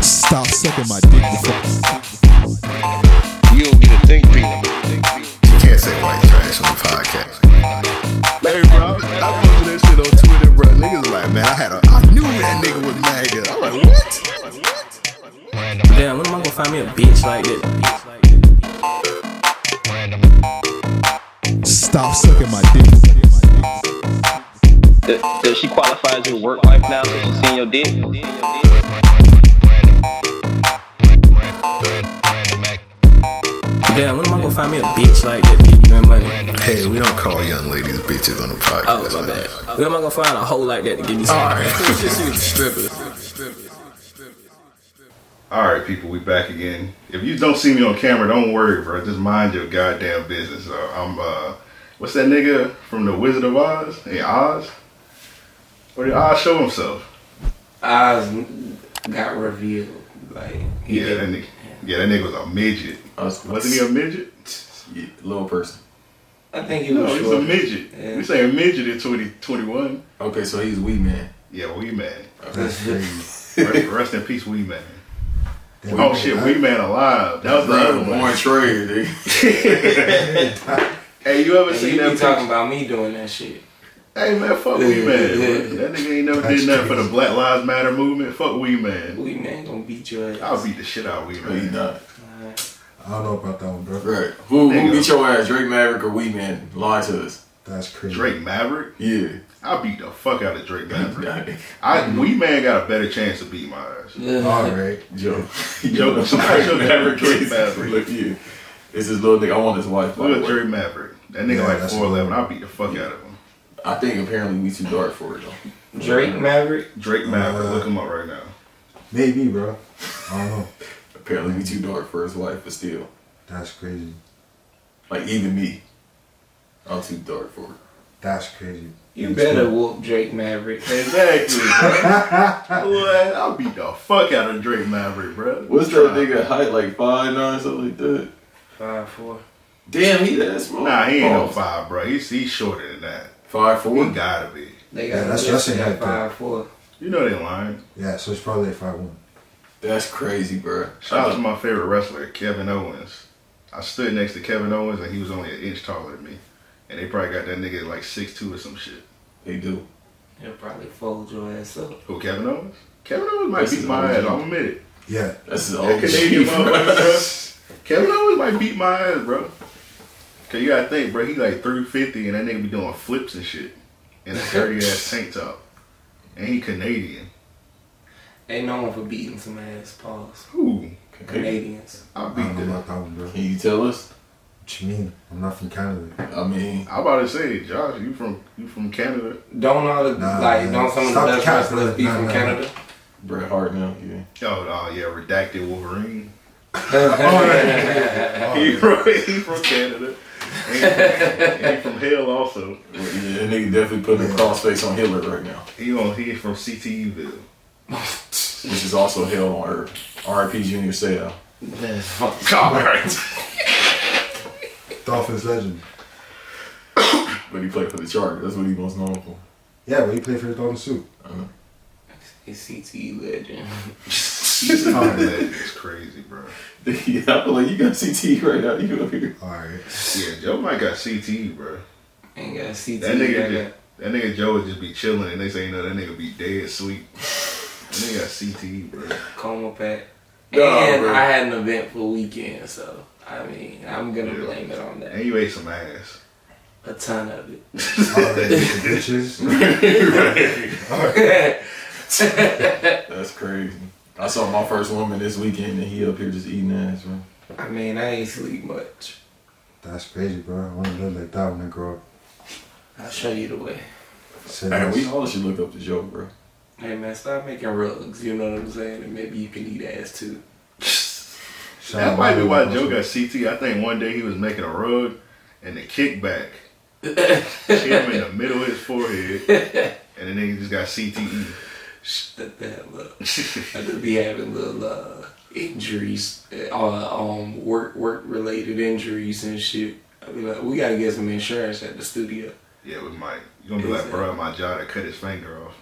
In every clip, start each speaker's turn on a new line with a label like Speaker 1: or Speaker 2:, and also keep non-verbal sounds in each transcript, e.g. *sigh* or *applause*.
Speaker 1: Stop sucking my dick. you fuck.
Speaker 2: You don't get a thing, Peter.
Speaker 3: You can't say white trash on the podcast. Hey, bro, I posted that shit on Twitter, bro. Niggas like, man, I had a, I knew that nigga was MAGA. I'm like, what?
Speaker 4: Damn, when am I gonna find me a bitch like that?
Speaker 1: Stop sucking my dick.
Speaker 5: Does, does she qualify as your work wife now since she's seen your dick?
Speaker 4: Damn, when am I gonna find me a bitch like that? Bitch, you money.
Speaker 3: Hey, we don't call young ladies bitches on the
Speaker 4: Oh,
Speaker 3: podcast.
Speaker 4: my
Speaker 3: man.
Speaker 4: bad. When am I gonna find a hoe like that to give me some?
Speaker 3: Alright.
Speaker 4: She was a stripper.
Speaker 3: All right, people, we back again. If you don't see me on camera, don't worry, bro. Just mind your goddamn business. Uh, I'm uh, what's that nigga from the Wizard of Oz? Hey, Oz. Where did Oz show himself?
Speaker 6: eyes got revealed. Like he
Speaker 3: Yeah, that
Speaker 6: did-
Speaker 3: nigga. Yeah, that nigga was a midget.
Speaker 6: I was-
Speaker 3: Wasn't he a midget?
Speaker 7: Yeah, little person.
Speaker 6: I think he
Speaker 3: No,
Speaker 6: was
Speaker 3: he's a
Speaker 6: short.
Speaker 3: midget.
Speaker 6: Yeah.
Speaker 3: We saying midget in 2021.
Speaker 7: Okay, so he's wee man.
Speaker 3: Yeah, Wee Man.
Speaker 7: That's crazy.
Speaker 3: Rest, rest in peace, Wee Man. Oh shit, Wee Man alive. That was the
Speaker 7: Bro,
Speaker 3: other
Speaker 7: born
Speaker 3: one.
Speaker 7: trade, nigga.
Speaker 3: Hey, you ever
Speaker 6: And
Speaker 3: seen
Speaker 6: you
Speaker 3: that?
Speaker 6: be talking
Speaker 3: picture?
Speaker 6: about me doing that shit.
Speaker 3: Hey man, fuck
Speaker 6: Yeah,
Speaker 3: Wee Man.
Speaker 6: yeah.
Speaker 3: That nigga ain't never did nothing for the Black Lives Matter movement. Fuck Wee Man.
Speaker 6: We man gonna beat your ass.
Speaker 3: I'll beat the shit out of Wee
Speaker 7: No, he
Speaker 3: Man.
Speaker 7: not.
Speaker 8: I don't know about that one, bro.
Speaker 7: Right. Who
Speaker 3: Nigga.
Speaker 7: who beat your ass, Drake Maverick or Wee Man? Lie to us.
Speaker 8: That's crazy.
Speaker 3: Drake Maverick.
Speaker 7: Yeah.
Speaker 3: I'll beat the fuck out of Drake Maverick.
Speaker 7: God,
Speaker 3: I Wee Man got a better chance to beat my ass.
Speaker 8: All right.
Speaker 7: Joe.
Speaker 3: Joe, somebody should have never Drake Maverick.
Speaker 7: *laughs* Look, yeah. It's this little nigga. I want his wife. by
Speaker 3: Look
Speaker 7: the
Speaker 3: at
Speaker 7: way.
Speaker 3: Drake Maverick. That nigga
Speaker 8: Yeah,
Speaker 3: like
Speaker 8: that's
Speaker 3: 4'11. I'll beat the fuck out of him.
Speaker 7: I think apparently we too dark for it though.
Speaker 6: Drake Maverick.
Speaker 3: Drake Maverick,
Speaker 8: Uh,
Speaker 3: look him up right now.
Speaker 8: Maybe, bro. I don't know.
Speaker 7: Apparently we too dark for his wife, but still,
Speaker 8: That's crazy.
Speaker 7: like even me, I'm too dark for it.
Speaker 8: That's crazy.
Speaker 6: You better whoop Drake Maverick.
Speaker 3: Exactly. bro. Boy, I'll beat the fuck out of Drake Maverick, bro.
Speaker 7: What's that nigga height like five nine something like that?
Speaker 6: Five four.
Speaker 7: Damn, he that small.
Speaker 3: Nah, he ain't no
Speaker 7: Oh,
Speaker 3: five, bro. He's, he's shorter than that.
Speaker 7: Five four.
Speaker 3: He gotta be.
Speaker 6: They
Speaker 8: Yeah,
Speaker 6: got
Speaker 8: that's-
Speaker 6: that's,
Speaker 8: that's a
Speaker 6: at
Speaker 8: heck, though.
Speaker 6: five four.
Speaker 3: You know they lying.
Speaker 8: Yeah, so it's probably a 5 1.
Speaker 7: That's crazy, bro.
Speaker 3: Shout out to my favorite wrestler, Kevin Owens. I stood next to Kevin Owens and he was only an inch taller than me. And they probably got that nigga at like 6'2 or some shit.
Speaker 7: They do.
Speaker 6: They'll probably fold your ass up.
Speaker 3: Who, Kevin Owens? Kevin Owens might
Speaker 7: This
Speaker 3: beat
Speaker 7: is
Speaker 3: my ass,
Speaker 7: OG.
Speaker 3: I'll admit it.
Speaker 8: Yeah.
Speaker 7: That's his
Speaker 3: That
Speaker 7: old
Speaker 3: Canadian
Speaker 7: shit,
Speaker 3: motherfucker,
Speaker 7: bro.
Speaker 3: bro. Kevin Owens might beat my ass, bro. Cause you gotta think, bro, he like 350 and that nigga be doing flips and shit. In a dirty ass tank top. And he Canadian.
Speaker 6: Ain't known for beating some ass paws.
Speaker 3: Ooh,
Speaker 6: Canadians.
Speaker 3: I
Speaker 8: I
Speaker 3: beat
Speaker 8: don't know
Speaker 3: that.
Speaker 8: about that one, bro.
Speaker 7: *laughs*
Speaker 8: What
Speaker 7: Can you tell us?
Speaker 8: you mean? I'm not from Canada.
Speaker 7: I mean,
Speaker 3: I about to say, Josh, you from you from Canada?
Speaker 6: Don't all the
Speaker 8: Nah,
Speaker 6: like
Speaker 8: man.
Speaker 6: don't some of the
Speaker 8: Stop the
Speaker 6: best
Speaker 8: cap,
Speaker 6: wrestlers
Speaker 8: bro.
Speaker 6: be
Speaker 8: Nah,
Speaker 6: from
Speaker 8: nah.
Speaker 6: Canada?
Speaker 7: Bret Hart now. Yeah.
Speaker 3: Oh, oh yeah, redacted Wolverine.
Speaker 6: *laughs* Nah,
Speaker 3: He from, he from Canada. And he from, he from hell also.
Speaker 7: Well, yeah, that nigga definitely putting a cross face on Hitler right now,
Speaker 3: He on he from CTEville.
Speaker 7: which is also hell on earth. R.I.P. Junior Seau.
Speaker 3: *laughs*
Speaker 6: fuck.
Speaker 3: Alright.
Speaker 8: Dolphins legend.
Speaker 7: But he played for the Chargers. That's what he most known for. *laughs*
Speaker 8: Yeah, well, he played for the Dolphins too.
Speaker 6: He's CTE E legend. *laughs*
Speaker 3: It's crazy, bro.
Speaker 7: yeah, I'm like, you got CT right now. You up here?
Speaker 8: Alright.
Speaker 3: Yeah, Joe might got CTE, bro.
Speaker 6: Ain't got E CTE.
Speaker 3: That nigga
Speaker 6: I got-
Speaker 3: just, that nigga Joe would just be chilling and they say, you know, that nigga be dead sleep. That nigga got CTE, bro.
Speaker 6: coma pack.
Speaker 7: Nah,
Speaker 6: and
Speaker 7: bro.
Speaker 6: I had an eventful weekend, so I mean, I'm gonna
Speaker 3: Yeah.
Speaker 6: blame it on that.
Speaker 3: And you ate some ass.
Speaker 6: A ton of it.
Speaker 3: *laughs*
Speaker 8: Alright, bitches.
Speaker 3: *laughs*
Speaker 7: That's crazy. I saw my first woman this weekend, and he up here just eating ass, bro.
Speaker 6: I mean, I ain't sleep much.
Speaker 8: That's crazy, bro. I want to live like that when I grow up.
Speaker 6: I'll show you the way.
Speaker 8: Say
Speaker 7: Hey, we
Speaker 8: this.
Speaker 7: all should look up the Joe, bro.
Speaker 6: Hey man, stop making rugs. You know what I'm saying? And maybe you can eat ass too.
Speaker 8: Shout
Speaker 3: That
Speaker 8: out
Speaker 3: might be
Speaker 8: Mario
Speaker 3: why
Speaker 8: Bros.
Speaker 3: Joe got CT. I think one day he was making a rug and the kickback hit him in the middle of his forehead, and then he just got E. CTE.
Speaker 6: Shut the
Speaker 3: *laughs*
Speaker 6: hell up. I could be having little uh, injuries, uh, um, work work related injuries and shit. I be like, we gotta get some insurance at the studio.
Speaker 3: Yeah, with Mike.
Speaker 7: *laughs*
Speaker 3: You're gonna be like, bro, my jaw that cut his finger off.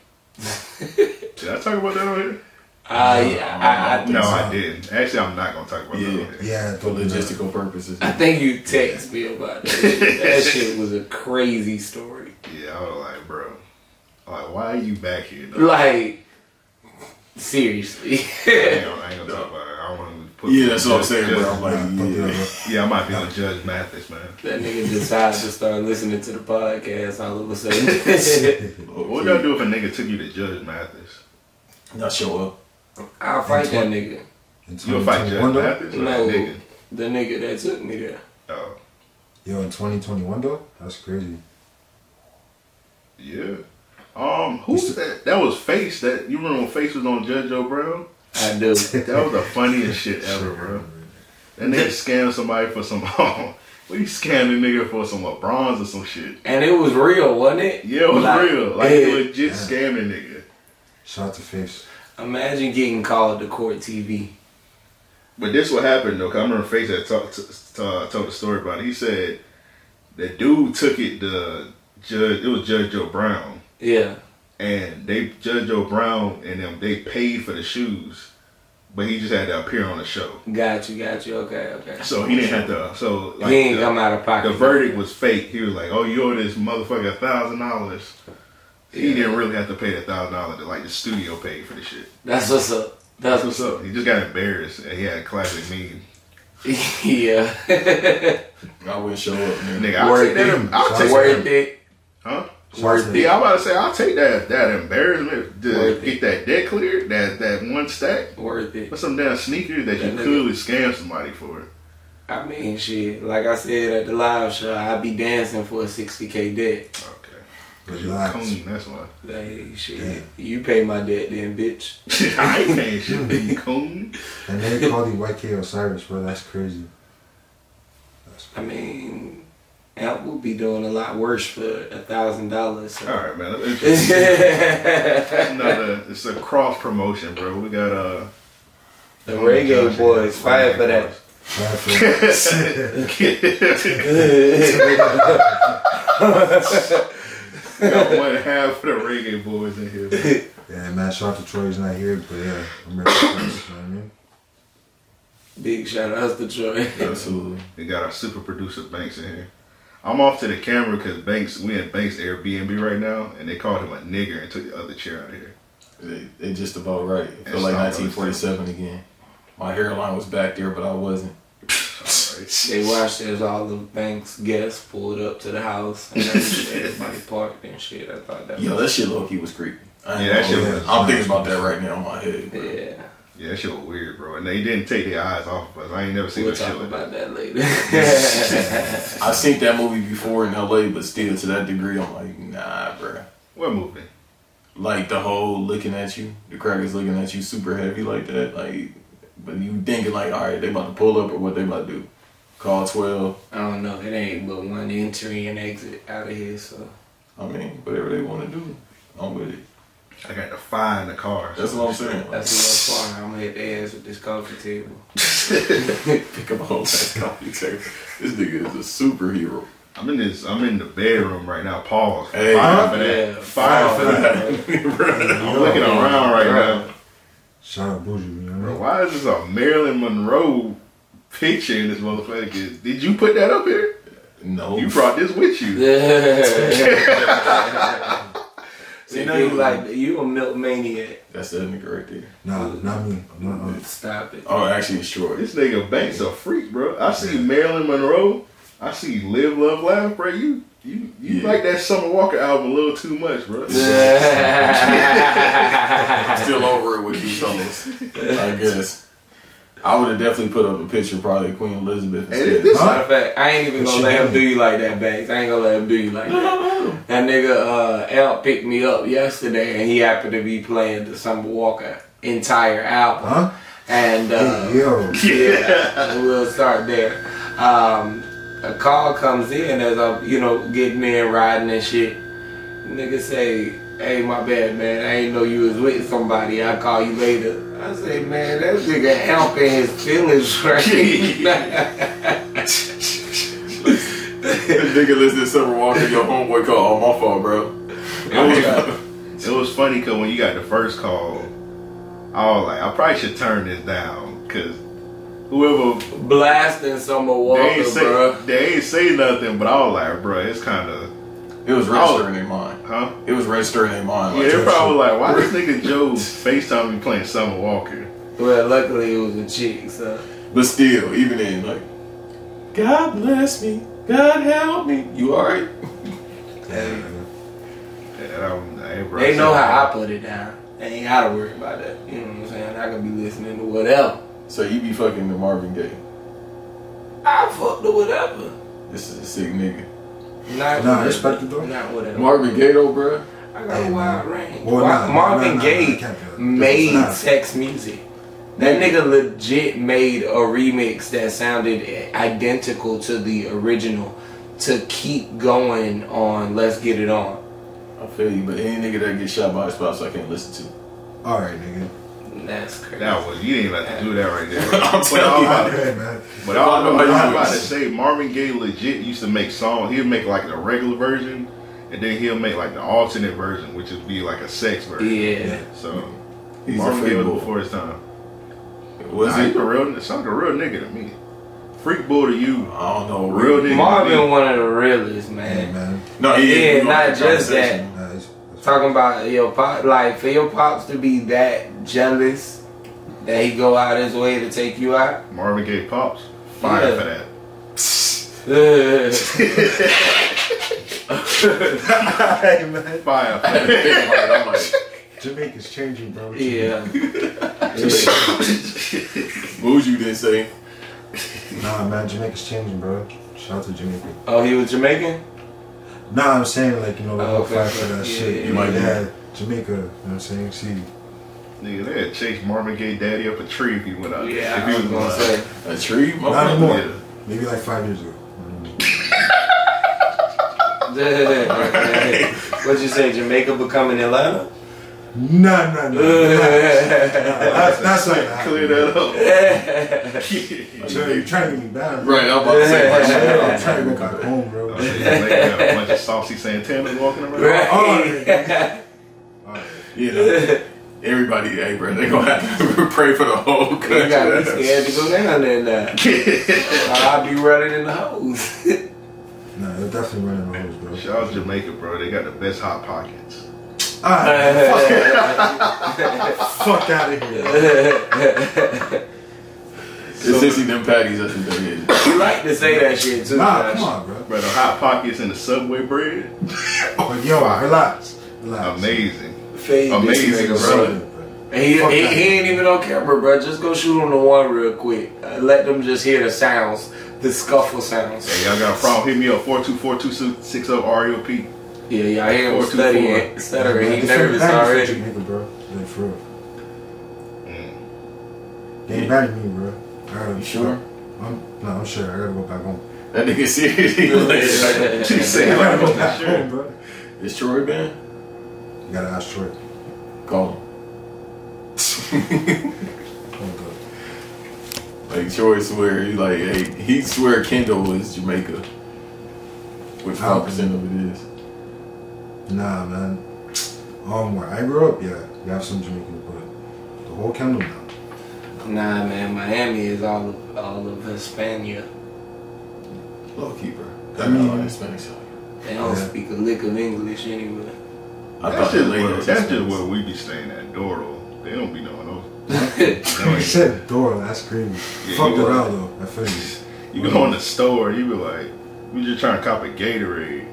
Speaker 3: Did I talk about that on here?
Speaker 6: Uh, yeah, I, I,
Speaker 7: think
Speaker 3: No,
Speaker 7: so.
Speaker 3: I didn't. Actually, I'm not gonna talk about
Speaker 7: Yeah.
Speaker 3: that.
Speaker 8: Yeah,
Speaker 7: For logistical purposes.
Speaker 6: I think you text me about
Speaker 3: *laughs*
Speaker 6: that. shit. that shit was a crazy story.
Speaker 3: Yeah, I was like, bro, like, why are you back here? though?
Speaker 6: Like, seriously. *laughs*
Speaker 3: I ain't gonna, I ain't gonna talk about it. I don't want to put.
Speaker 7: Yeah, that's what I'm saying,
Speaker 3: Judge-
Speaker 7: bro. I'm like, yeah.
Speaker 3: Yeah, I might be on Judge Mathis, man.
Speaker 6: That nigga decided to start listening to the podcast all of
Speaker 3: *laughs*
Speaker 6: a sudden.
Speaker 7: Oh,
Speaker 3: What would y'all do if a nigga took you to Judge Mathis?
Speaker 7: Not show up.
Speaker 6: I'll fight that nigga.
Speaker 3: *laughs* You would fight Judge Mathis or
Speaker 6: No.
Speaker 3: that nigga?
Speaker 6: The nigga that took me there.
Speaker 3: Oh,
Speaker 8: Yo, in 2021 though, that's crazy.
Speaker 3: yeah. Um, who's that? That was Face. That you remember when Face was on Judge O'Brown?
Speaker 6: I do.
Speaker 3: That was the funniest shit ever, bro. That nigga scammed somebody for some. *laughs* what you scamming nigga for some LeBrons or some shit?
Speaker 6: And it was real, wasn't it?
Speaker 3: Yeah, it was real. Like
Speaker 6: eh,
Speaker 3: he legit scamming nigga.
Speaker 8: Shout out to Face.
Speaker 6: Imagine getting called to court TV.
Speaker 3: But this what happened though. 'cause I remember Face had talked t- uh, told the story about it. He said that dude took it to judge. It was Judge Joe Brown,
Speaker 6: Yeah.
Speaker 3: and they Judge Joe Brown and them they paid for the shoes, but he just had to appear on the show,
Speaker 6: Got you, got you. Okay, okay.
Speaker 3: so he didn't have to. So like
Speaker 6: he ain't
Speaker 3: the,
Speaker 6: come out of pocket.
Speaker 3: the verdict was fake. He was like, "Oh, you owe this motherfucker a thousand dollars." He didn't really have to pay a thousand dollars. Like the studio paid for the shit.
Speaker 6: That's what's up. That's
Speaker 3: That's what's up. He just got embarrassed, and he had a classic meme.
Speaker 6: what's *laughs* Yeah. *laughs*
Speaker 7: I wouldn't show up, man.
Speaker 3: Nigga, I'll
Speaker 6: Worth
Speaker 3: take that.
Speaker 6: it.
Speaker 3: I'll take that.
Speaker 6: Worth it.
Speaker 3: Huh?
Speaker 8: Worth
Speaker 6: Worth it.
Speaker 3: Yeah, I'm about to say I'll take that that embarrassment to
Speaker 6: Worth it.
Speaker 3: get that debt cleared, that that one stack.
Speaker 6: Worth it.
Speaker 3: What's some damn sneaker that you
Speaker 6: That nigga.
Speaker 3: clearly scammed somebody for?
Speaker 6: I mean, shit. Like I said at the live show, I'd be dancing for a 60K debt.
Speaker 3: Okay. Cause you're a
Speaker 8: Relax.
Speaker 3: coon, that's why. *laughs*
Speaker 6: Like, shit. You pay my debt then, bitch.
Speaker 3: I ain't paying shit for you, coon.
Speaker 8: And they called you YK Osiris, bro. That's crazy. That's
Speaker 6: I
Speaker 8: crazy.
Speaker 6: mean, Amp would be doing a lot worse for a thousand dollars.
Speaker 3: All
Speaker 6: *laughs*
Speaker 3: right, man. *laughs* Let's introduce
Speaker 6: The
Speaker 3: another. It's a cross promotion, bro. We got uh.
Speaker 6: reggae boys fired for that.
Speaker 8: Bad
Speaker 3: *laughs*
Speaker 8: for-
Speaker 3: that. got one half for the reggae boys in here. Man.
Speaker 8: yeah, man. Shout out to Troy's not here, but yeah, I'm ready for this. You know what I mean?
Speaker 6: Big shout outs to Troy.
Speaker 7: Absolutely.
Speaker 3: We got our super producer Banks in here. I'm off to the camera because Banks, we in Banks Airbnb right now, and they called him a nigger and took the other chair out of here.
Speaker 7: They, they just about right. I feel
Speaker 3: It's
Speaker 7: like
Speaker 3: not
Speaker 7: 1947 again. My hairline was back there, but I wasn't.
Speaker 6: *laughs* They watched as all the bank's guests pulled up to the house
Speaker 3: *laughs*
Speaker 6: and everybody parked and shit. I thought that
Speaker 7: Yo,
Speaker 6: was.
Speaker 7: that shit low key was creepy. I ain't
Speaker 3: Yeah, that
Speaker 7: gonna
Speaker 3: shit
Speaker 7: lie.
Speaker 8: was-
Speaker 7: I'm thinking about that right now in my head. bro.
Speaker 6: Yeah,
Speaker 3: Yeah, that shit was weird, bro. And they didn't take their eyes off of us. I ain't never seen
Speaker 6: we'll
Speaker 3: that shit
Speaker 6: talk
Speaker 3: like that.
Speaker 6: about
Speaker 3: *laughs*
Speaker 6: that later.
Speaker 7: I seen that movie before in LA, but still to that degree, I'm like, nah, bro.
Speaker 3: What movie?
Speaker 7: Like the whole looking at you, the crackers looking at you super heavy like that, like, but you thinking like, all right, they about to pull up or what they about to do? Call twelve.
Speaker 6: I don't know. It ain't but one entry and exit out of here, so
Speaker 7: I mean, whatever they want to do, I'm with it.
Speaker 3: I got to find the car.
Speaker 7: That's what I'm saying. Like,
Speaker 6: that's a little far. I'm gonna hit the ass with this coffee table.
Speaker 7: pick up a whole ass coffee table. This nigga is a superhero.
Speaker 3: I'm in this. I'm in the bedroom right now. Pause.
Speaker 7: Hey.
Speaker 3: fire for that. fire for that. I'm looking around right now.
Speaker 8: Shout out Bougie. You know
Speaker 3: Bro,
Speaker 8: what
Speaker 3: why is this a Marilyn Monroe picture in this motherfucker? Did you put that up here?
Speaker 7: No,
Speaker 3: You brought this with you. *laughs*
Speaker 6: See, now you like you a milk maniac.
Speaker 7: that's that nigga right there.
Speaker 8: I mean? Nah, not me. Nuh-uh.
Speaker 6: Stop it.
Speaker 7: Oh, actually, it's Troy.
Speaker 3: This nigga Banks a freak, bro. I see Marilyn Monroe. I see Live, Love, Laugh, bro. You you you
Speaker 7: Yeah.
Speaker 3: like that Summer Walker album a little too much, bro.
Speaker 6: *laughs*
Speaker 7: I'm still over it with these fellas. I guess. I would have definitely put up a picture, probably of Queen Elizabeth.
Speaker 3: Hey,
Speaker 7: instead.
Speaker 3: this-
Speaker 6: Matter of fact, I ain't even gonna let him do you like that, Banks. I ain't gonna let him do you like that. That nigga uh, L picked me up yesterday, and he happened to be playing the Summer Walker entire album.
Speaker 8: Huh?
Speaker 6: And uh,
Speaker 8: Hey, yo.
Speaker 6: yeah, we'll start there. Um, a call comes in as I'm, you know, getting in, riding and shit. Nigga say, hey, my bad, man. I ain't know you was with somebody. I'll call you later. I say, man, that nigga helping his feelings *laughs* right
Speaker 7: This nigga listen to Summer Walker, your homeboy call. Oh, my fault, bro.
Speaker 3: It was funny because when you got the first call, I was like, I probably should turn this down because whoever
Speaker 6: Blasting Summer Walker,
Speaker 3: they ain't say
Speaker 6: bro.
Speaker 3: they ain't say nothing, but I was like, bro, it's kind of
Speaker 7: It was registering in their mind.
Speaker 3: huh?
Speaker 7: It was registering in their mind.
Speaker 3: Yeah,
Speaker 7: Like,
Speaker 3: they're probably like, why this nigga Joe FaceTime me playing Summer Walker?
Speaker 6: Well, luckily it was a chick, so.
Speaker 7: but still, even then, like, God bless me, God help me. You all right?
Speaker 3: And I'm, hey, bro,
Speaker 6: They know how I put it down. They ain't gotta worry about that. You know what I'm saying? I could be listening to whatever.
Speaker 7: So you be fucking the Marvin Gaye.
Speaker 6: I fuck to whatever.
Speaker 7: This is a sick nigga.
Speaker 6: Not
Speaker 8: Nah,
Speaker 6: whatever.
Speaker 8: respectable.
Speaker 6: Not whatever.
Speaker 7: Marvin Gaye though, bruh.
Speaker 6: I got a wide range.
Speaker 8: Well,
Speaker 6: Mar-
Speaker 8: nah,
Speaker 6: Marvin
Speaker 8: nah, nah, nah,
Speaker 6: Gaye
Speaker 8: I can't do it.
Speaker 6: made
Speaker 8: Nah.
Speaker 6: sex music. That nigga legit made a remix that sounded identical to the original to keep going on Let's Get It On.
Speaker 7: I feel you, but any nigga that gets shot by his pops, I can't listen to.
Speaker 8: All right, nigga.
Speaker 6: That's crazy.
Speaker 3: That was you didn't even have to do that right there.
Speaker 6: *laughs*
Speaker 7: I'm
Speaker 3: But
Speaker 7: telling
Speaker 3: I was
Speaker 7: you.
Speaker 3: about to-
Speaker 8: Hey, man.
Speaker 3: But I don't know. I
Speaker 7: Why
Speaker 3: was
Speaker 7: you
Speaker 3: about to
Speaker 7: would-
Speaker 3: say Marvin Gaye legit used to make songs. He'd make like the regular version, and then he'll make like the alternate version, which would be like a sex version.
Speaker 6: yeah.
Speaker 3: So
Speaker 7: He's
Speaker 3: Marvin
Speaker 7: a
Speaker 3: Gaye
Speaker 7: freak
Speaker 3: was
Speaker 7: boy.
Speaker 3: before his time.
Speaker 7: Was
Speaker 3: nah,
Speaker 7: he?
Speaker 3: he's a real, it sounds like a real nigga to me. Freak boy to you.
Speaker 7: I don't know.
Speaker 3: Real nigga.
Speaker 6: Marvin one of the realest,
Speaker 8: Hey,
Speaker 6: man.
Speaker 8: man.
Speaker 7: No, he
Speaker 6: Yeah,
Speaker 7: is. We
Speaker 6: not
Speaker 7: gonna have a
Speaker 6: just that.
Speaker 7: conversation.
Speaker 8: Nah, it's- it's-
Speaker 6: Talking about your pop, like for your pops to be that jealous that he go out his way to take you out. *laughs*
Speaker 3: Marvin Gaye pops. Fire
Speaker 6: Yeah.
Speaker 3: for that.
Speaker 6: Ugh.
Speaker 8: *laughs* Hey, man.
Speaker 3: Fire for
Speaker 7: I
Speaker 3: that.
Speaker 6: *laughs*
Speaker 7: had to think about it. I'm *laughs* like,
Speaker 8: Jamaica's changing, bro. What you
Speaker 6: yeah.
Speaker 7: *laughs* Buju didn't say.
Speaker 8: mean? Nah, man. Jamaica's changing, bro. Shout out to Jamaica.
Speaker 6: Oh, he was Jamaican.
Speaker 8: Nah, I'm saying, like, you know, the
Speaker 6: Oh,
Speaker 8: whole
Speaker 6: okay,
Speaker 8: fight for
Speaker 6: okay.
Speaker 8: that
Speaker 6: Yeah,
Speaker 8: shit.
Speaker 6: yeah,
Speaker 8: You
Speaker 7: yeah.
Speaker 8: might Yeah, Jamaica. You know what I'm saying? See.
Speaker 3: Nigga, they had chased Marvin Gaye daddy up a tree if he went out. there. if
Speaker 6: Oh, I
Speaker 3: he
Speaker 6: was gonna
Speaker 3: alive.
Speaker 6: say.
Speaker 7: A tree? My
Speaker 8: Not
Speaker 7: brother.
Speaker 8: anymore.
Speaker 3: yeah.
Speaker 8: Maybe like five years ago.
Speaker 6: What'd you say? *laughs* Jamaica becoming
Speaker 8: *laughs*
Speaker 6: Atlanta? *laughs*
Speaker 8: Nah, nah, nah. That's, that's like
Speaker 3: Clear that up. *laughs*
Speaker 8: You're trying, you're trying to get me down.
Speaker 7: Right, I'm about to say. my shit.
Speaker 8: I'm trying to go back home, bro.
Speaker 3: Oh, shit, they got a bunch of saucy Santanas walking around.
Speaker 6: Right. *laughs*
Speaker 8: Oh, yeah.
Speaker 7: *laughs* You know, everybody, hey, bro, they gonna have to *laughs* pray for the whole country.
Speaker 6: You gotta be scared to go down there now. I'll be running in the hose. *laughs*
Speaker 8: Nah, they're definitely running the hose,
Speaker 3: *laughs*
Speaker 8: bro.
Speaker 3: Shout out Jamaica, bro. They got the best hot pockets.
Speaker 8: Ah,
Speaker 6: *laughs*
Speaker 8: fuck out of here.
Speaker 7: *laughs* It's just see them patties. That's what they is.
Speaker 6: you like to say that shit too.
Speaker 8: Nah,
Speaker 6: Josh.
Speaker 8: come on, bro.
Speaker 3: Bro, the hot pockets and the Subway bread,
Speaker 8: But yo, relax. Relax.
Speaker 3: amazing.
Speaker 6: Fade this
Speaker 3: Amazing,
Speaker 6: nigga,
Speaker 3: bro.
Speaker 6: bro.
Speaker 8: Soda, bro.
Speaker 6: And He, he,
Speaker 8: Fuck
Speaker 6: he
Speaker 8: that.
Speaker 6: ain't even on camera, bro. Just go shoot on the one real quick. Uh, let them just hear the sounds, the scuffle sounds.
Speaker 3: Hey, y'all got a problem? Hit me up, oh, 424-260-REOP.
Speaker 6: Yeah, yeah, I hear him
Speaker 3: Four, two,
Speaker 6: studying, stuttering. He
Speaker 8: Man, this ain't
Speaker 6: nervous
Speaker 8: bad for
Speaker 6: already.
Speaker 8: Jamaica, bro. Like, for real.
Speaker 3: Mm.
Speaker 8: They ain't mad at me, bro. I gotta,
Speaker 7: You sure?
Speaker 8: I'm, no, I'm sure. I gotta go back home.
Speaker 7: That nigga serious. *laughs* He like,
Speaker 3: She
Speaker 8: I
Speaker 3: said, like,
Speaker 8: gotta
Speaker 3: oh.
Speaker 8: go
Speaker 3: I'm not
Speaker 8: back
Speaker 3: sure.
Speaker 8: home, bro.
Speaker 7: Is Troy been?
Speaker 8: *laughs* You gotta ask Troy.
Speaker 7: Call him.
Speaker 8: Oh, God.
Speaker 7: Like Troy swear, he like, hey, he swear Kendall is Jamaica, which
Speaker 8: How?
Speaker 7: five percent of it is.
Speaker 8: Nah, man. Um, where I grew up, yeah, we have some Jamaicans, but the whole Kendall now.
Speaker 6: Nah, man, Miami is all of, all of Hispania.
Speaker 7: Low keeper.
Speaker 8: I mean-
Speaker 7: Spanish.
Speaker 6: They don't
Speaker 8: Yeah.
Speaker 6: speak a lick of English anyway. *laughs*
Speaker 7: I
Speaker 3: That's
Speaker 7: thought the
Speaker 3: just,
Speaker 7: lady
Speaker 3: where,
Speaker 7: was
Speaker 3: that's just
Speaker 7: Hispanic.
Speaker 3: where we be staying at Doral. They don't be knowing those. No,
Speaker 8: You *laughs*
Speaker 3: ain't.
Speaker 8: said Dora, that's crazy.
Speaker 3: Yeah,
Speaker 8: Fucked
Speaker 3: you
Speaker 8: around though, I feel you.
Speaker 3: you go in the store, you be like, we just trying to cop a Gatorade.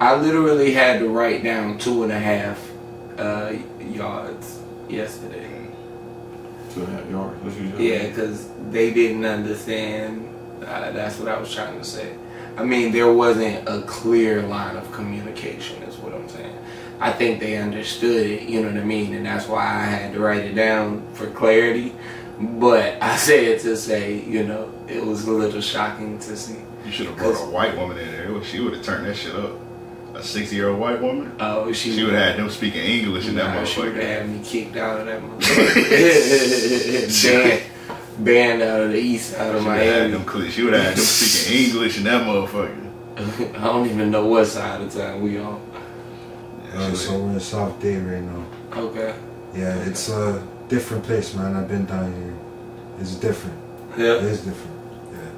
Speaker 6: I literally had to write down two and a half uh, yards yesterday.
Speaker 7: Two and a half yards. What you doing?
Speaker 6: Yeah, because they didn't understand. Uh, that's what I was trying to say. I mean, there wasn't a clear line of communication, is what I'm saying. I think they understood it, you know what I mean? And that's why I had to write it down for clarity. But *laughs* I say it to say, you know, it was a little shocking to see.
Speaker 3: You should have brought
Speaker 6: Cause-
Speaker 3: a white woman in there. It was- She would have turned that shit up. A 60 year old white woman?
Speaker 6: Oh, she,
Speaker 3: She would have had them speaking English in that
Speaker 6: Nah, she would
Speaker 3: motherfucker.
Speaker 6: have me kicked
Speaker 3: *laughs*
Speaker 6: out of that motherfucker. *laughs* banned, banned out of the east side of
Speaker 3: She would've had
Speaker 6: Miami.
Speaker 3: them clear- She would have had them speaking English in that motherfucker.
Speaker 6: *laughs* I don't even know what side of town we on.
Speaker 3: Yeah, she
Speaker 8: Uh,
Speaker 3: would've-
Speaker 8: so we're in South Day right now.
Speaker 6: Okay.
Speaker 8: Yeah, it's uh different place, man. I've been down here. It's different.
Speaker 6: Yeah.
Speaker 8: It's different. Yeah.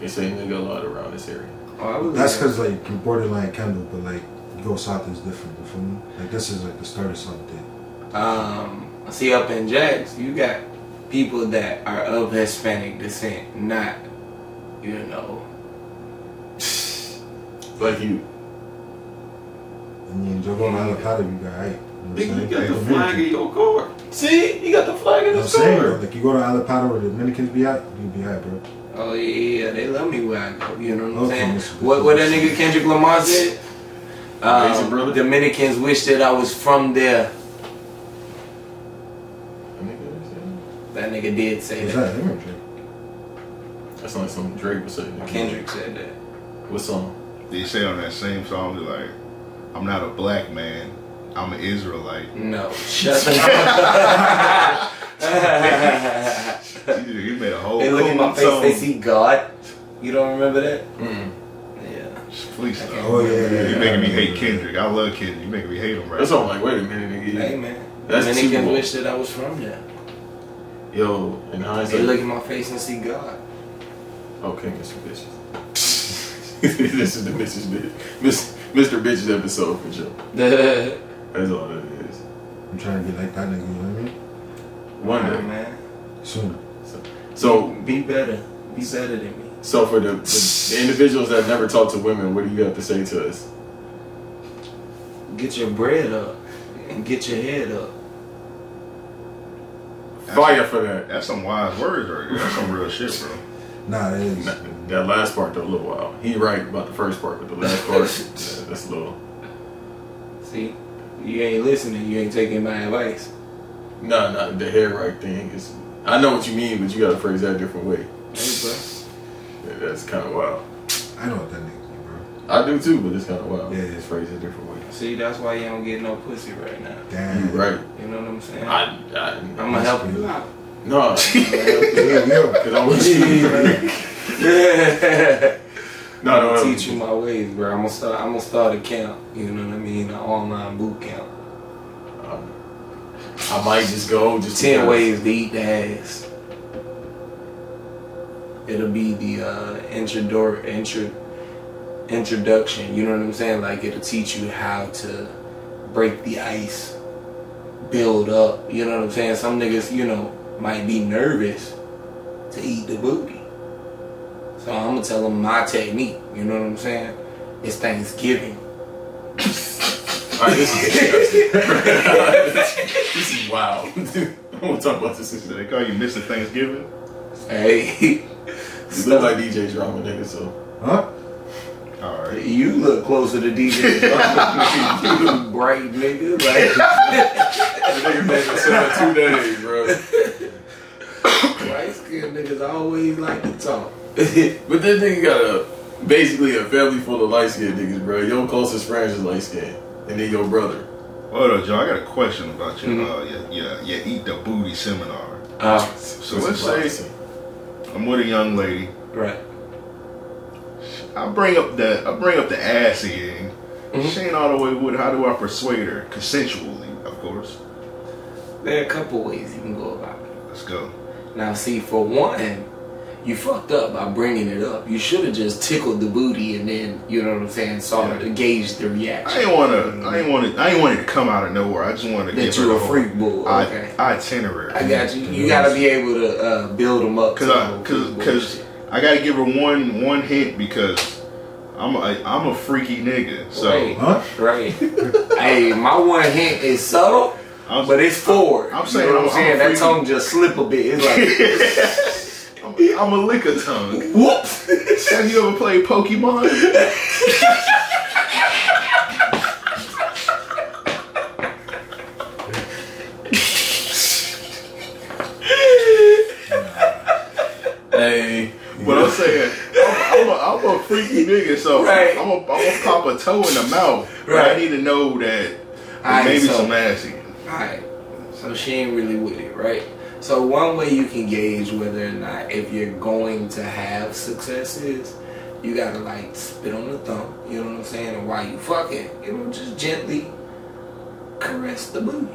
Speaker 7: They say nigga a lot around this area.
Speaker 6: Oh, I was
Speaker 8: That's because like you're borderline Kendall, but like you go south is different. You feel me? Like this is like the start of something.
Speaker 6: um, see up in Jax, you got people that are of Hispanic descent, not you know.
Speaker 7: *sighs* Like you.
Speaker 8: And you enjoy going out of pot if you got right. You know
Speaker 7: Nigga, you
Speaker 8: what
Speaker 7: got
Speaker 8: I'm saying?
Speaker 7: the flag in your car. See? You got the flag in
Speaker 8: I'm
Speaker 7: the
Speaker 8: saying,
Speaker 7: car.
Speaker 8: like you go to Alapata where the Dominicans be at, you be at, bro.
Speaker 6: Oh yeah, yeah, they love me where I go. You know what I'm
Speaker 8: Okay,
Speaker 6: saying?
Speaker 8: Mr.
Speaker 6: What what that nigga Kendrick Lamar said?
Speaker 7: Raise your brother.
Speaker 6: Um, Dominicans wish that I was from there. That nigga did say
Speaker 8: Is
Speaker 6: that.
Speaker 8: that him or Drake?
Speaker 7: That's like some Drake was saying.
Speaker 6: Kendrick said that.
Speaker 7: What song?
Speaker 3: They say on that same song, they're like, I'm not a black man, I'm an Israelite.
Speaker 6: No, *laughs* shut the fuck up.
Speaker 3: You made a whole
Speaker 6: They look at my
Speaker 3: cool
Speaker 6: face, they
Speaker 3: song.
Speaker 6: see God. You don't remember that?
Speaker 7: Mm.
Speaker 6: Yeah.
Speaker 3: Please stop.
Speaker 8: Oh yeah, yeah, yeah.
Speaker 3: You're making me hate Kendrick. I love Kendrick. You're making me hate him right
Speaker 7: That's
Speaker 3: now.
Speaker 7: all like, wait a minute, nigga.
Speaker 6: Hey man.
Speaker 7: That's
Speaker 6: and
Speaker 7: too
Speaker 6: they can
Speaker 7: much.
Speaker 6: wish that I was from there.
Speaker 7: Yo, in
Speaker 6: They
Speaker 7: hindsight,
Speaker 6: look at my face and see
Speaker 7: *laughs*
Speaker 6: God.
Speaker 7: okay, Mr. Bitches. *laughs* this is the Mrs. Bitch, Miss, Mr. Bitches episode for sure.
Speaker 6: Nah,
Speaker 7: That's all that it is.
Speaker 8: I'm trying to be like that nigga. You know what I mean?
Speaker 7: One day.
Speaker 6: man.
Speaker 8: Soon.
Speaker 7: So,
Speaker 6: Be better. Be better than me.
Speaker 7: so for the, the, the individuals that never talk to women, what do you have to say to us?
Speaker 6: Get your bread up and get your head up.
Speaker 7: Fire for that.
Speaker 3: That's some wise words right there. That's some real shit, bro.
Speaker 8: Nah, it is.
Speaker 7: That- That last part though, a little wild. He right about the first part, but the last *laughs* part, yeah, that's a little.
Speaker 6: See? You ain't listening, you ain't taking my advice.
Speaker 7: No, no, the hair right thing is. I know what you mean, but you gotta phrase that a different way.
Speaker 6: Hey, bro.
Speaker 7: Yeah, that's kind of wild.
Speaker 8: I know what that nigga, do, bro.
Speaker 7: I do too, but it's kind of wild.
Speaker 8: Yeah.
Speaker 7: it's phrased a different way.
Speaker 6: See, that's why you don't get no pussy right now.
Speaker 7: You
Speaker 8: Damn.
Speaker 7: right.
Speaker 6: You know what I'm saying?
Speaker 7: I,
Speaker 6: I,
Speaker 7: I,
Speaker 6: am gonna help you
Speaker 7: *laughs*
Speaker 6: out.
Speaker 7: No.
Speaker 8: Yeah, yeah.
Speaker 7: Cause I was No, no, no.
Speaker 6: teach you my ways, bro. I'm gonna start. I'm gonna start a camp. You know what I mean? An online boot camp.
Speaker 7: I might just go just
Speaker 6: Ten
Speaker 7: because.
Speaker 6: ways to eat the ass. It'll be the uh, introdor intro introduction. You know what I'm saying? Like it'll teach you how to break the ice, build up. You know what I'm saying? Some niggas, you know, might be nervous to eat the booty. So I'm gonna tell them my technique. You know what I'm saying? It's Thanksgiving. *laughs*
Speaker 7: Alright, this is disgusting. this is wild. *laughs* I want to talk about this.
Speaker 3: So
Speaker 7: You
Speaker 3: they call you Mr. Thanksgiving?
Speaker 6: Hey,
Speaker 7: look like DJ Drama, nigga. So
Speaker 8: Huh?
Speaker 3: All right.
Speaker 6: You look closer to DJ. *laughs* Drama. you look bright nigga. Like *laughs*
Speaker 7: nigga made myself two days, bro.
Speaker 6: light skinned niggas always like to talk. *laughs*
Speaker 7: But this nigga got a basically a family full of light skinned niggas, bro. Your closest friends is light skinned, and then your brother.
Speaker 3: Hold up, Joe. I got a question about
Speaker 6: Mm-hmm.
Speaker 3: your, uh, your, your, your eat the booty seminar.
Speaker 6: Uh,
Speaker 3: So
Speaker 7: This
Speaker 3: let's
Speaker 7: is
Speaker 3: say
Speaker 7: wild.
Speaker 3: I'm with a young lady.
Speaker 6: right.
Speaker 3: I bring up the I bring up the ass eating.
Speaker 6: Mm-hmm.
Speaker 3: She ain't all the way with. it. How do I persuade her consensually? Of course.
Speaker 6: There are a couple ways you can go about it.
Speaker 3: Let's go.
Speaker 6: Now, see, for one, you fucked up by bringing it up. You should have just tickled the booty and then, you know what I'm saying, saw
Speaker 3: Yeah.
Speaker 6: to gauge the
Speaker 3: I
Speaker 6: reaction.
Speaker 3: ain't wanna. I ain't wanna. I ain't wanna come out of nowhere. I just wanna
Speaker 6: That
Speaker 3: give her
Speaker 6: you
Speaker 3: the
Speaker 6: a
Speaker 3: whole
Speaker 6: freak bull.
Speaker 3: I,
Speaker 6: Okay.
Speaker 3: itinerary.
Speaker 6: I got you. You gotta be able to uh, build them up. to
Speaker 3: Cause I,
Speaker 6: the
Speaker 3: cause,
Speaker 6: bullshit.
Speaker 3: cause I gotta give her one one hint because I'm a, I'm a freaky nigga. So
Speaker 6: Right.
Speaker 8: Huh?
Speaker 6: Right. *laughs* hey, my one hint is subtle,
Speaker 3: I'm,
Speaker 6: but it's forward.
Speaker 3: I'm saying
Speaker 6: you know
Speaker 3: I'm-
Speaker 6: what I'm,
Speaker 3: I'm
Speaker 6: saying. That
Speaker 3: freaking-
Speaker 6: tongue just slip a bit. It's
Speaker 3: *laughs*
Speaker 6: like
Speaker 3: I'm, I'm a liquor tongue.
Speaker 6: whoop.
Speaker 3: Have you ever played Pokemon?
Speaker 7: Hey,
Speaker 3: *laughs* But I'm saying I'm, I'm, a, I'm a freaky nigga, so
Speaker 6: Right.
Speaker 3: I'm gonna I'm pop a toe in the mouth. But
Speaker 6: Right.
Speaker 3: I need to know that
Speaker 6: Alright,
Speaker 3: maybe
Speaker 6: so-
Speaker 3: some ass eating.
Speaker 6: Alright. So she ain't really with it, right? So one way you can gauge whether or not if you're going to have success is you gotta like spit on the thumb, you know what I'm saying? And while you fucking, you know, just gently caress the booty.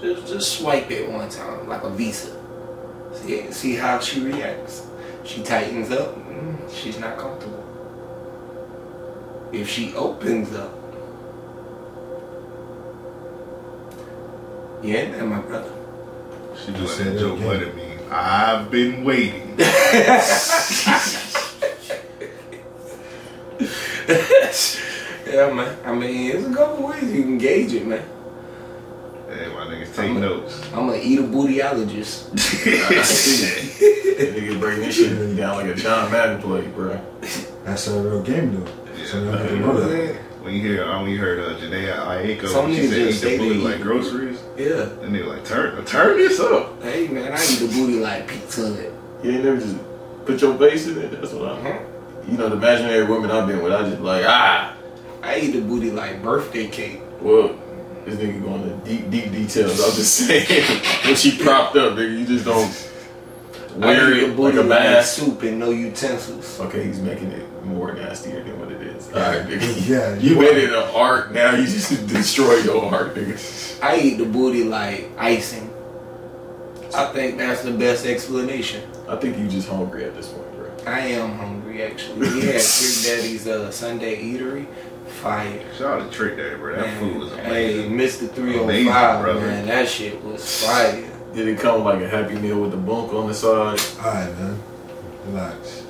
Speaker 6: Just, just swipe it one time, like a visa. See, see how she reacts. She tightens up, mm, she's not comfortable. If she opens up, yeah, man, my brother.
Speaker 3: She just said, Joe, what it mean? I've been waiting.
Speaker 6: *laughs* yeah, man. I mean, there's a couple ways you can gauge it, man.
Speaker 3: Hey, my niggas, take notes.
Speaker 6: I'm gonna eat a bootyologist.
Speaker 7: Nigga breaking this shit down like a John Madden play, bro.
Speaker 8: That's a real game though.
Speaker 3: Yeah.
Speaker 8: So y'all need to know that.
Speaker 3: When you hear, I only heard uh, Janae Aiko,
Speaker 6: Some
Speaker 3: she
Speaker 6: niggas
Speaker 3: said, eat
Speaker 6: just
Speaker 3: the
Speaker 6: say they
Speaker 3: booty
Speaker 6: eat
Speaker 3: like
Speaker 6: the
Speaker 3: groceries.
Speaker 6: *laughs* yeah.
Speaker 3: And they like, turn, turn this up.
Speaker 6: Hey man, I eat the booty like pizza. Uh-huh. Hut.
Speaker 7: You ain't never just put your face in it. That's what I'm. You know, the imaginary women I've been with, I just like ah.
Speaker 6: I eat the booty like birthday cake.
Speaker 7: Well, this nigga going to deep, deep details. I'm just *laughs* saying when she propped up, nigga, you just don't wear
Speaker 6: I eat the
Speaker 7: it like
Speaker 6: booty
Speaker 7: a mask.
Speaker 6: soup and no utensils.
Speaker 7: Okay, he's making it more nastier than what it is. All
Speaker 6: *laughs*
Speaker 7: right, nigga.
Speaker 8: Yeah,
Speaker 7: you
Speaker 8: you
Speaker 7: made
Speaker 8: are.
Speaker 7: it an art. Now you just *laughs* destroyed your art, nigga.
Speaker 6: I eat the booty like icing. I think that's the best explanation.
Speaker 7: I think you just hungry at this point, bro.
Speaker 6: I am hungry
Speaker 3: *laughs*
Speaker 6: actually. We had Trick Daddy's uh, Sunday Eatery. Fire.
Speaker 3: Shout out to Trick Daddy, bro. That food was
Speaker 6: Hey,
Speaker 3: amazing.
Speaker 6: Mr. 305,
Speaker 3: Amazing, brother.
Speaker 6: man. That shit was fire.
Speaker 7: Did it come like a happy meal with the bunk on
Speaker 6: *laughs*
Speaker 7: the side?
Speaker 8: Alright, man. Relax.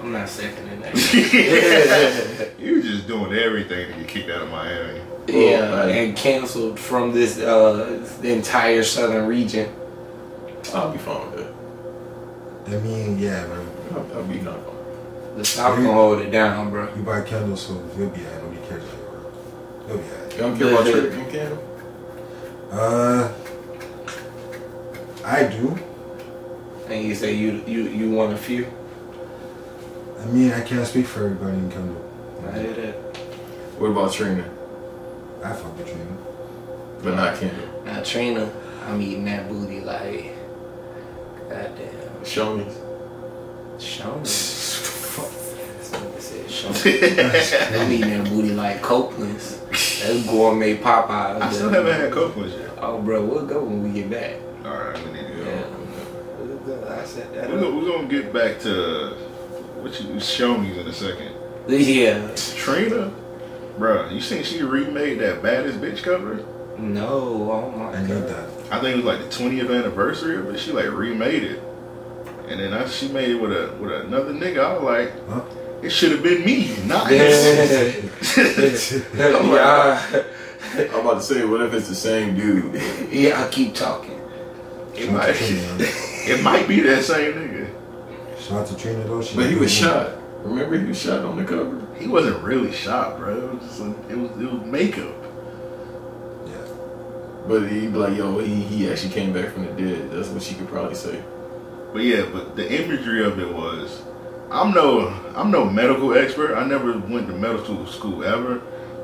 Speaker 6: I'm not seconding *laughs* that.
Speaker 3: *laughs* You just doing everything to get kicked out of Miami.
Speaker 6: yeah,
Speaker 7: *laughs* Well, hey.
Speaker 6: and canceled from this uh, entire southern region.
Speaker 7: I'll be fine with that.
Speaker 8: I mean, yeah, man.
Speaker 7: I'll, I'll be not fine.
Speaker 6: The South gonna hold it down, bro.
Speaker 8: You buy candles, so you'll be at Nobody cares about your work. You'll be at
Speaker 7: You don't care about Trick and Cam?
Speaker 8: Uh, I do.
Speaker 6: And you say you you you want a few.
Speaker 8: I mean, I can't speak for everybody in Kendall.
Speaker 6: I hear that.
Speaker 7: What about Trina?
Speaker 8: I fuck with you.
Speaker 7: But not Kendall.
Speaker 6: Now Trina, I'm eating that booty like, goddamn,
Speaker 7: Show me.
Speaker 6: show *laughs* me. Somebody said show me. I'm eating that booty like Copeland's. That's gourmet Popeyes.
Speaker 3: I still haven't had Copeland's yet.
Speaker 6: Oh, bro, we'll go when we get back.
Speaker 3: All right, we need to go.
Speaker 6: Yeah. We'll go. I set that
Speaker 3: We're
Speaker 6: up.
Speaker 3: gonna, we're gonna get back to what you show me in a second.
Speaker 6: Yeah.
Speaker 3: Trina, bruh, you seen she remade that baddest bitch cover?
Speaker 6: No. Oh my
Speaker 8: I need
Speaker 6: god.
Speaker 8: that.
Speaker 3: I think it was like the 20th anniversary of it. She like remade it, and then I, she made it with a with another nigga. I was like,
Speaker 8: Huh?
Speaker 3: it should have been me. Nice.
Speaker 6: Yeah.
Speaker 3: Oh
Speaker 6: yeah.
Speaker 7: I'm about to say, what if it's the same dude?
Speaker 6: Yeah, I keep talking.
Speaker 3: *laughs* it,
Speaker 8: Shout out
Speaker 3: might,
Speaker 8: to Trina. man.
Speaker 3: it might be that same nigga.
Speaker 8: Shout out to Trina though.
Speaker 7: *laughs*
Speaker 8: She
Speaker 7: But he was
Speaker 8: did.
Speaker 7: shot. Remember, he was shot on the cover.
Speaker 3: He wasn't really shot, bro. It was, just like, it was it was makeup.
Speaker 8: Yeah.
Speaker 7: But he be like, yo, he, he actually came back from the dead. That's what she could probably say.
Speaker 3: But yeah, but the imagery of it was, I'm no, I'm no medical expert. I never went to medical school ever,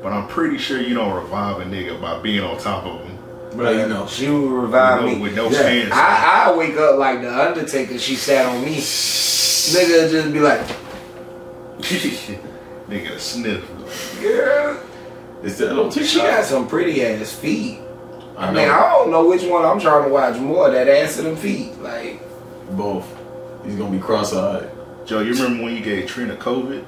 Speaker 3: but I'm pretty sure you don't revive a nigga by being on top of him. *laughs*
Speaker 7: But you know,
Speaker 6: She would revive
Speaker 3: You know,
Speaker 6: me.
Speaker 3: with no
Speaker 8: yeah,
Speaker 3: hands.
Speaker 6: I, I wake up like the Undertaker. She sat on me. Nigga just be like, *laughs*
Speaker 3: nigga sniff.
Speaker 6: girl,
Speaker 7: it's that little
Speaker 6: she got
Speaker 7: TikTok.
Speaker 6: some pretty ass feet.
Speaker 7: I
Speaker 6: I mean,
Speaker 7: know
Speaker 6: I don't know which one I'm trying to watch more, that ass or them feet. Like,
Speaker 7: both. He's gonna be cross-eyed.
Speaker 3: Joe, you remember when you gave Trina COVID?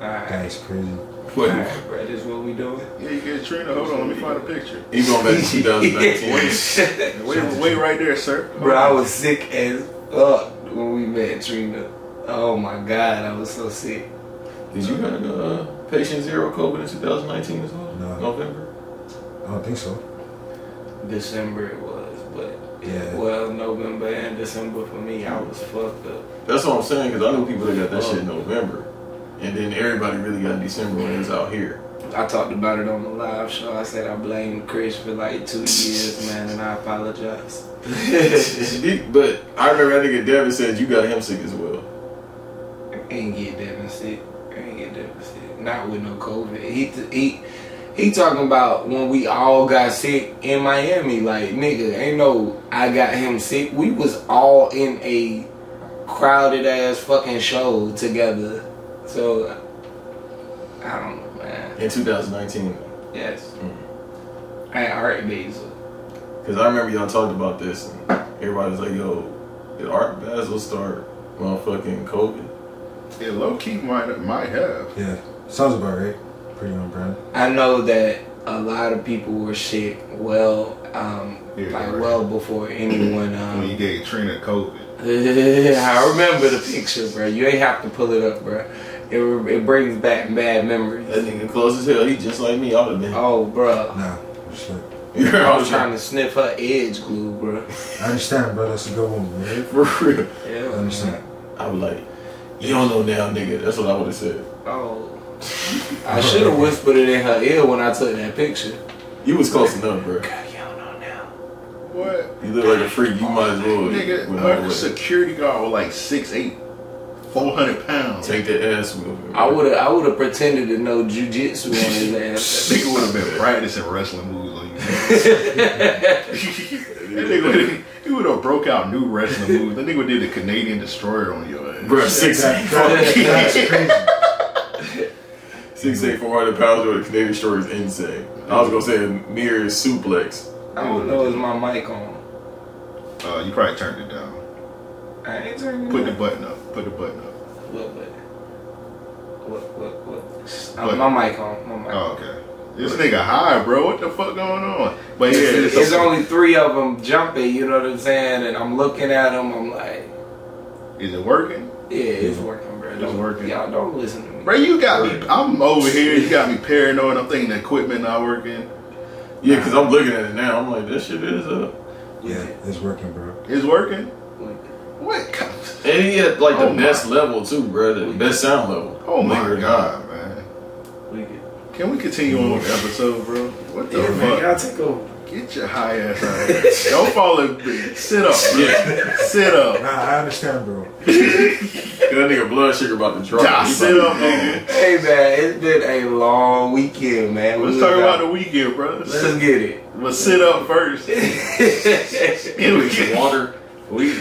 Speaker 6: alright,
Speaker 8: That's crazy.
Speaker 7: What?
Speaker 6: bro, this what we doing?
Speaker 3: Yeah, you gave Trina. Hold on, let me find a picture.
Speaker 7: He going *laughs* back to 2019.
Speaker 6: *laughs*
Speaker 3: Wait, wait right there, sir.
Speaker 6: Bro, I was sick as fuck when we met Trina. Oh my god, I was so sick.
Speaker 7: Did you have uh, patient zero COVID in 2019 as well?
Speaker 8: No.
Speaker 7: November.
Speaker 8: I don't think so.
Speaker 6: December it was, but
Speaker 8: Yeah.
Speaker 6: well, November and December for me, I was fucked up.
Speaker 7: That's what I'm saying because I know people that got that shit in November, and then everybody really got December when it was out here.
Speaker 6: I talked about it on the live show. I said I blamed Chris for like two years, man, and I apologize.
Speaker 7: It- but I remember that nigga Devin said you got him sick as well.
Speaker 6: ain't get Devin sick. Ain't get Devin sick. Not with no COVID. He he he talking about when we all got sick in Miami. Like nigga, ain't no I got him sick. We was all in a crowded ass fucking show together. So I don't know, man.
Speaker 7: In 2019,
Speaker 6: Yes.
Speaker 7: Mm.
Speaker 6: I had heart basil.
Speaker 7: Because I remember y'all talked about this. And everybody was like, yo, did Art Basel start motherfucking COVID?
Speaker 3: Yeah, low key might might have.
Speaker 8: Yeah, sounds about right. Pretty on brand.
Speaker 6: I know that a lot of people were sick well, um,
Speaker 3: Yeah,
Speaker 6: like
Speaker 3: right.
Speaker 6: well before anyone.
Speaker 3: When you
Speaker 6: Um,
Speaker 3: gave Trina COVID,
Speaker 6: I remember the picture, bro. You ain't have to pull it up, bro. It, re- it brings back bad memories.
Speaker 7: That nigga close as hell. He just like me. I would have *laughs* been.
Speaker 6: Oh, bro.
Speaker 8: Nah, I'm just like-
Speaker 6: I was trying to sniff her edge glue, bro.
Speaker 8: I understand, bro. That's a good one, man.
Speaker 7: For real.
Speaker 6: Yeah,
Speaker 8: I understand.
Speaker 7: I was like, you don't know now, nigga. That's what I would have said.
Speaker 6: Oh. I should have whispered it in her ear when I took that picture.
Speaker 7: You was close enough, bro.
Speaker 6: Y'all know now.
Speaker 3: what
Speaker 7: You look like a freak. You might as well.
Speaker 3: nigga?
Speaker 7: went all the
Speaker 3: Her
Speaker 7: way.
Speaker 3: security guard was like six eight, four hundred pounds.
Speaker 7: Take that ass with me.
Speaker 6: I would have I would have pretended to know jujitsu on his ass.
Speaker 3: Nigga would have been practicing wrestling moves
Speaker 6: *laughs*
Speaker 3: on you. that nigga would've- he would have broke out new wrestling moves. That nigga did the Canadian Destroyer on your ass.
Speaker 7: Bruh, six
Speaker 8: That-
Speaker 7: eight
Speaker 8: that- that's crazy.
Speaker 7: six eight four hundred pounds with a Canadian story is insane. I was gonna say a mirror suplex.
Speaker 6: I don't know is my mic on.
Speaker 3: *laughs* Uh, you probably turned it down.
Speaker 6: I ain't turning
Speaker 3: Put
Speaker 6: it
Speaker 3: the
Speaker 6: up.
Speaker 3: button up. Put the button up.
Speaker 6: What what what what what?
Speaker 3: What?
Speaker 6: Uh, my mic on. My mic.
Speaker 3: Oh, okay. This nigga high, bro. What the fuck going on? But yeah,
Speaker 6: It's,
Speaker 3: it's,
Speaker 6: it's only three of them jumping, you know what I'm saying? And I'm looking at them, I'm like,
Speaker 3: is it working?
Speaker 6: yeah, it's working, bro. Don't-
Speaker 3: working.
Speaker 6: Y'all don't listen to me.
Speaker 3: Bro, you got me. I'm over here. You got me paranoid. I'm thinking the equipment not working.
Speaker 7: Yeah, because I'm looking at it now. I'm like, that shit is up.
Speaker 8: Yeah, it's working, bro.
Speaker 3: It's working.
Speaker 6: Like,
Speaker 3: What? *laughs* kind-
Speaker 7: And he had like the
Speaker 3: Oh my.
Speaker 7: best level too, bro. The best sound level.
Speaker 3: Oh my
Speaker 7: Believe it or *laughs* not.
Speaker 3: god, man. Can we continue on with the episode, bro? What the
Speaker 6: Yeah, man,
Speaker 3: fuck?
Speaker 6: y'all take over.
Speaker 3: Get your high ass out of *laughs* here. Don't fall asleep. Sit up. bro.
Speaker 7: Yeah.
Speaker 3: Sit
Speaker 8: Nah,
Speaker 3: up.
Speaker 8: I understand, bro.
Speaker 7: That nigga blood sugar about to drop.
Speaker 3: Nah,
Speaker 7: He
Speaker 3: sit
Speaker 7: about
Speaker 3: up,
Speaker 7: to-
Speaker 3: nigga.
Speaker 6: Hey man, it's been a long weekend, man.
Speaker 3: Let's
Speaker 6: We
Speaker 3: talk
Speaker 6: was
Speaker 3: about
Speaker 6: out-
Speaker 3: the weekend, bro.
Speaker 6: Let's
Speaker 3: *laughs*
Speaker 6: get it.
Speaker 3: Let's sit up first. Here we go.
Speaker 7: Water.
Speaker 3: We,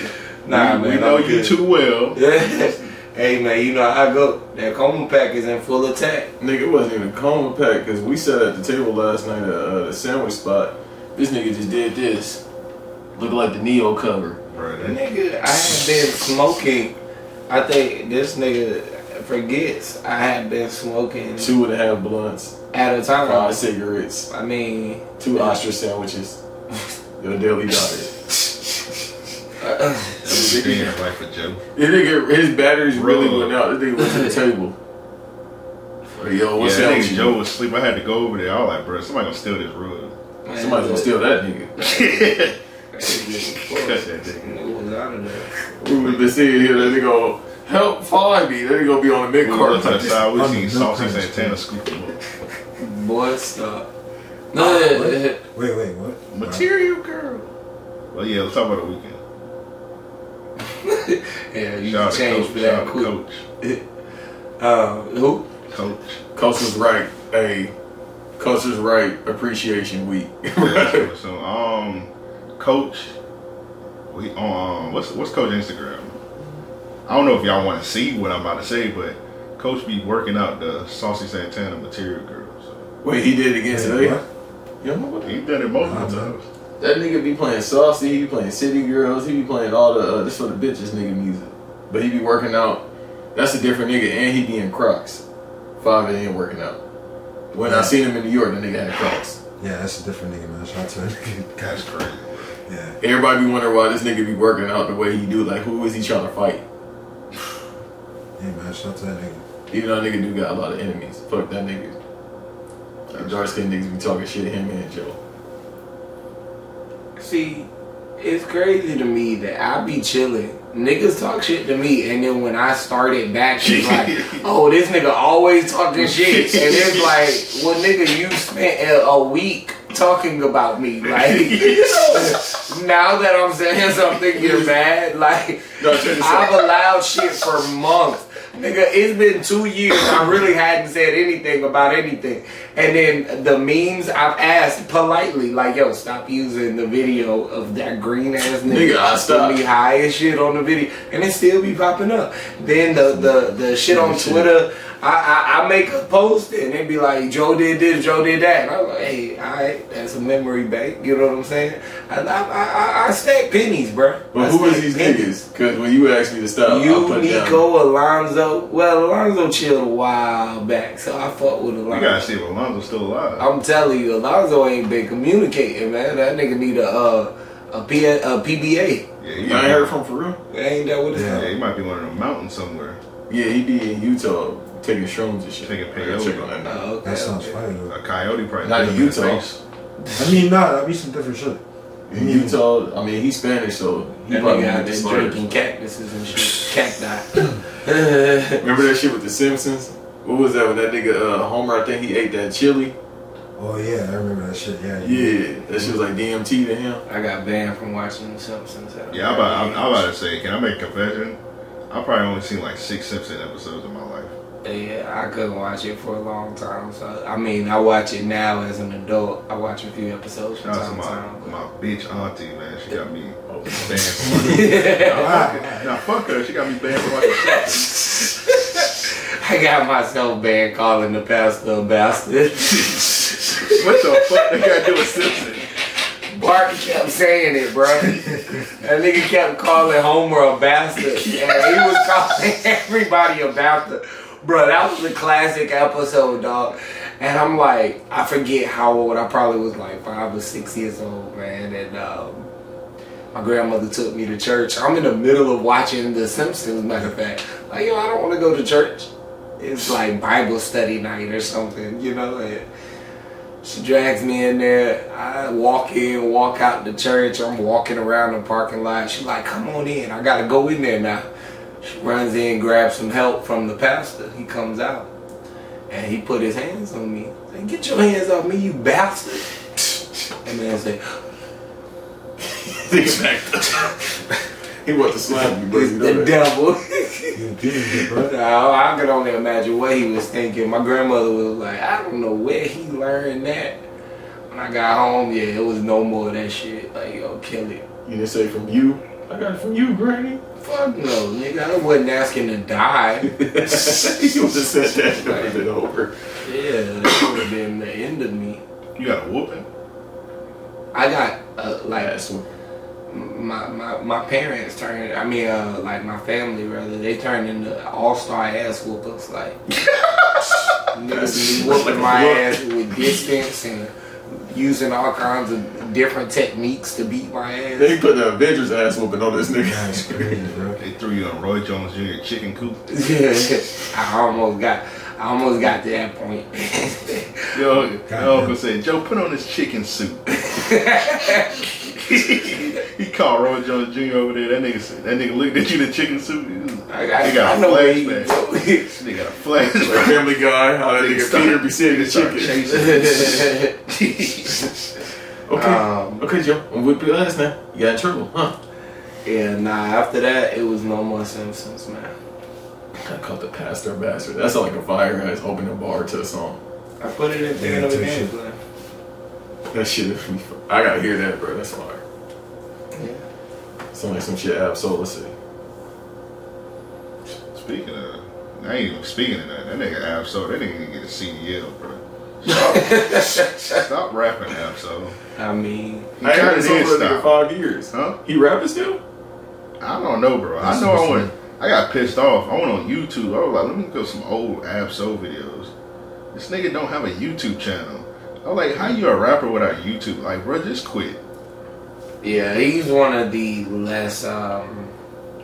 Speaker 6: Nah,
Speaker 3: we
Speaker 6: man.
Speaker 3: know
Speaker 6: I'm
Speaker 3: you
Speaker 6: good.
Speaker 3: too well.
Speaker 6: *laughs* hey man, you know how I go. That coma pack is in full attack.
Speaker 7: Nigga, it wasn't even coma pack because we sat at the table last night at uh, the sandwich spot. This nigga just did this. Looking like the Neo cover.
Speaker 3: Bro, that-
Speaker 6: Nigga, I have been smoking. I think this nigga forgets I have been smoking
Speaker 7: Two and a half blunts,
Speaker 6: at a time.
Speaker 7: five cigarettes,
Speaker 6: I mean,
Speaker 7: two ostrich sandwiches, *laughs* your daily diet.
Speaker 6: uh,
Speaker 3: that being a life of Joe.
Speaker 7: This nigga, his batteries really
Speaker 3: Bro.
Speaker 7: went out. This nigga went to the table. Like, yo, what's
Speaker 3: yeah,
Speaker 7: that
Speaker 3: that
Speaker 7: with
Speaker 3: nigga
Speaker 7: you?
Speaker 3: Joe was asleep. I had to go over there. I was like, bro, somebody gonna steal this *laughs* rug.
Speaker 6: man,
Speaker 7: Somebody's gonna
Speaker 6: look, *laughs*
Speaker 7: steal that nigga.
Speaker 3: Cut that
Speaker 6: That
Speaker 3: nigga.
Speaker 6: nigga was out of there.
Speaker 7: We would been sitting here, that nigga go, help find me. That nigga gonna be on the mid
Speaker 3: We
Speaker 7: card.
Speaker 3: looked outside. We
Speaker 8: I'm
Speaker 3: seen
Speaker 8: the
Speaker 3: Saucy
Speaker 8: new
Speaker 3: Santana
Speaker 8: Prince.
Speaker 3: scoop him up.
Speaker 6: Boy, stop.
Speaker 8: What? Wait, wait, what?
Speaker 3: Material girl. Well, yeah, let's talk about the weekend.
Speaker 6: yeah, you
Speaker 3: Shout out to coach.
Speaker 6: changed for
Speaker 3: Shout out
Speaker 6: that
Speaker 3: to coach.
Speaker 6: quick. Uh, who?
Speaker 3: Coach.
Speaker 7: Coach was right. Hey, Coach was right. Appreciation week. *laughs*
Speaker 3: Yeah, so, um, coach. We um, what's what's coach Instagram? I don't know if y'all want to see what I'm about to say, but coach be working out the Saucy Santana material girl. So
Speaker 7: Wait, he did it again
Speaker 8: Wait,
Speaker 7: today?
Speaker 8: what?
Speaker 7: Yeah, I'm like,
Speaker 3: he done it multiple
Speaker 8: Nah,
Speaker 3: times.
Speaker 7: That nigga be playing Saucy, he be playing City Girls, he be playing all the, uh, this for the bitches nigga music. But he be working out. That's a different nigga, and he be in Crocs. 5 a.m. working out. When I seen him in New York, the nigga had Crocs.
Speaker 8: Yeah, that's a different nigga, man. Shout out to that nigga.
Speaker 3: That's crazy.
Speaker 8: Yeah.
Speaker 7: Everybody be wondering why this nigga be working out the way he do. Like, who is he trying to fight?
Speaker 8: Hey, man. Shout out to that nigga.
Speaker 7: Even though that nigga do got a lot of enemies. Fuck that nigga. Like, dark skinned niggas be talking shit, him and Joe.
Speaker 6: See, it's crazy to me that I be chilling. Niggas talk shit to me, and then when I started back, it's like, oh, this nigga always talking shit, and it's like, well, nigga, you spent a, a week talking about me, like. *laughs* now that I'm saying something, you're mad. Like
Speaker 7: No, check this
Speaker 6: I've
Speaker 7: out.
Speaker 6: allowed shit for months. Nigga, it's been two years. I really hadn't said anything about anything. And then the memes I've asked politely, like, yo, stop using the video of that green ass nigga.
Speaker 7: Nigga, I stopped.
Speaker 6: Be high as shit on the video. And it still be popping up. Then the the, the shit on
Speaker 7: shit.
Speaker 6: Twitter, I, I I make a post and it be like, Joe did this, Joe did that. And I'm like, hey, all right, that's a memory bank. You know what I'm saying? I, I, I, I stack pennies, bro.
Speaker 7: But
Speaker 6: I
Speaker 7: who is
Speaker 6: stack
Speaker 7: these
Speaker 6: pennies.
Speaker 7: niggas? Because when you asked me to stop, I
Speaker 6: You,
Speaker 7: put it down.
Speaker 6: Nico, Alonzo. Well, Alonzo chilled a while back, so I fuck with
Speaker 3: We
Speaker 6: Alonzo.
Speaker 3: gotta see if Alonzo's still alive.
Speaker 6: I'm telling you, Alonzo ain't been communicating, man. That nigga need a uh, a, P- a PBA.
Speaker 3: yeah, he,
Speaker 7: You ain't heard from for real?
Speaker 6: Ain't that what it's
Speaker 8: Yeah.
Speaker 6: called?
Speaker 3: yeah, he might be one of the mountains somewhere.
Speaker 7: Yeah, he be in Utah taking shrooms and shit.
Speaker 3: Taking
Speaker 7: I gotta check on that now.
Speaker 6: Oh, okay.
Speaker 8: That sounds
Speaker 6: okay.
Speaker 8: fire though.
Speaker 3: A coyote probably.
Speaker 7: Not
Speaker 3: bit
Speaker 7: in
Speaker 3: him the
Speaker 7: Utah.
Speaker 3: face.
Speaker 8: I mean, nah, that'd be some different shit.
Speaker 7: In Utah, I mean, he's Spanish, so he
Speaker 6: That
Speaker 7: probably
Speaker 6: nigga
Speaker 7: had
Speaker 6: out
Speaker 7: this
Speaker 6: there drinking
Speaker 7: Remember
Speaker 6: cactuses and
Speaker 8: *laughs*
Speaker 6: shit. Cacti.
Speaker 7: that shit with The Simpsons? What was that when that nigga uh, Homer? I think he ate that chili.
Speaker 8: Oh yeah, I remember that shit. Yeah.
Speaker 7: Yeah, that shit was like DMT to him.
Speaker 6: I got banned from watching The Simpsons. at a
Speaker 3: Yeah, I'm about, I'm,
Speaker 6: young
Speaker 3: I'm about to
Speaker 6: age.
Speaker 3: say, can I make a confession? I probably only seen like six Simpson episodes in my life.
Speaker 6: Yeah, I couldn't watch it for a long time. So I mean, I watch it now as an adult. I watch a few episodes from
Speaker 3: Shout out to
Speaker 6: time to
Speaker 3: my,
Speaker 6: time.
Speaker 3: my bitch auntie, man. She got me
Speaker 7: Oh.
Speaker 3: banned from watching.
Speaker 6: *laughs* but-
Speaker 3: Now fuck her. She got me banned from watching. Simpsons.
Speaker 6: I got myself banned calling the pastor a bastard.
Speaker 3: What the fuck they got to do with Simpson?
Speaker 6: Bart kept saying it, bro. that nigga kept calling Homer a bastard. And he was calling everybody a bastard. Bro, that was a classic episode, dog. And I'm like, I forget how old. I probably was like five or six years old, man. And um, my grandmother took me to church. I'm in the middle of watching The Simpsons, matter of fact. Like, yo, I don't want to go to church. It's like Bible study night or something, you know? And she drags me in there. I walk in, walk out the church. I'm walking around the parking lot. She's like, come on in. I got to go in there now. She runs in, grabs some help from the pastor. He comes out and he put his hands on me. Like, get your hands off me, you bastard. *laughs* And then I say,
Speaker 7: He wanted to slap you, *laughs* but
Speaker 6: it's
Speaker 7: you know
Speaker 6: the
Speaker 7: that.
Speaker 6: devil. *laughs*
Speaker 8: You did, bro.
Speaker 6: No, I could only imagine what he was thinking. My grandmother was like, I don't know where he learned that. When I got home, yeah, it was no more of that shit. Like, yo, kill it.
Speaker 7: You didn't say from you. I got it from you, *laughs* Granny.
Speaker 6: Fuck no, nigga. I wasn't asking to die.
Speaker 7: you would have said that. It would have been over.
Speaker 6: Yeah, that would have been the end of me.
Speaker 3: You got a whooping?
Speaker 6: I got, uh, like,
Speaker 7: That's what.
Speaker 6: my, my, my parents turned, I mean, uh, like, my family, rather, they turned into all-star ass whoopers. Like, niggas be whooping my ass with distance and using all kinds of different techniques to beat my ass.
Speaker 7: They put the Avengers ass whooping on this
Speaker 8: That's
Speaker 7: nigga.
Speaker 8: crazy, bro.
Speaker 3: They threw you on Roy Jones Jr. chicken coop.
Speaker 6: Yeah, *laughs* I almost got, I almost got to that point. *laughs*
Speaker 3: Yo, my
Speaker 8: Goddamn.
Speaker 3: uncle said, Joe, put on this chicken suit. *laughs* he called Roy Jones Jr. over there. That nigga said, that nigga looked at you in the chicken suit. He was-
Speaker 6: I, got,
Speaker 3: He got
Speaker 6: I know where he
Speaker 3: flashbacks.
Speaker 6: go.
Speaker 3: This nigga got a flash.
Speaker 7: *laughs* Like Family Guy, how that
Speaker 3: They
Speaker 7: nigga
Speaker 3: start-
Speaker 7: Peter be sitting
Speaker 3: they
Speaker 7: the
Speaker 3: start
Speaker 7: chicken.
Speaker 3: chasing.
Speaker 7: Okay,
Speaker 6: Um,
Speaker 7: okay, Joe, I'm whip your ass now. You got in trouble, huh?
Speaker 6: *laughs* yeah, nah. After that, it was no more Simpsons, man.
Speaker 7: I caught the pastor bastard. That's like a fire guy's opening a bar to a song.
Speaker 6: I put it in
Speaker 8: Yeah,
Speaker 6: thinking of a
Speaker 8: too
Speaker 6: game
Speaker 8: shit.
Speaker 6: plan.
Speaker 7: That shit, is- I gotta hear that, bro. That's fire. Sound like some shit Absol let's see.
Speaker 3: Speaking of, I ain't even speaking of that. That nigga Absol, that nigga need to get a CDL, *laughs* bro. Stop, stop rapping, Absol.
Speaker 6: I mean,
Speaker 3: He
Speaker 7: I ain't heard
Speaker 3: kinda
Speaker 7: this
Speaker 3: did
Speaker 7: over in
Speaker 3: stop.
Speaker 7: five years.
Speaker 3: Huh?
Speaker 7: He rapping still?
Speaker 3: I don't know, bro. I
Speaker 8: That's
Speaker 3: know I
Speaker 8: what's
Speaker 3: went. I got pissed off. I went on YouTube. I was like, let me go some old Absol videos. This nigga don't have a YouTube channel. I was like, how you a rapper without YouTube? Like, bro, just quit.
Speaker 6: yeah, he's one of the less um,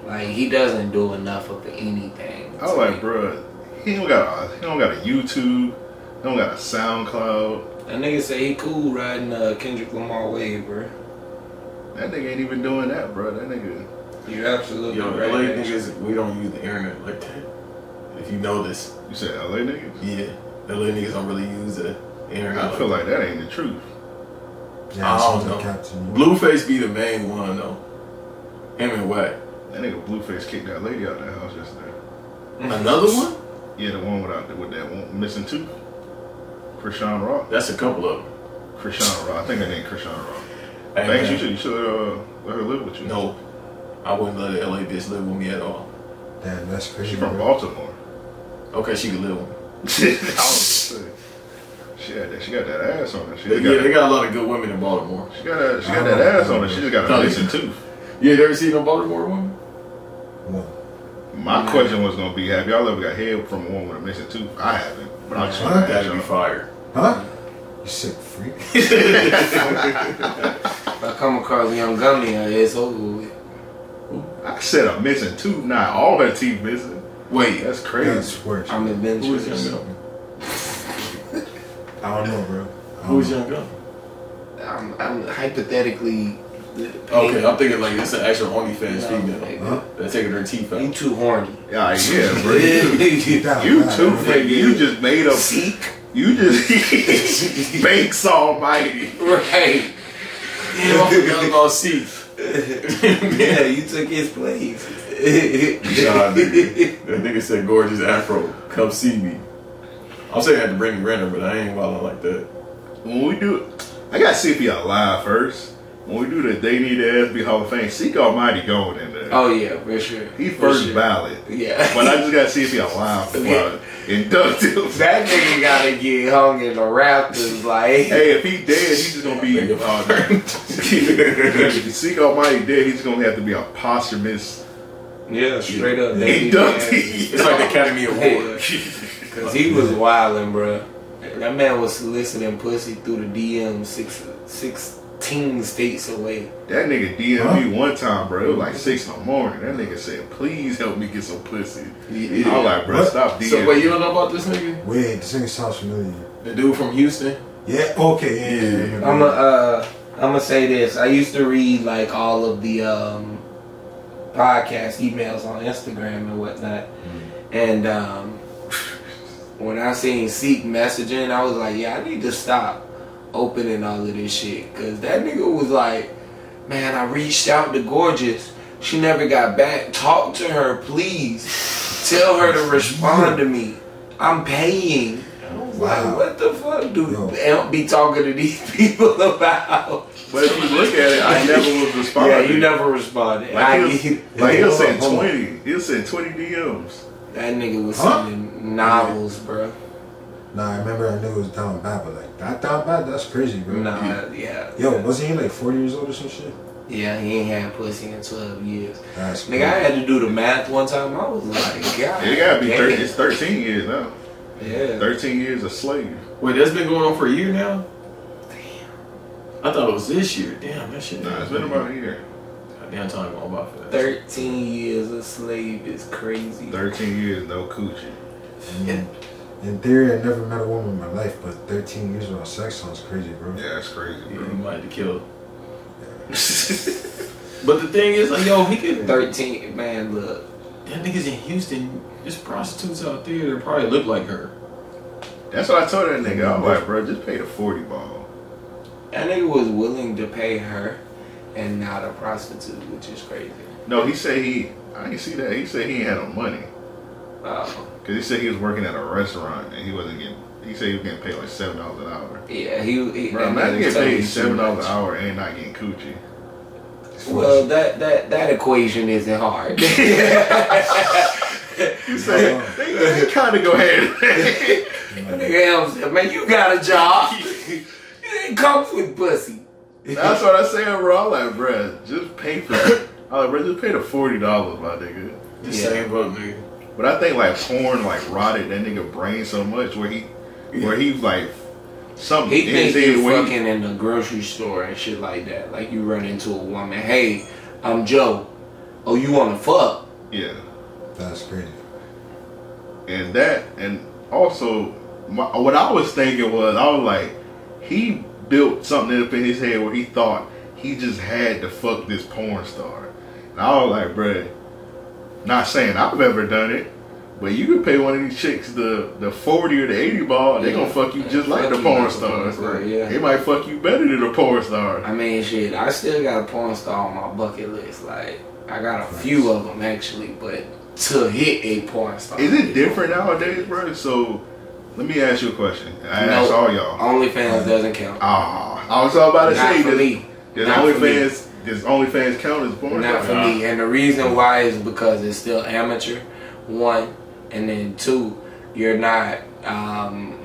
Speaker 6: like he doesn't do enough of anything.
Speaker 3: I was like, bro, he don't got a, he don't got a YouTube. He don't got a SoundCloud.
Speaker 6: that nigga say he cool riding uh, Kendrick Lamar wave, bro.
Speaker 3: That nigga ain't even doing that, bro. That nigga.
Speaker 6: You're absolutely
Speaker 7: Yo,
Speaker 6: right.
Speaker 7: LA
Speaker 6: man.
Speaker 7: niggas, we don't use the internet like that. If you notice,
Speaker 3: You said LA niggas?
Speaker 7: yeah, LA niggas don't really use the internet.
Speaker 3: I feel like that ain't the truth.
Speaker 8: Yeah,
Speaker 7: I don't
Speaker 8: it sounds like
Speaker 7: know.
Speaker 8: Captain.
Speaker 7: Blueface be the main one though. Him and Wack.
Speaker 3: That nigga Blueface kicked that lady out of that house yesterday.
Speaker 7: Another one?
Speaker 3: Yeah, the one without the, with that one missing tooth. Krishan Rock.
Speaker 7: That's a couple of them.
Speaker 3: Krishan Rock. I think her name Krishan Rock.
Speaker 7: Hey,
Speaker 3: Thanks,
Speaker 7: man.
Speaker 3: you should. You should uh, let her live with you.
Speaker 7: No, I wouldn't let an LA bitch live with me at all.
Speaker 8: Damn, that's
Speaker 3: *laughs* She
Speaker 8: crazy.
Speaker 3: from
Speaker 8: bro.
Speaker 3: Baltimore.
Speaker 7: Okay, she could live with me.
Speaker 3: I was gonna say. She had that. She got that ass on her. She
Speaker 7: They,
Speaker 3: just
Speaker 7: yeah,
Speaker 3: got.
Speaker 7: they got a lot of good women in Baltimore.
Speaker 3: She got that. She
Speaker 8: I
Speaker 3: got
Speaker 8: don't
Speaker 3: that ass
Speaker 8: know.
Speaker 3: on her. She just got a
Speaker 7: No,
Speaker 3: missing
Speaker 7: they-
Speaker 3: tooth.
Speaker 7: You ain't ever seen no Baltimore woman?
Speaker 8: One.
Speaker 3: My question was gonna be, have y'all ever got head from a woman with a missing tooth? I haven't, but I just
Speaker 8: Huh?
Speaker 3: want to ask
Speaker 7: That'd
Speaker 3: y'all.
Speaker 7: be fire.
Speaker 8: Huh? You sick freak.
Speaker 6: If I come across young gummy, oh, it's over with.
Speaker 3: I said a missing tooth, not all her teeth missing.
Speaker 7: Wait,
Speaker 3: That's crazy.
Speaker 8: That's worse.
Speaker 6: I'm
Speaker 7: who is Young
Speaker 6: adventurous.
Speaker 7: Gun?
Speaker 8: I don't know, bro. I
Speaker 7: Who
Speaker 8: don't
Speaker 7: is
Speaker 8: know.
Speaker 7: Young Gun?
Speaker 6: I'm, I'm hypothetically.
Speaker 7: Okay, I'm thinking like it's an actual OnlyFans
Speaker 6: No,
Speaker 7: female.
Speaker 6: nigga.
Speaker 8: Huh?
Speaker 7: They're taking her teeth
Speaker 6: You
Speaker 7: *laughs* out.
Speaker 6: too horny.
Speaker 3: Yeah,
Speaker 7: *laughs*
Speaker 3: yeah, bro.
Speaker 6: *laughs*
Speaker 8: Get
Speaker 6: Seek.
Speaker 8: that
Speaker 3: You
Speaker 8: out,
Speaker 3: too,
Speaker 8: bro.
Speaker 3: nigga. You just made up. You just *laughs* thanks almighty.
Speaker 6: Right.
Speaker 7: Young Gun *laughs* teeth.
Speaker 6: yeah, you took his *laughs* place.
Speaker 7: Nah, nigga. That nigga said gorgeous afro. Come see me. I'm saying I had to bring Renner, but I ain't wildin' like that.
Speaker 3: When we do, I gotta see if y'all live first. When we do the they need to ass be Hall of Fame, seek Almighty going in there.
Speaker 6: oh yeah, for sure.
Speaker 3: he
Speaker 6: For
Speaker 3: first
Speaker 6: sure.
Speaker 3: ballot,
Speaker 6: Yeah.
Speaker 3: but I just gotta see if y'all live before I induct him.
Speaker 6: *laughs* that nigga gotta get hung in the Raptors, like.
Speaker 3: Hey, if he dead, he's just gonna be. Uh, *laughs* if Seek Almighty dead, he's gonna have to be a posthumous
Speaker 6: Yeah, *laughs* straight up. They
Speaker 3: inductee.
Speaker 7: It's like the Academy Award.
Speaker 6: *laughs* Cause he was wildin', bruh. That man was soliciting pussy through the DM six, 16 states away.
Speaker 3: That nigga DM me one time, bro. It was like six in the morning. That nigga said, "Please help me get some pussy." I was like, bro,
Speaker 8: What?
Speaker 3: stop DM.
Speaker 7: So wait, you don't know about this nigga?
Speaker 8: Wait, this thing sounds familiar.
Speaker 7: The dude from Houston?
Speaker 8: Yeah, okay, yeah, yeah. yeah,
Speaker 6: I'm gonna uh, I'm gonna say this. I used to read like all of the um, podcast emails on Instagram and whatnot, and um, when I seen Seek messaging, I was like, yeah, I need to stop opening all of this shit because that nigga was like, man, I reached out to Gorgeous. She never got back. Talk to her, please. Tell her to respond to me. I'm paying. I was like,
Speaker 8: Wow.
Speaker 6: what the fuck, dude?
Speaker 8: Yo.
Speaker 6: They don't be talking to these *laughs* people about.
Speaker 3: But if you look at it, I never was responding.
Speaker 6: *laughs* Yeah, you never responded.
Speaker 3: Like
Speaker 6: I,
Speaker 3: he'll, like he'll
Speaker 8: Hold
Speaker 3: send
Speaker 8: on, hold on.
Speaker 3: twenty. He'll send twenty DMs.
Speaker 6: that nigga was
Speaker 8: Huh?
Speaker 6: sending novels, bro.
Speaker 8: Nah, I remember I knew it was down bad, but like that down bad, that's crazy, bro.
Speaker 6: Nah, yeah.
Speaker 8: Yo, wasn't he like 40 years old or some shit?
Speaker 6: Yeah, he ain't had pussy in 12 years.
Speaker 8: That's
Speaker 6: Nigga, I had to do the math one time. I was *laughs* like, God.
Speaker 3: It gotta be
Speaker 6: damn.
Speaker 3: thirty. It's thirteen years now.
Speaker 6: Yeah.
Speaker 3: Thirteen years a slave.
Speaker 7: Wait, that's been going on for a year now? Damn. I thought it was this year. Damn, that shit.
Speaker 3: Nah, it's been about a year.
Speaker 7: Goddamn time going by for that.
Speaker 6: 13 years a slave is crazy.
Speaker 3: Thirteen years no coochie.
Speaker 8: mean, in theory, I never met a woman in my life, but 13 years without sex sounds crazy, bro.
Speaker 3: Yeah, that's crazy,
Speaker 7: Yeah,
Speaker 3: bro.
Speaker 7: you might have to kill. But the thing is, like, yo, he could.
Speaker 6: 13, man, look.
Speaker 7: That niggas in Houston, there's prostitutes out there that probably look like her.
Speaker 3: *laughs* that's what I told that nigga. I'm like, bro, just pay the forty ball.
Speaker 6: That nigga was willing to pay her and not a prostitute, which is crazy.
Speaker 3: No, he said he. I didn't see that. He said he ain't had no money
Speaker 6: Wow.
Speaker 3: because he said he was working at a restaurant and he wasn't getting. He said he was getting paid like seven dollars an hour.
Speaker 6: Yeah, he. he
Speaker 3: Bro,
Speaker 6: that
Speaker 3: imagine
Speaker 6: nigga
Speaker 3: getting
Speaker 6: was telling
Speaker 3: paid
Speaker 6: you
Speaker 3: seven
Speaker 6: too
Speaker 3: dollars
Speaker 6: much.
Speaker 3: an hour and not getting coochie.
Speaker 6: Well, that that that equation
Speaker 3: *laughs*
Speaker 6: isn't hard.
Speaker 3: You said they, they kind of go ahead. *laughs*
Speaker 6: Nigga, I'm saying, man, you got a job. it ain't comes with pussy.
Speaker 3: That's what I say, bro. I'm like, bro, just pay for it. I'm like, bro, just pay the forty dollars, my nigga.
Speaker 7: The
Speaker 6: Yeah.
Speaker 7: same boat, nigga.
Speaker 3: But I think like porn like rotted that nigga brain so much where he where he like something
Speaker 6: He
Speaker 3: in his
Speaker 6: thinks
Speaker 3: head
Speaker 6: you
Speaker 3: where he-
Speaker 6: fucking in the grocery store and shit like that. Like you run into a woman, hey, I'm Joe. Oh, you want to fuck?
Speaker 3: yeah.
Speaker 8: That's crazy.
Speaker 3: And that and also my, what I was thinking was I was like he built something up in his head where he thought he just had to fuck this porn star. And I was like, bruh, not saying I've ever done it, but you could pay one of these chicks the, the 40 or the 80 ball, they gonna fuck you just like
Speaker 6: Fuck
Speaker 3: the
Speaker 6: you
Speaker 3: porn
Speaker 6: like the porn
Speaker 3: star.
Speaker 6: star, yeah.
Speaker 3: They might fuck you better than the porn star.
Speaker 6: I mean, shit, I still got a porn star on my bucket list. Like I got a few of them actually, but to hit a porn star
Speaker 3: Is it different nowadays, bro? So let me ask you a question. I
Speaker 6: No.
Speaker 3: asked all y'all.
Speaker 6: OnlyFans doesn't count.
Speaker 3: Ah, I was all about to
Speaker 6: Not
Speaker 3: say
Speaker 6: for
Speaker 3: this-
Speaker 6: me.
Speaker 3: Does
Speaker 6: Not for me.
Speaker 3: OnlyFans does OnlyFans count as porn?
Speaker 6: Not for me. And the reason why is because it's still amateur, one, and then two, you're not um,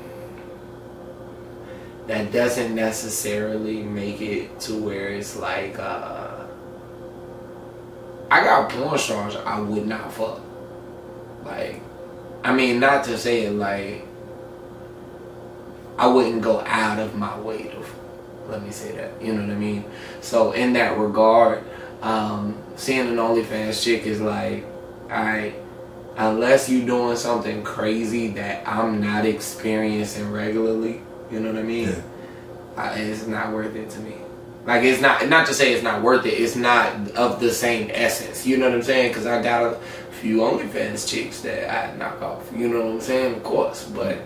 Speaker 6: that doesn't necessarily make it to where it's like uh I got porn stars I would not fuck. Like I mean not to say it like I wouldn't go out of my way to let me say that. You know what I mean? So in that regard, um seeing an OnlyFans chick is like I unless you doing something crazy that I'm not experiencing regularly, you know what I mean?
Speaker 8: Yeah.
Speaker 6: I, it's not worth it to me. Like it's not not to say it's not worth it. It's not of the same essence. You know what I'm saying? Because I got a few OnlyFans chicks that I knock off. You know what I'm saying? Of course, but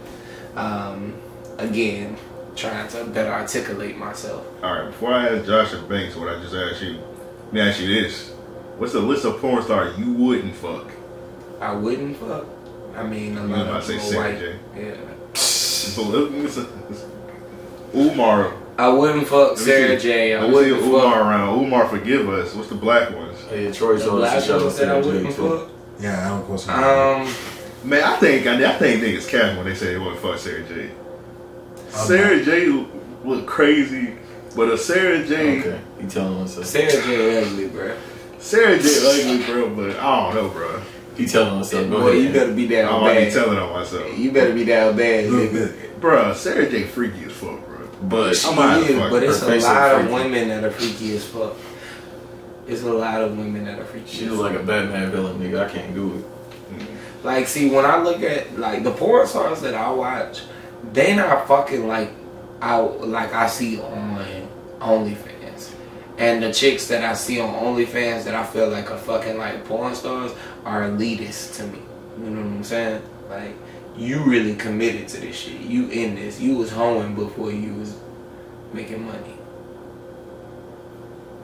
Speaker 6: um, again, trying to better articulate myself.
Speaker 3: All right, before I ask Josh and Banks what I just asked you, let me ask you this: What's the list of porn stars you wouldn't fuck?
Speaker 6: I wouldn't fuck. I mean, a
Speaker 3: You
Speaker 6: lot
Speaker 3: about to
Speaker 6: of
Speaker 3: say
Speaker 6: people
Speaker 3: Sarah
Speaker 6: white.
Speaker 3: J.
Speaker 6: Yeah,
Speaker 3: Umar.
Speaker 6: I wouldn't fuck Sarah J. I
Speaker 3: Let me see
Speaker 6: wouldn't
Speaker 3: if
Speaker 6: fuck.
Speaker 3: Umar around. Umar, forgive us. What's the black ones?
Speaker 7: Oh, yeah, Troy
Speaker 6: The
Speaker 7: told us
Speaker 6: black
Speaker 7: to shout out
Speaker 6: ones that I
Speaker 7: Sarah J.
Speaker 6: wouldn't
Speaker 7: too.
Speaker 6: fuck.
Speaker 8: Yeah, I don't close
Speaker 6: Um,
Speaker 3: Man, I think I, I think niggas capping when they say they wouldn't fuck Sarah J. Sarah J. look crazy, but a Sarah J.
Speaker 7: Okay, he telling us. That.
Speaker 6: Sarah J. Ugly, bro.
Speaker 3: Sarah J. ugly, bro. But I don't know,
Speaker 6: Oh,
Speaker 3: bro.
Speaker 7: He telling us. that. Go
Speaker 6: Boy,
Speaker 7: ahead.
Speaker 6: you better be
Speaker 3: I
Speaker 6: down
Speaker 3: might be
Speaker 6: bad.
Speaker 3: telling on myself,
Speaker 6: You better be down bad,
Speaker 8: a little
Speaker 6: nigga.
Speaker 8: bit.
Speaker 3: bro. Sarah J. Freaky as fuck, bro.
Speaker 7: But
Speaker 6: She
Speaker 3: I'm out of
Speaker 6: is,
Speaker 3: fuck.
Speaker 6: but it's
Speaker 7: Her
Speaker 6: a
Speaker 7: face is
Speaker 6: lot of
Speaker 7: freaky.
Speaker 6: women that are freaky as fuck. It's a lot of women that are freaky.
Speaker 7: she
Speaker 6: as
Speaker 7: look
Speaker 6: fuck.
Speaker 7: like a Batman villain, nigga. I can't do it.
Speaker 6: Like, see, when I look at like the porn stars that I watch, they not fucking like I like I see on OnlyFans, and the chicks that I see on OnlyFans that I feel like are fucking like porn stars are elitist to me. You know what I'm saying? Like, you really committed to this shit. You in this. You was hoeing before you was making money. *laughs*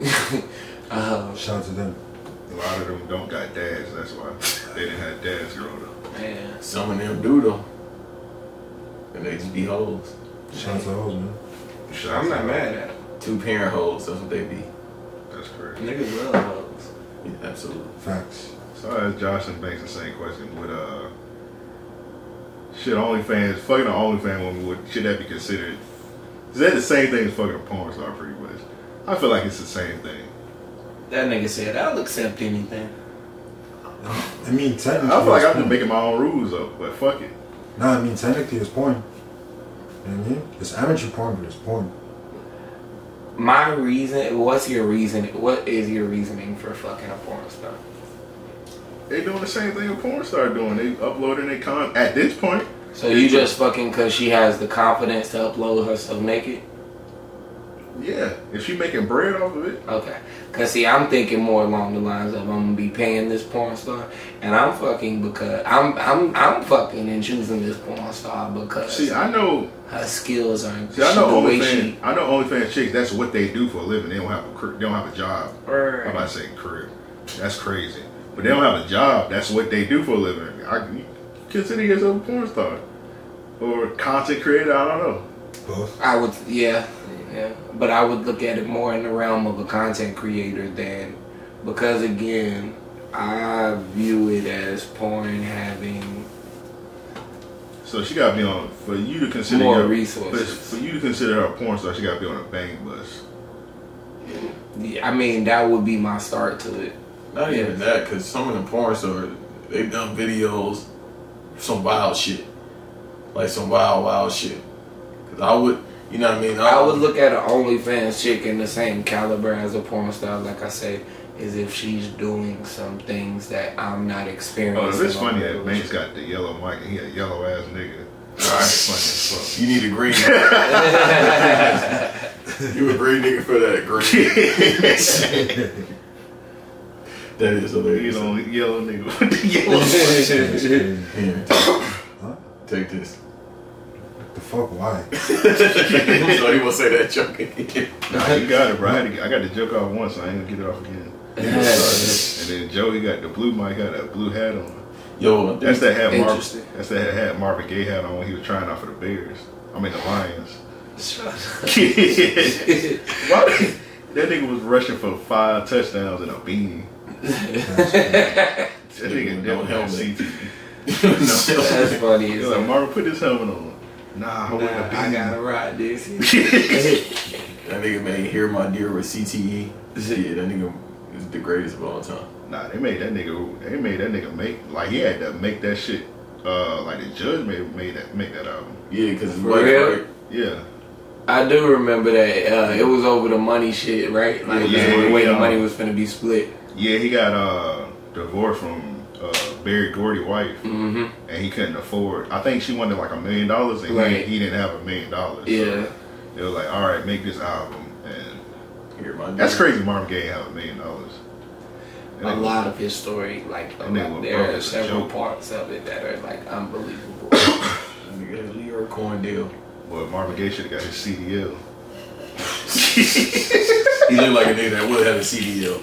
Speaker 6: uh,
Speaker 8: Shout out to them.
Speaker 3: A lot of them don't got dads. That's why they didn't have dads growing up.
Speaker 6: man.
Speaker 7: Some of them do though, and they just be hoes.
Speaker 8: Shout out to those, man.
Speaker 6: I'm not mad at it.
Speaker 7: Two parent hoes. That's what they be.
Speaker 3: That's crazy.
Speaker 6: Niggas love hoes.
Speaker 7: Yeah, absolutely.
Speaker 8: Facts.
Speaker 3: So I asked Josh and Banks the same question. Would uh, should OnlyFans fucking an OnlyFans woman would should that be considered? Is that the same thing as fucking a porn star? Pretty much. I feel like it's the same thing.
Speaker 6: That nigga said, I'll accept anything.
Speaker 8: I mean,
Speaker 3: I
Speaker 8: technically.
Speaker 3: feel like
Speaker 8: it's
Speaker 3: I'm just
Speaker 8: porn.
Speaker 3: making my own rules up, but fuck it.
Speaker 8: Nah, I mean, technically, it's porn. You know what I mean? It's amateur porn, but it's porn.
Speaker 6: My reason, what's your reason? What is your reasoning for fucking a porn star?
Speaker 3: They doing the same thing a porn star doing. They uploading their con at this point.
Speaker 6: So you just fucking because she has the confidence to upload herself naked?
Speaker 3: Yeah, if she making bread off of it,
Speaker 6: Okay. Because see, I'm thinking more along the lines of I'm going to be paying this porn star and I'm fucking because I'm, I'm, I'm fucking and choosing this porn star because
Speaker 3: see, I know
Speaker 6: her skills are
Speaker 3: See, I know
Speaker 6: the way
Speaker 3: OnlyFans.
Speaker 6: she.
Speaker 3: I know OnlyFans chicks. That's what they do for a living. They don't have a career, they don't have a job.
Speaker 6: Right.
Speaker 3: I'm about to say career. That's crazy. But they don't have a job. That's what they do for a living. I you consider yourself a porn star or content creator. I don't know.
Speaker 8: *laughs* Both.
Speaker 6: I would, yeah, yeah. But I would look at it more in the realm of a content creator than, because again, I view it as porn having
Speaker 3: So she got to be on for you to consider
Speaker 6: more
Speaker 3: your-
Speaker 6: resources.
Speaker 3: For, for you to consider her a porn star, she got to be on a bang bus.
Speaker 6: Yeah, I mean, that would be my start to it.
Speaker 7: Not even that, because some of the porn stars, they've done videos, some wild shit, like some wild, wild shit. Cause I would, you know what I mean.
Speaker 6: I would look at an OnlyFans chick in the same caliber as a porn star, like I say, is if she's doing some things that I'm not experiencing.
Speaker 3: Oh, this is funny
Speaker 6: on
Speaker 3: that
Speaker 6: the
Speaker 3: Banks
Speaker 6: *laughs*
Speaker 3: got the yellow mic and he a yellow ass nigga. All right, funny as
Speaker 7: *laughs* You need a green. you a green nigga for that green.
Speaker 6: *laughs*
Speaker 3: fuck.
Speaker 7: that is
Speaker 3: He's
Speaker 7: hilarious.
Speaker 3: the only yellow nigga with the *laughs* yellow
Speaker 8: That's
Speaker 3: *laughs*
Speaker 6: *laughs*
Speaker 8: crazy.
Speaker 7: Here. Take this. *laughs*
Speaker 8: the fuck? Why?
Speaker 7: so he won't say that joke again.
Speaker 3: Nah, you got it, bro. I, had to, I got the joke off once. I ain't gonna get it off again. And then Joey got the blue mic, had a blue hat on.
Speaker 7: Yo,
Speaker 3: That's
Speaker 7: *laughs*
Speaker 3: that hat.
Speaker 6: Interesting.
Speaker 3: Marvin, that's that hat Marvin Gaye had on when he was trying out for the Bears. I mean the *laughs* Lions.
Speaker 6: *laughs*
Speaker 3: Why did- that nigga was rushing for five touchdowns and a beanie. That nigga
Speaker 7: No
Speaker 3: definitely had
Speaker 7: helmet.
Speaker 3: CTE.
Speaker 7: no.
Speaker 3: *laughs*
Speaker 6: That's funny.
Speaker 3: He
Speaker 6: as
Speaker 3: was like, Marvin, put this helmet on. Nah, I
Speaker 6: Nah,
Speaker 3: wouldn't have
Speaker 6: I
Speaker 3: been
Speaker 6: gotta ride this.
Speaker 7: That nigga made Hear My Dear with CTE. Yeah, that nigga is the greatest of all time.
Speaker 3: *laughs* Nah, they made that nigga. They made that nigga make like he had to make that shit. Uh, like the judge made made that make that album.
Speaker 7: Yeah, because it's
Speaker 6: For
Speaker 7: white,
Speaker 6: real?
Speaker 7: right?
Speaker 3: Yeah,
Speaker 6: *laughs* I do remember that uh, it was over the money shit, right? Like
Speaker 3: Yeah,
Speaker 6: the way
Speaker 3: yeah.
Speaker 6: the money was gonna be split.
Speaker 3: yeah. He got uh divorced from uh Barry Gordy wife,
Speaker 6: Mm-hmm.
Speaker 3: and he couldn't afford. I think she wanted like a million dollars, and
Speaker 6: Right.
Speaker 3: he, he didn't have a million dollars. So
Speaker 6: Yeah.
Speaker 3: they were like, all right, make this album, and
Speaker 7: Hear My Dear.
Speaker 3: that's crazy. Marvin Gaye have a million dollars. And
Speaker 6: a
Speaker 3: they-
Speaker 6: lot of his story, like a
Speaker 3: And they were
Speaker 6: lot,
Speaker 3: broke
Speaker 6: there are
Speaker 3: as a
Speaker 6: several
Speaker 3: joke.
Speaker 6: parts of it that are like
Speaker 3: *laughs*
Speaker 6: unbelievable.
Speaker 7: That nigga had a Leroy Coin deal.
Speaker 3: Well, Marvin Gaye should have got his CDL.
Speaker 7: He looked like a nigga that would have a CDL.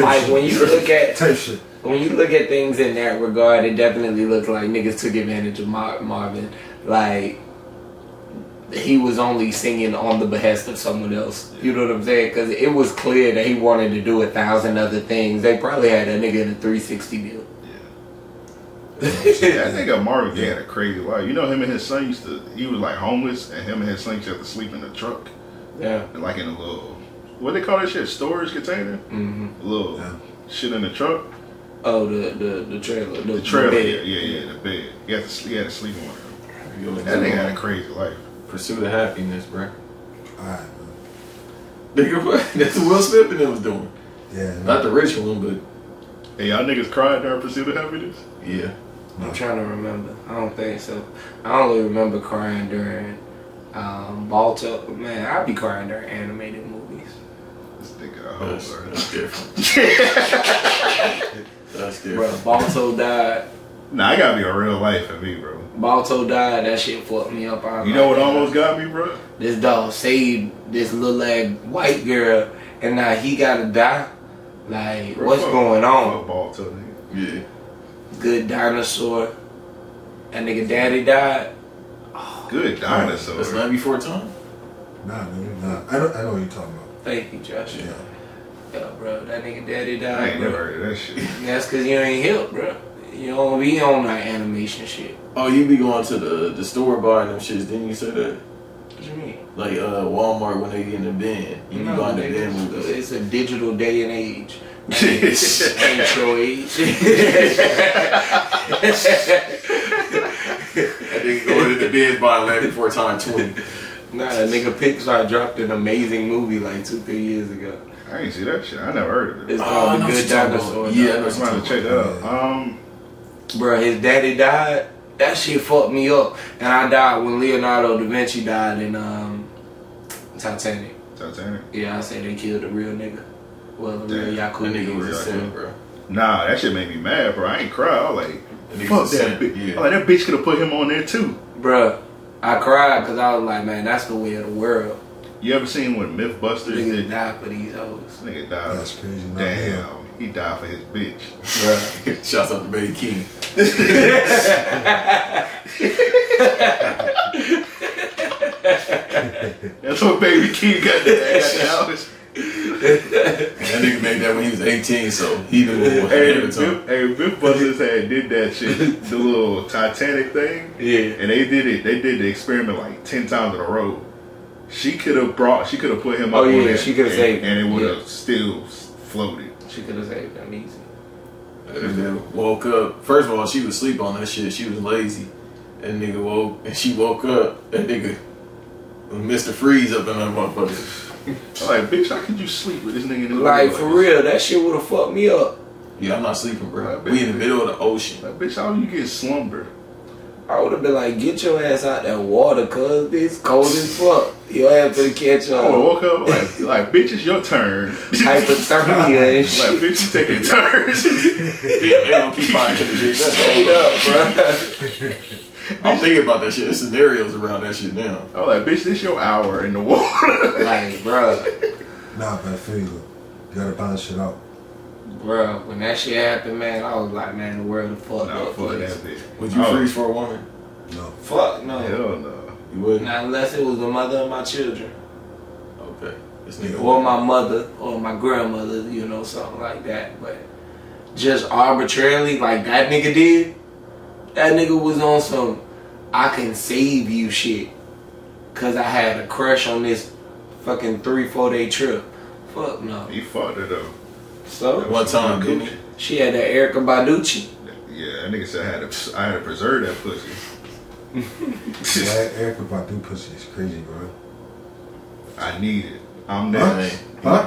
Speaker 6: like when you look at
Speaker 8: Type shit.
Speaker 6: when you look at things in that regard, it definitely looked like niggas took advantage of Mar- Marvin. Like he was only singing on the behest of someone else. You know what I'm saying? Because it was clear that he wanted to do a thousand other things. They probably had a nigga in a 360 deal.
Speaker 3: That nigga Marvin Gaye had a crazy life. You know, him and his son used to. He was like homeless, and him and his son used to have to sleep in the truck,
Speaker 6: *laughs* yeah.
Speaker 3: and like in a little what they call that shit storage container,
Speaker 6: hmm
Speaker 3: a little
Speaker 8: Yeah.
Speaker 3: shit in the truck,
Speaker 6: Oh, the the the trailer, the,
Speaker 3: the trailer.
Speaker 6: bed.
Speaker 3: yeah, yeah, yeah, the bed. He had to sleep. He had to sleep in one. of them.
Speaker 7: You look
Speaker 3: That nigga
Speaker 7: at
Speaker 3: had a crazy life.
Speaker 7: Pursuit of Happiness, bro.
Speaker 8: Alright,
Speaker 7: Nigga, what? *laughs* that's what Will Smith and them was doing.
Speaker 8: yeah. no.
Speaker 7: Not the rich one,
Speaker 3: Hey, y'all niggas cried during Pursuit of Happiness.
Speaker 7: but yeah.
Speaker 6: I'm trying to remember. I don't think so. I only remember crying during um, Balto. Man, I'd be crying during animated movies.
Speaker 3: This nigga a
Speaker 7: That's,
Speaker 3: hoe, bro.
Speaker 7: that's *laughs* different. that's different.
Speaker 6: Bro, Balto died.
Speaker 3: Nah, I gotta be a real life for me, bro.
Speaker 6: Balto died. That shit fucked me up. I was
Speaker 3: You know
Speaker 6: like,
Speaker 3: what almost got me, bro?
Speaker 6: This dog saved this little ass white girl, and now he gotta die. Like,
Speaker 3: Bro,
Speaker 6: what's
Speaker 3: fuck-
Speaker 6: going on?
Speaker 3: fuck Ball too, nigga.
Speaker 7: Yeah.
Speaker 6: Good dinosaur. That nigga daddy died.
Speaker 3: Good dinosaur.
Speaker 7: That's not before time.
Speaker 8: Nah, nigga, nah. I don't. I know what you're talking about.
Speaker 6: Thank you, Josh.
Speaker 8: Yeah.
Speaker 6: Yeah, bro. That nigga daddy died.
Speaker 3: I ain't
Speaker 6: bro.
Speaker 3: never heard of that shit.
Speaker 6: That's because you ain't hip, bro. You don't be on that animation shit.
Speaker 7: Oh, you be going to the the store buying them shits, didn't you say that?
Speaker 6: What you mean?
Speaker 7: Like uh Walmart when they get in the bin. You be
Speaker 6: No,
Speaker 7: going to
Speaker 6: nigga,
Speaker 7: bin with
Speaker 6: it's,
Speaker 7: those.
Speaker 6: it's a digital day and age.
Speaker 7: *laughs*
Speaker 6: ain't your age.
Speaker 7: That nigga going to the bin buying land before time twenty.
Speaker 6: nah, nigga, Pixar dropped an amazing movie like two, three years ago.
Speaker 3: I ain't see that shit. I never heard of it.
Speaker 6: It's
Speaker 7: Ah,
Speaker 6: called The Good Dinosaur.
Speaker 7: Yeah, I know
Speaker 6: dog.
Speaker 7: what
Speaker 3: I'm
Speaker 7: you're
Speaker 3: gonna
Speaker 7: talking
Speaker 3: check
Speaker 7: about.
Speaker 3: that out. Um,
Speaker 6: bro, his daddy died. That shit fucked me up, and I died when Leonardo da Vinci died in um, Titanic.
Speaker 3: Titanic.
Speaker 6: Yeah, I say they killed a real nigga. Well, a real
Speaker 3: Damn,
Speaker 7: That
Speaker 6: Yakuza.
Speaker 7: nigga was a
Speaker 3: Yeah, I
Speaker 7: sin,
Speaker 3: know.
Speaker 7: bro.
Speaker 3: Nah, that shit made me mad, bro. I ain't cry. I was like,
Speaker 7: That nigga
Speaker 3: fuck
Speaker 7: was a
Speaker 3: that
Speaker 7: sin.
Speaker 3: bitch.
Speaker 7: Yeah.
Speaker 3: I was like, that bitch could have put him on there too.
Speaker 6: Bruh, I cried because I was like, man, that's the way of the world.
Speaker 3: You ever seen when Mythbusters
Speaker 6: Niggas
Speaker 3: did? This
Speaker 6: die for these hoes.
Speaker 3: nigga died.
Speaker 8: That's crazy. Nah, yeah.
Speaker 3: Damn, he died for his bitch.
Speaker 7: *laughs*
Speaker 6: Bruh.
Speaker 7: Shouts out to Baby King.
Speaker 3: That's what Baby King got there. Got the house.
Speaker 7: That nigga made that when he was 18, so he the one
Speaker 3: Hey,
Speaker 7: ahead of time.
Speaker 3: Myth- hey, Mythbusters had did that shit, the little Titanic thing,
Speaker 6: Yeah.
Speaker 3: and they did it. They did the experiment like ten times in a row. She could have brought. She could have put him
Speaker 6: Oh,
Speaker 3: up. on
Speaker 6: yeah,
Speaker 3: there,
Speaker 6: she coulda
Speaker 3: and-
Speaker 6: saved him.
Speaker 3: and it would have
Speaker 6: Yeah.
Speaker 3: still floated.
Speaker 6: She could have saved them easy.
Speaker 7: And then woke up. First of all, she was asleep on that shit. She was lazy. And nigga woke and she woke up. That nigga was Mr. Freeze up in that motherfucker.
Speaker 3: I'm like, bitch, how could you sleep with this nigga? In the
Speaker 6: Like,
Speaker 3: middle
Speaker 6: for
Speaker 3: this?
Speaker 6: real, that shit would have fucked me up.
Speaker 7: Yeah, I'm not sleeping, bro.
Speaker 3: Right,
Speaker 7: We in the
Speaker 3: bitch.
Speaker 7: middle of the ocean.
Speaker 3: Like, bitch, how you get slumber?
Speaker 6: I would have been like, get your ass out that water, cuz it's cold as fuck. Your ass to catch
Speaker 3: I would
Speaker 6: on
Speaker 3: woke up like, like, bitch, it's your turn. like, *laughs*
Speaker 6: hypothermia and shit.
Speaker 3: bitch, you taking turns.
Speaker 7: *laughs*
Speaker 3: *laughs*
Speaker 7: They don't keep finding *laughs* shit to do. That's
Speaker 6: Straight
Speaker 7: all.
Speaker 6: up, bruh.
Speaker 7: I'm thinking about that shit. There's scenarios around that shit now.
Speaker 3: I was like, bitch, this your hour in the water. *laughs*
Speaker 6: Like, bruh,
Speaker 8: Nah, but I feel you. though. You gotta balance shit out.
Speaker 6: bruh, when that shit happened, man, I was like, man, the world the fuck
Speaker 3: nah,
Speaker 6: up.
Speaker 3: fuck that
Speaker 6: please.
Speaker 3: bitch.
Speaker 7: Would you
Speaker 3: Oh.
Speaker 7: freeze for a woman?
Speaker 8: No.
Speaker 6: Fuck no.
Speaker 3: Hell no.
Speaker 7: You wouldn't.
Speaker 6: Not unless it was the mother of my children.
Speaker 7: Okay. This nigga.
Speaker 6: or my mother or my grandmother, you know, something like that. But just arbitrarily, like that nigga did, that nigga was on some I can save you shit. Cause I had a crush on this fucking three, four day trip. Fuck no.
Speaker 3: He fucked it up.
Speaker 6: So
Speaker 7: One time, didn't he?
Speaker 6: she had that Erica Baducci.
Speaker 3: Yeah, that nigga said I had to, I had to preserve that pussy.
Speaker 8: Glad Erica Badu pussy is crazy, bro.
Speaker 3: I need it. I'm
Speaker 8: Huh?
Speaker 3: next.
Speaker 8: Huh?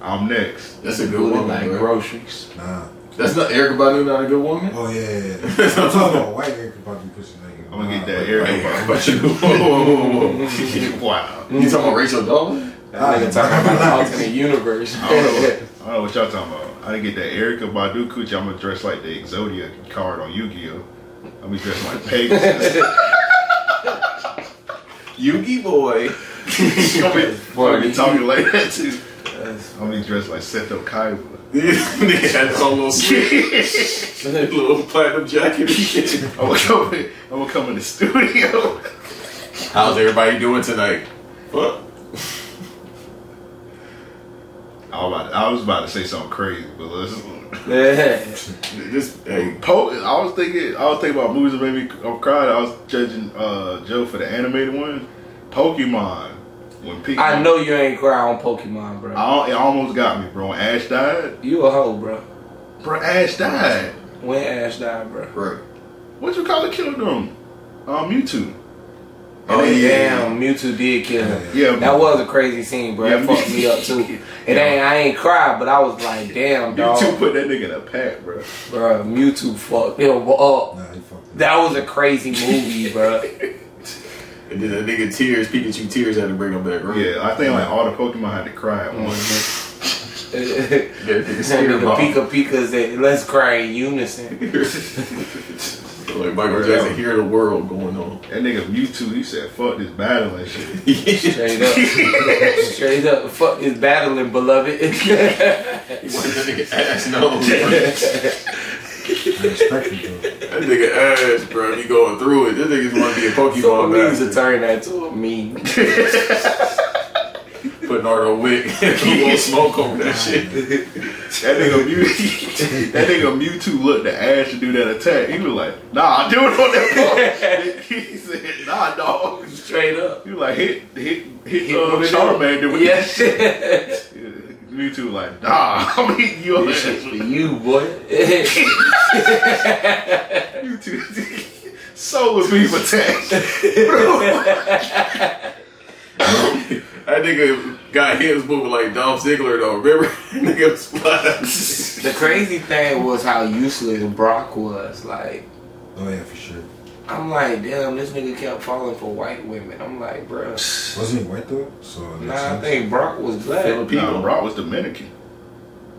Speaker 3: I'm next.
Speaker 7: That's a good woman,
Speaker 6: like
Speaker 3: *laughs*
Speaker 7: bro.
Speaker 6: groceries.
Speaker 8: Nah.
Speaker 7: That's not Erica Badu, not a good woman.
Speaker 8: Oh yeah. yeah, yeah. *laughs*
Speaker 7: *laughs*
Speaker 8: I'm talking about white Erica Badu pussy. Like,
Speaker 3: I'm gonna get
Speaker 8: nah,
Speaker 3: that Erica
Speaker 7: But you, whoa, whoa, whoa, whoa.
Speaker 3: Badu. *laughs* wow.
Speaker 7: *laughs* you talking about Rachel Dollar?
Speaker 6: That nigga talking about alternate universe.
Speaker 3: I don't, know, I don't know what y'all talking about. I get that Erica Badu coochie. I'm gonna dress like the Exodia card on Yu-Gi-Oh. I'm gonna dress like Pegasus.
Speaker 7: Yugi boy.
Speaker 3: She gonna be-
Speaker 6: Boy,
Speaker 3: gonna be
Speaker 6: you-
Speaker 3: talking like that too. I'm gonna be dressed like Seto Kaiba.
Speaker 7: *laughs* Nigga had his own little switch. *laughs* little platinum jacket.
Speaker 3: I'm gonna come in, I'm gonna come in the *laughs* studio.
Speaker 7: How's everybody doing tonight? What?
Speaker 3: I was, about to, I was about to say something crazy, but let's.
Speaker 6: *laughs* Yeah.
Speaker 7: This hey,
Speaker 3: Po- I was thinking, I was thinking about movies that made me c- cry. I was judging uh, Joe for the animated one, Pokemon. When Pikachu,
Speaker 6: I know you ain't cry on Pokemon, bro.
Speaker 3: I, al- it almost got me, bro. When Ash died,
Speaker 6: You a hoe, bro.
Speaker 3: bro. Ash died.
Speaker 6: When Ash died, bro.
Speaker 7: bro.
Speaker 3: What you call it? Killed him. Um, Mewtwo.
Speaker 7: Oh
Speaker 6: And
Speaker 7: yeah.
Speaker 6: Damn, Mewtwo did kill him.
Speaker 3: Yeah,
Speaker 6: That was a crazy scene, bro.
Speaker 3: Yeah.
Speaker 6: It fucked me up too. It ain't I ain't cry, but I was like, damn, dog,
Speaker 3: Mewtwo put that nigga in a pack, bro.
Speaker 6: bro. Mewtwo fucked him up.
Speaker 8: Nah, he fucked
Speaker 6: That was a crazy
Speaker 3: *laughs*
Speaker 6: movie, bro.
Speaker 7: And then that nigga tears, Pikachu tears had to bring him back, right?
Speaker 3: Yeah, I think like all the Pokemon had to cry
Speaker 6: Mm-hmm.
Speaker 3: at once.
Speaker 6: the
Speaker 7: Yeah, nigga tear bomb.
Speaker 6: Pika Pika said, "Let's cry in unison."
Speaker 7: Like Michael Jackson, hear the world going on. *laughs*
Speaker 3: That nigga Mewtwo, he said, "Fuck this battle and shit."
Speaker 7: he
Speaker 6: Straight
Speaker 3: *laughs*
Speaker 6: up, straight up. Fuck is battling, beloved. *laughs*
Speaker 7: wanted that nigga ass nose. *laughs* That
Speaker 8: it. I respect you, though.
Speaker 7: nigga ass, bro. He going through it. This nigga's want to be a
Speaker 6: Someone
Speaker 7: Pokemon
Speaker 6: needs
Speaker 7: master.
Speaker 6: to turn that to a meme.
Speaker 7: Putting on a *laughs* wick. he gonna smoke over that shit.
Speaker 3: That nigga Mewtwo, *laughs* that nigga Mewtwo looked at Ash to do that attack. He was like, "Nah, do it on that *laughs* ball." he said, "Nah, dog."
Speaker 6: Straight up.
Speaker 3: He was like, "Hit, hit, hit,
Speaker 6: Hit
Speaker 3: uh,
Speaker 6: with it
Speaker 3: Charmander did with
Speaker 6: Yeah.
Speaker 3: that shit." Mewtwo like, "Nah, *laughs* I'm hitting your
Speaker 6: This
Speaker 3: ass."
Speaker 6: shit's for you, boy.
Speaker 3: *laughs*
Speaker 6: *laughs*
Speaker 3: Mewtwo, solar beam *laughs* attack.
Speaker 7: That nigga got hips moving like Dolph Ziggler though. Remember? *laughs* nigga was flat.
Speaker 6: The crazy thing was how useless Brock was. Like,
Speaker 8: Oh yeah, for sure.
Speaker 6: I'm like, damn, this nigga kept falling for white women. I'm like, bro,
Speaker 8: Wasn't he white though? So it makes
Speaker 6: nah, I
Speaker 8: sense.
Speaker 6: think Brock was black.
Speaker 3: nah, Brock was Dominican.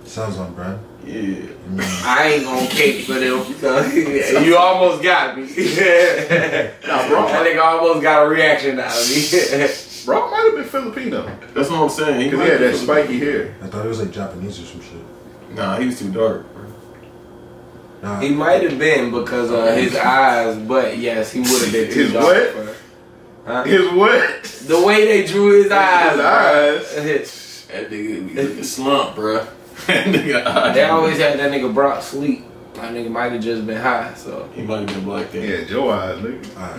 Speaker 8: sounds on brand.
Speaker 7: Yeah.
Speaker 8: I mean,
Speaker 6: I ain't gonna cake for them. *laughs* So, you almost got me. *laughs* that
Speaker 3: Nah, Brock,
Speaker 6: nigga almost got a reaction out of me. *laughs*
Speaker 3: Brock might have been Filipino
Speaker 7: That's what I'm saying.
Speaker 3: because he had that spiky hair.
Speaker 8: I thought it was like Japanese or some shit.
Speaker 7: Nah, he was too dark. bro.
Speaker 8: Nah,
Speaker 6: he might have been because of his eyes, but yes, he would have been. too
Speaker 3: His
Speaker 6: dark
Speaker 3: what?
Speaker 6: for it. Huh?
Speaker 3: His what? *laughs*
Speaker 6: The way they drew his eyes.
Speaker 3: eyes.
Speaker 6: bro.
Speaker 7: That nigga be looking
Speaker 6: *laughs*
Speaker 7: slump, bro. *laughs* that nigga eyes.
Speaker 6: They always had that nigga Brock sleep. That nigga might have just been high, *laughs* so.
Speaker 7: He might have been black then.
Speaker 3: Yeah, Joe eyes, nigga.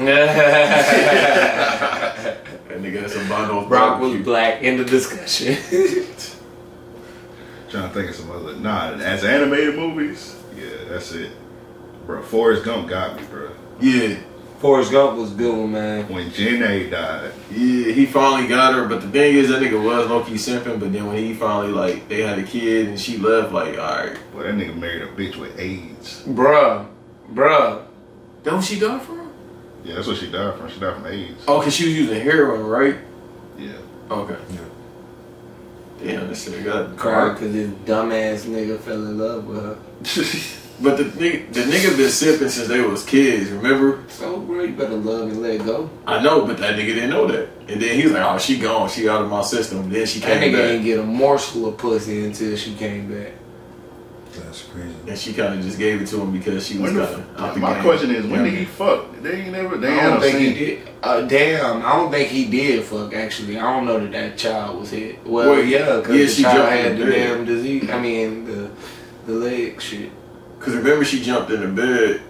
Speaker 7: That nigga that's a bundle.
Speaker 6: Brock was black in the discussion.
Speaker 3: Trying to think of some other. Nah, as animated movies, yeah, that's it. Bro, Forrest Gump got me, bro.
Speaker 7: Yeah.
Speaker 6: *laughs* Forrest Gump was a good one, man.
Speaker 3: When Jen A died,
Speaker 7: Yeah, he finally got her, but the thing is, that nigga was low key simping. But then when he finally like they had a kid and she left, like all right,
Speaker 3: well, that nigga married a bitch with AIDS.
Speaker 6: Bruh. Bruh.
Speaker 7: don't she die from? him?
Speaker 3: Yeah, that's what she died from. She died from AIDS.
Speaker 7: Oh, cause she was using heroin, right?
Speaker 3: Yeah.
Speaker 7: Okay.
Speaker 8: Yeah.
Speaker 7: Damn, this nigga got
Speaker 6: Cry because this dumbass nigga fell in love with her.
Speaker 7: *laughs* But the nigga, the nigga been sipping since they was kids. Remember?
Speaker 6: So, bro, you better love and let go.
Speaker 7: I know, but that nigga didn't know that. And then he was like, "Oh, she gone. She out of my system." Then she
Speaker 6: That
Speaker 7: came
Speaker 6: nigga
Speaker 7: back,
Speaker 6: ain't get a morsel of pussy until she came back.
Speaker 8: that's crazy. *laughs*
Speaker 7: and she kind of just gave it to him because she was
Speaker 3: When the,
Speaker 7: kind of out the
Speaker 3: my
Speaker 7: game.
Speaker 3: question is, when
Speaker 7: Yeah.
Speaker 3: did he fuck? They ain't never. They
Speaker 6: I
Speaker 3: ain't
Speaker 6: don't
Speaker 3: never
Speaker 6: think he
Speaker 3: seen.
Speaker 6: did. Uh, damn, I don't think he did fuck. Actually, I don't know that that child was hit. Well,
Speaker 7: Well,
Speaker 6: yeah, because
Speaker 7: yeah,
Speaker 6: the
Speaker 7: she
Speaker 6: child
Speaker 7: jumped
Speaker 6: had
Speaker 7: in
Speaker 6: the
Speaker 7: the bed.
Speaker 6: damn disease. I mean, the the leg shit.
Speaker 7: Cause remember she jumped in the bed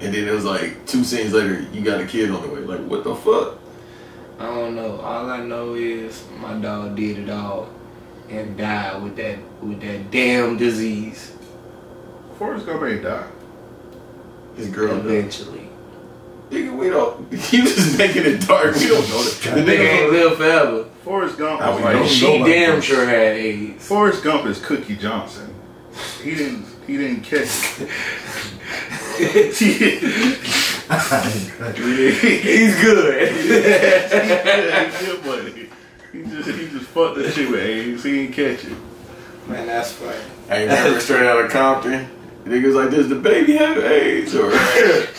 Speaker 7: And then it was like two scenes later, you got a kid on the way. Like, what the fuck?
Speaker 6: I don't know. All I know is my dog did it all and died with that with that damn disease
Speaker 3: Forrest Gump ain't die.
Speaker 7: His girl died.
Speaker 6: eventually.
Speaker 7: Nigga, we don't. *laughs* He was making it dark. We don't know that.
Speaker 6: The nigga Oh, ain't live forever.
Speaker 3: Forrest Gump
Speaker 7: I
Speaker 3: was
Speaker 7: mean,
Speaker 3: like
Speaker 7: don't
Speaker 6: And she
Speaker 7: know about
Speaker 6: damn
Speaker 7: this.
Speaker 6: sure had AIDS.
Speaker 3: Forrest Gump is Cookie Johnson. He didn't he didn't catch
Speaker 7: *laughs*
Speaker 3: *laughs* it.
Speaker 6: *laughs* He's *laughs* good.
Speaker 3: he just he just fucked that shit with AIDS. He didn't catch it.
Speaker 6: Man, that's funny.
Speaker 7: I ain't never straight out of Compton. Niggas like, does the baby have AIDS or? *laughs* that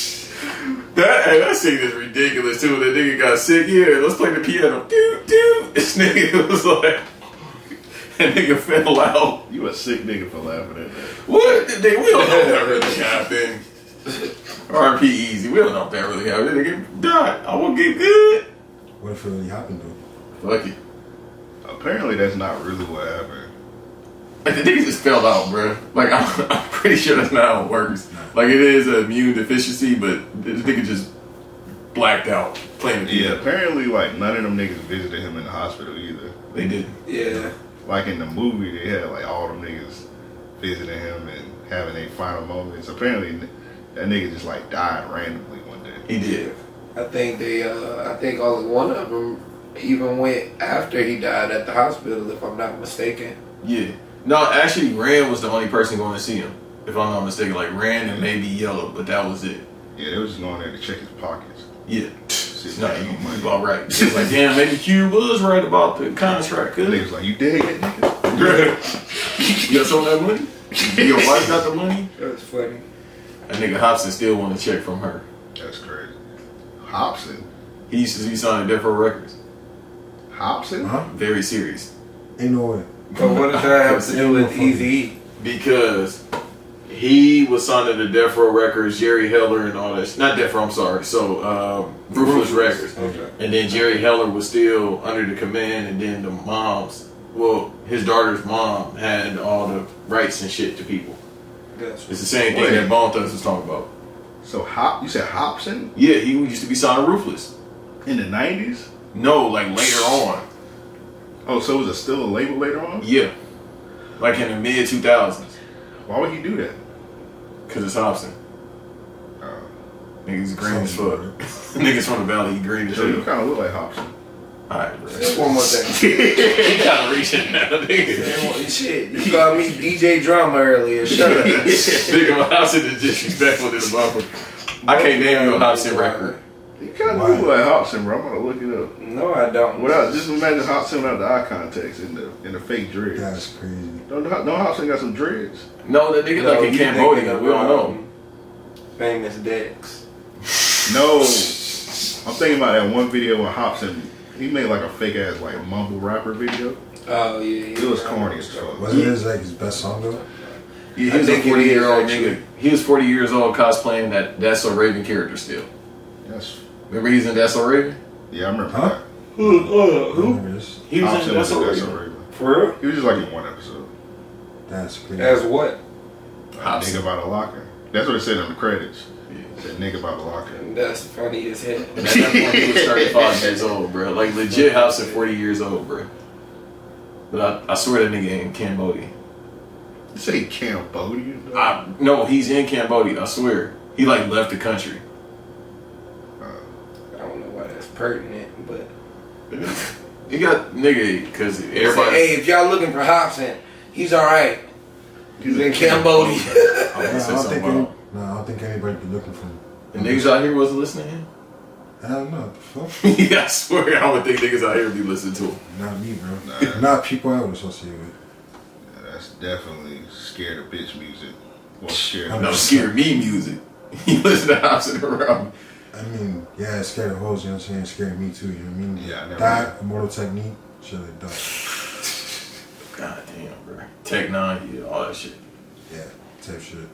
Speaker 7: hey, that shit is ridiculous too. When the nigga got sick, yeah, let's play the piano. Doo doo. *laughs* This nigga was like, *laughs* that nigga fell out.
Speaker 3: You a sick nigga for laughing at that.
Speaker 7: What? They, we don't know that really happened. R.P. Easy. We don't know if that really happened. That nigga died. I won't get good.
Speaker 8: What if it really happened though?
Speaker 7: Fuck it.
Speaker 3: Apparently that's not really what happened.
Speaker 7: Like the nigga just fell out, bro. Like I'm, *laughs* I'm pretty sure that's not how it works. Like it is an immune deficiency, but the nigga just blacked out playing. the
Speaker 3: Yeah,
Speaker 7: piano.
Speaker 3: apparently like none of them niggas visited him in the hospital either.
Speaker 7: they did.
Speaker 6: Yeah.
Speaker 3: Like in the movie they had like all them niggas visiting him and having their final moments. Apparently that nigga just like died randomly one day.
Speaker 7: He did.
Speaker 6: I think they, uh, I think only one of them even went after he died at the hospital, if I'm not mistaken.
Speaker 7: Yeah. No, actually, Rand was the only person going to see him, if I'm not mistaken. Like Rand and maybe Yellow, but that was it.
Speaker 3: Yeah, they was just going there to check his pockets.
Speaker 7: Yeah. No, you,
Speaker 3: money.
Speaker 7: you all *laughs* right. It's like damn, maybe Q was right about the contract.
Speaker 3: The
Speaker 7: Cause
Speaker 3: niggas like, you dig it, nigga?
Speaker 7: *laughs* you got some of that money? *laughs* Your wife got the *laughs* money?
Speaker 6: That's funny.
Speaker 7: That nigga Hobson still want to check from her.
Speaker 3: That's crazy. Hobson.
Speaker 7: He used to be signing Defro Records.
Speaker 3: Hobson?
Speaker 8: Huh?
Speaker 7: Very serious.
Speaker 8: Ain't no way.
Speaker 6: But what does that have to do with E Easy?
Speaker 7: because he was signed to Death Row Records, Jerry Heller, and all that. sh- Not Death Row, I'm sorry. So um, Ruthless Records,
Speaker 6: Okay.
Speaker 7: and then Jerry Heller was still under the command, and then the moms. Well, his daughter's mom had all the rights and shit to people.
Speaker 6: Gotcha.
Speaker 7: It's the same thing
Speaker 3: Wait.
Speaker 7: that Bone Thugs was talking about.
Speaker 3: So Hop you said Hobson
Speaker 7: Yeah, he used to be signed to Ruthless.
Speaker 3: in the nineties?
Speaker 7: No, like later on.
Speaker 3: Oh, so was it still a label later on?
Speaker 7: Yeah, like in the mid 2000s,
Speaker 3: Why would he do that?
Speaker 7: because it's Hobson.
Speaker 3: Uh,
Speaker 7: Niggas green as fuck. *laughs* Niggas from the valley, he green as
Speaker 3: so you
Speaker 7: *laughs* hell.
Speaker 3: kinda look like Hobson.
Speaker 7: All right, bro.
Speaker 6: Just one more thing.
Speaker 7: He kind of reaching now, nigga.
Speaker 6: *laughs* Shit, you called me DJ Drama earlier. Shut up.
Speaker 7: Nigga, my Hobson is disrespectful this motherfucker. I can't name your Hobson record.
Speaker 3: You kinda
Speaker 8: Why?
Speaker 3: look like Hobson, bro. I'm gonna look it up.
Speaker 6: *laughs* No, I don't.
Speaker 3: Without just imagine Hobson without the eye contacts and the and the fake dreads.
Speaker 8: That's crazy.
Speaker 3: Don't, don't Hobson got some dreads?
Speaker 7: No, that nigga like in Cambodia. We don't know.
Speaker 6: um, Famous Dex.
Speaker 3: No. I'm thinking about that one video when Hobson he made like a fake ass like mumble rapper video.
Speaker 6: Oh yeah, yeah.
Speaker 3: It was corny as fuck.
Speaker 8: Wasn't his like his best song though?
Speaker 7: Yeah,
Speaker 6: I
Speaker 7: he was a
Speaker 6: think it is,
Speaker 7: 40 year old
Speaker 6: actually.
Speaker 7: nigga. He was 40 years old cosplaying that That's So Raven character still.
Speaker 3: That's
Speaker 7: Remember he's in That's So *laughs* Raven?
Speaker 3: yeah, I remember
Speaker 8: Huh?
Speaker 3: that.
Speaker 7: Who?
Speaker 6: uh,
Speaker 8: I remember this.
Speaker 7: He was
Speaker 3: Hobson
Speaker 7: in
Speaker 3: was
Speaker 7: That's
Speaker 3: in
Speaker 7: So
Speaker 3: That's
Speaker 7: Raven.
Speaker 3: So Raven.
Speaker 6: For real?
Speaker 3: He was just like in one episode.
Speaker 8: That's crazy.
Speaker 6: As what?
Speaker 3: A
Speaker 7: Hobson.
Speaker 3: nigga about a locker. That's what it said in the credits.
Speaker 7: Yeah.
Speaker 3: It said nigga about a locker.
Speaker 6: That's funny as *laughs* hell.
Speaker 7: And at that point, he was 35 years old, bro. Like legit Hobson, 40 years old, bro. But I, I swear that nigga in Cambodia.
Speaker 3: You say Cambodian? though?
Speaker 7: I no, he's in Cambodia. I swear, he like left the country.
Speaker 6: I don't know why that's pertinent, but
Speaker 7: He got nigga because
Speaker 6: Say, hey,
Speaker 7: everybody.
Speaker 6: if y'all looking for Hobson, he's all right. He's in
Speaker 3: a
Speaker 6: Cambodia.
Speaker 7: I
Speaker 8: Nah,
Speaker 7: was
Speaker 8: I
Speaker 7: gonna
Speaker 8: don't
Speaker 7: say
Speaker 8: think
Speaker 7: something
Speaker 8: any,
Speaker 7: wild.
Speaker 8: nah, I don't think anybody be looking for him.
Speaker 7: The niggas out here wasn't listening to him. *laughs*
Speaker 8: Hell no, the fuck?
Speaker 7: yeah, I swear, I would think niggas out here would be listening to him.
Speaker 8: Not me, bro.
Speaker 3: Nah.
Speaker 8: Not people I would associate with.
Speaker 3: That's definitely scared of bitch music. Well, scared.
Speaker 8: I'm
Speaker 7: No,
Speaker 3: of
Speaker 7: scare me music. *laughs* He listen to Hobson around.
Speaker 8: I mean, yeah, it's scared of hoes, you know what I'm saying? It's scared of me too, you know what I mean?
Speaker 3: Yeah, I never-
Speaker 8: That, Immortal Technique, shit like that.
Speaker 7: God damn, bro. Tech nine, yeah, all that shit.
Speaker 8: Yeah, type shit. *laughs*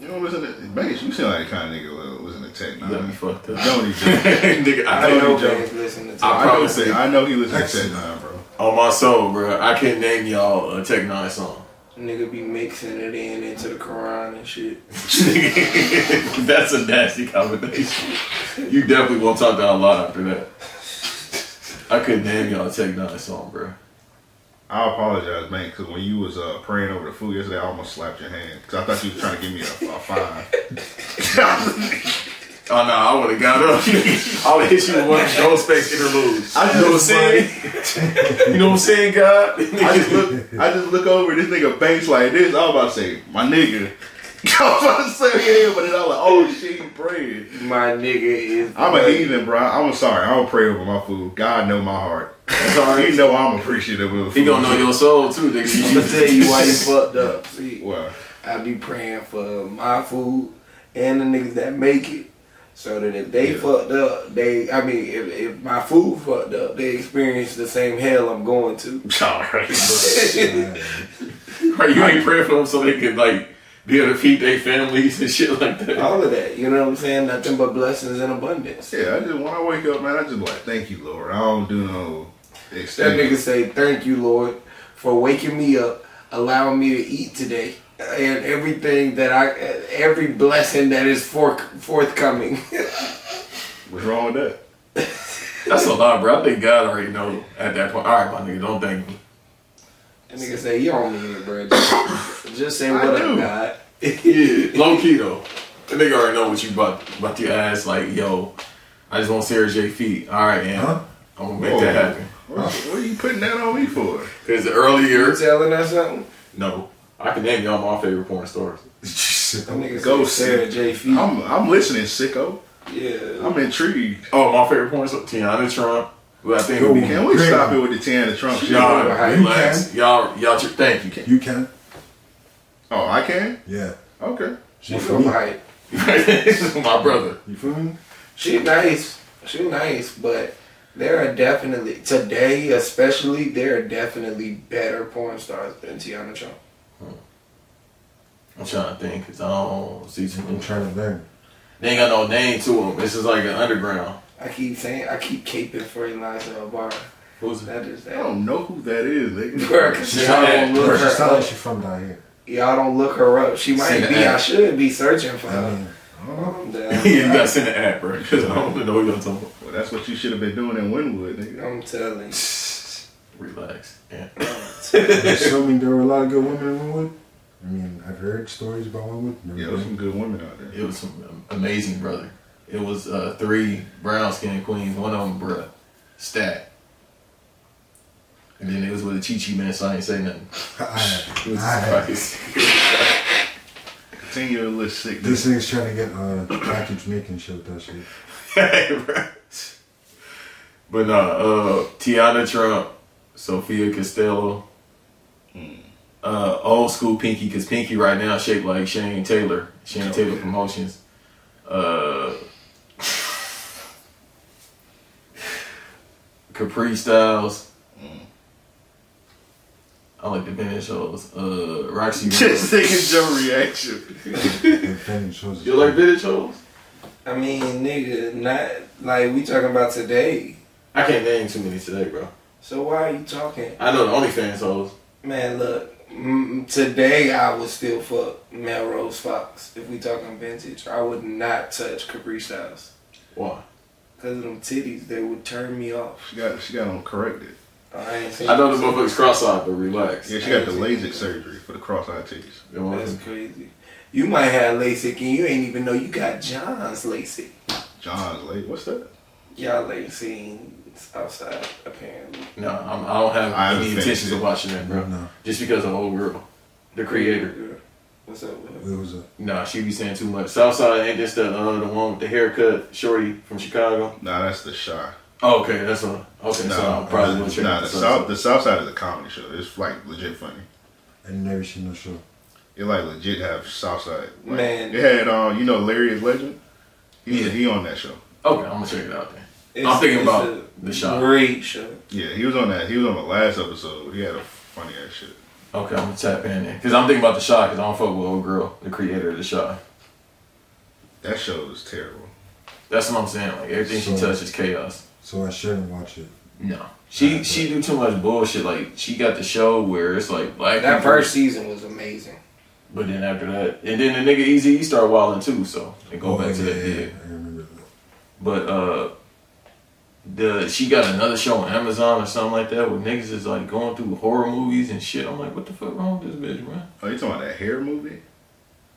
Speaker 3: You don't listen to Bass. You sound like the kind of nigga who listen to Tech
Speaker 7: You got me
Speaker 3: Nine.
Speaker 7: fucked up.
Speaker 3: Don't even.
Speaker 7: *laughs* nigga,
Speaker 3: *laughs*
Speaker 7: I
Speaker 3: I
Speaker 6: *laughs*
Speaker 7: can't
Speaker 3: know.
Speaker 7: know.
Speaker 6: Nobody's listening to
Speaker 7: I
Speaker 3: I
Speaker 6: him.
Speaker 3: know.
Speaker 7: promise
Speaker 3: Say,
Speaker 7: you.
Speaker 3: I know he listens to
Speaker 8: Excellent.
Speaker 3: Tech Nine, bro.
Speaker 7: On my soul, bro, I can't name y'all a Tech nine song.
Speaker 6: Nigga be mixing it in into the Quran and shit.
Speaker 7: *laughs* That's a nasty combination. You definitely won't talk down a lot after that. I couldn't name y'all a Tech Nine song, bro.
Speaker 3: I apologize, man, because when you was uh, praying over the food yesterday, I almost slapped your hand because I thought you was trying to give me a, a fine.
Speaker 7: Oh no, I would have got up. *laughs* I would hit you with one gold space interlude.
Speaker 3: I just
Speaker 7: You know what I'm saying? *laughs* you know what I'm saying,
Speaker 3: *laughs*
Speaker 7: God?
Speaker 3: I just look, I just look over this nigga banks like this. I was about to say, my nigga. *laughs* I was about to say yeah, but then I was like, oh shit, you praying.
Speaker 6: My nigga is.
Speaker 3: I'm a heathen, bro. I'm sorry. I don't pray over my food. God know my heart. *laughs* He know I'm appreciative of food.
Speaker 7: He gonna know your soul too, nigga.
Speaker 6: I'm gonna tell you
Speaker 3: *laughs*
Speaker 7: *laughs*
Speaker 6: why you fucked up. See,
Speaker 3: Well,
Speaker 6: I be praying for my food and the niggas that make it, so that if they fucked up, they. I mean, if, if my food fucked up, they experience the same hell I'm going to.
Speaker 7: Alright. Right, you ain't praying for them so they could like be able to feed their families and shit like that.
Speaker 6: All of that, you know what I'm saying? Nothing but blessings in abundance.
Speaker 3: yeah. I just when I wake up, man, I just be like, thank you, Lord. I don't do no.
Speaker 6: That
Speaker 3: extended-
Speaker 6: nigga say, "Thank you, Lord, for waking me up, allowing me to eat today, and everything that I, every blessing that is forth forthcoming." *laughs*
Speaker 3: What's wrong with that?
Speaker 7: That's a lot, bro. I think God already know at that point. Alright, my nigga, don't thank me.
Speaker 6: That nigga say, "You don't mean
Speaker 3: *coughs*
Speaker 6: it, bro. Just, just say what
Speaker 3: I
Speaker 6: up,
Speaker 3: do.
Speaker 6: God." *laughs*
Speaker 7: Yeah, low key though. That nigga already know what you about about your ass. Like, yo, I just want Sarah J feet. All right, man.
Speaker 8: Huh?
Speaker 7: I'm gonna make
Speaker 3: Whoa.
Speaker 7: that happen.
Speaker 3: What, what are you putting that on me for?
Speaker 7: Cause
Speaker 6: You
Speaker 7: earlier,
Speaker 6: telling us something?
Speaker 7: no, I can name y'all my favorite porn stars.
Speaker 6: That nigga
Speaker 3: Go
Speaker 6: say, Sarah
Speaker 3: see.
Speaker 6: J. Feet.
Speaker 3: I'm I'm listening, sicko.
Speaker 6: yeah.
Speaker 3: I'm intrigued.
Speaker 7: Oh, my favorite porn star, Tiana Trump. Who I think would be.
Speaker 3: Can we
Speaker 8: Great.
Speaker 3: stop it with the Tiana Trump shit?
Speaker 7: Y'all
Speaker 6: You
Speaker 7: relax. Y'all, y'all. tr- Thank *laughs* you.
Speaker 8: You can?
Speaker 3: Oh, I can.
Speaker 8: Yeah.
Speaker 3: Okay.
Speaker 6: She from hype.
Speaker 7: my brother.
Speaker 8: You feel me?
Speaker 6: She nice. She nice, but there are definitely today, especially there are definitely better porn stars than Tiana Trump.
Speaker 7: I'm trying to think because I don't see too
Speaker 8: I'm
Speaker 7: many.
Speaker 8: trying to learn.
Speaker 7: They ain't got no name to them. This is like an underground.
Speaker 6: I keep saying I keep caping for Eliza Obara.
Speaker 7: *laughs* Who's it?
Speaker 6: That is
Speaker 3: I
Speaker 6: *laughs* that.
Speaker 3: don't know who that is, *laughs* nigga.
Speaker 6: Bruh, 'cause
Speaker 7: She's
Speaker 6: y'all
Speaker 7: not
Speaker 6: don't
Speaker 7: that-
Speaker 6: look
Speaker 8: Bro, she
Speaker 6: her
Speaker 8: sound like
Speaker 6: up.
Speaker 8: she from down here.
Speaker 6: Y'all don't look her up. She
Speaker 7: Send
Speaker 6: might
Speaker 7: it
Speaker 6: be. I
Speaker 7: out.
Speaker 6: should be searching for
Speaker 8: I
Speaker 6: her.
Speaker 8: mean,
Speaker 7: *laughs*
Speaker 6: Calm
Speaker 7: yeah,
Speaker 6: down.
Speaker 7: you gotta send an ad, bro. Because I don't know what y'all talking about.
Speaker 3: Well, that's what you should have been doing in Winwood, nigga.
Speaker 6: I'm telling you.
Speaker 7: Relax. Yeah.
Speaker 8: assuming there were a lot of good women in Winwood. I mean, I've heard stories about Winwood. Never
Speaker 3: Yeah, there's
Speaker 8: been.
Speaker 3: some good women out there.
Speaker 7: It was some amazing, brother. It was uh, three brown skinned queens, one of them, bruh, stat. And then it was with a Chi Chi man, so I ain't say nothing. It was
Speaker 8: I,
Speaker 7: just
Speaker 8: I,
Speaker 3: Continue to look sick.
Speaker 8: this nigga's trying to get uh, back to Jamaican shit with that shit.
Speaker 7: *laughs* fucking- bruh. But nah, uh, Tiana Trump, Sophia Costello, uh, old school Pinky, because Pinky right now shaped like Shane Taylor, Shane Taylor Promotions. Uh, Capri Styles. Hmm. I like the Bennett shows. Uh, *laughs* Roxy.
Speaker 3: This
Speaker 7: Rose.
Speaker 3: nigga's your reaction.
Speaker 8: And Fanny shows us-
Speaker 7: you like Bennett shows?
Speaker 6: I mean, nigga, not like we talking about today.
Speaker 7: I can't name too many today, bro.
Speaker 6: So why are you talking,
Speaker 7: I know the OnlyFans hoes.
Speaker 6: man? Look, mm, today I would still fuck Melrose Fox if we talking vintage. I would not touch Capri Styles
Speaker 7: Why?
Speaker 6: because of them titties. They would turn me off.
Speaker 3: *laughs* She got she got them corrected.
Speaker 6: I ain't seen.
Speaker 7: I know the motherfuckers cross-eyed, but relax.
Speaker 3: Yeah, she got the LASIK surgery for the cross-eyed titties.
Speaker 7: It wasn't-
Speaker 6: That's crazy. You might have LASIK and you ain't even know you got John's LASIK.
Speaker 3: John's late. What's that?
Speaker 6: Y'all ain't seen outside apparently.
Speaker 7: No, I'm, I don't have
Speaker 3: I haven't
Speaker 7: any
Speaker 3: finished
Speaker 7: intentions
Speaker 3: it.
Speaker 7: of watching that, bro.
Speaker 8: No.
Speaker 7: Just because of old girl, the creator.
Speaker 6: What's up? with her?
Speaker 8: It was a
Speaker 7: Nah, she be saying too much. Southside ain't this the uh, the one with the haircut, shorty from Chicago?
Speaker 3: Nah, that's the shy.
Speaker 7: Oh, okay, that's one. Okay, so
Speaker 3: Nah,
Speaker 7: I'll probably
Speaker 3: nah,
Speaker 7: will check
Speaker 3: nah,
Speaker 7: out
Speaker 3: the
Speaker 7: the
Speaker 3: south
Speaker 7: Southside.
Speaker 3: the south side is a comedy show. It's like legit funny.
Speaker 8: I never seen no show.
Speaker 3: It like legit have south side. Like,
Speaker 6: Man.
Speaker 3: it had um you know Larry is legend. He
Speaker 7: Yeah.
Speaker 3: was he on that show.
Speaker 7: Okay, I'm gonna check it out then.
Speaker 6: It's-
Speaker 7: thinking
Speaker 6: it's
Speaker 7: about
Speaker 6: a
Speaker 7: the shop.
Speaker 6: Great show.
Speaker 3: Yeah, he was on that. He was on the last episode. He had a funny ass shit.
Speaker 7: Okay, I'm gonna tap in there. Cause I'm thinking about the shot, cause I don't fuck with old girl, the creator of the shot.
Speaker 3: That show is terrible.
Speaker 7: That's what I'm saying. Like everything she
Speaker 8: So-
Speaker 7: touches chaos.
Speaker 8: So I shouldn't watch it.
Speaker 7: No. She she do too much bullshit. Like she got the show where it's like black
Speaker 6: That
Speaker 7: people-
Speaker 6: first season was
Speaker 7: But then after that, and then the nigga Easy, he started wilding too. So and go back to that. Oh, Yeah.
Speaker 8: I remember that.
Speaker 7: But uh the she got another show on Amazon or something like that where niggas is like going through horror movies and shit. I'm like, what the fuck wrong with this bitch, man?
Speaker 3: Oh, you talking about that hair movie?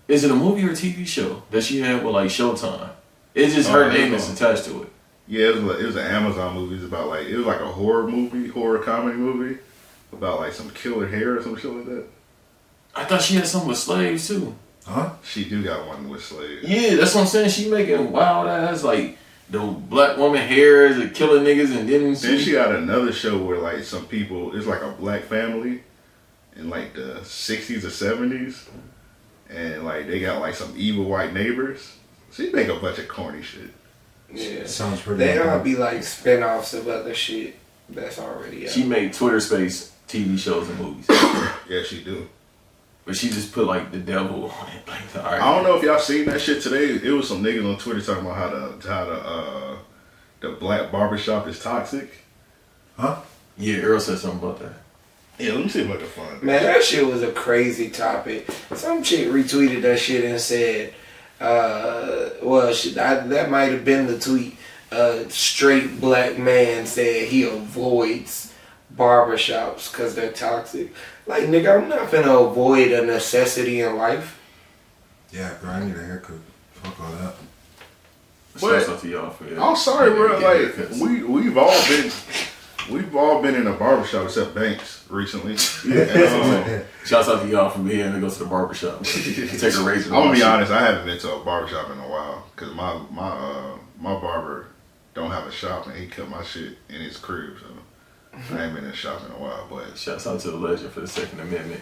Speaker 7: Is it a movie or a TV show that she had with like Showtime? It's just her
Speaker 3: Oh,
Speaker 7: name
Speaker 3: yeah.
Speaker 7: is attached to it.
Speaker 3: Yeah, it was, like- it was an Amazon movie. It was about like it was like a horror movie, horror comedy movie about like some killer hair or some shit like that.
Speaker 7: I thought she had something with slaves too.
Speaker 8: Huh?
Speaker 3: She do got one with slaves.
Speaker 7: Yeah, that's what I'm saying. She making wild ass like the black woman hair is a killer niggas and then
Speaker 3: Then
Speaker 7: she,
Speaker 3: she got another show where like some people, it's like a black family in like the sixties or seventies, and like they got like some evil white neighbors. She make a bunch of corny shit.
Speaker 6: Yeah.
Speaker 8: Sounds pretty.
Speaker 6: They
Speaker 8: good.
Speaker 6: all be like spin offs of other shit that's already out.
Speaker 7: she made Twitter space TV shows and movies.
Speaker 3: Yeah, she do.
Speaker 7: but she just put like the devil on it. Like the
Speaker 3: I don't know if y'all seen that shit today. It was some niggas on Twitter talking about how the how the uh, the black barbershop is toxic.
Speaker 7: Yeah, Earl said something about that.
Speaker 3: Yeah, let me see if I can find.
Speaker 6: Man, that shit was a crazy topic. Some chick retweeted that shit and said, uh, well, she, I, that might have been the tweet. A straight black man said he avoids barbershops because they're toxic. Like, nigga, I'm not finna avoid a necessity in life.
Speaker 8: Yeah, bro, I need a haircut. Fuck all that.
Speaker 3: But-
Speaker 7: Shouts out to y'all for it.
Speaker 3: I'm sorry, bro.
Speaker 7: Yeah,
Speaker 3: Like
Speaker 7: haircuts.
Speaker 3: we we've all been we've all been in a barbershop except Banks recently. And, um,
Speaker 7: Shouts out to y'all for being able to go to
Speaker 3: *laughs*
Speaker 7: the barbershop. Take a razor.
Speaker 3: I'm gonna be honest. I haven't been to a barbershop in a while because my my uh, my barber don't have a shop and he cut my shit in his crib. So I ain't been in a shop in a while. But
Speaker 7: Shouts out to the legend for the Second Amendment.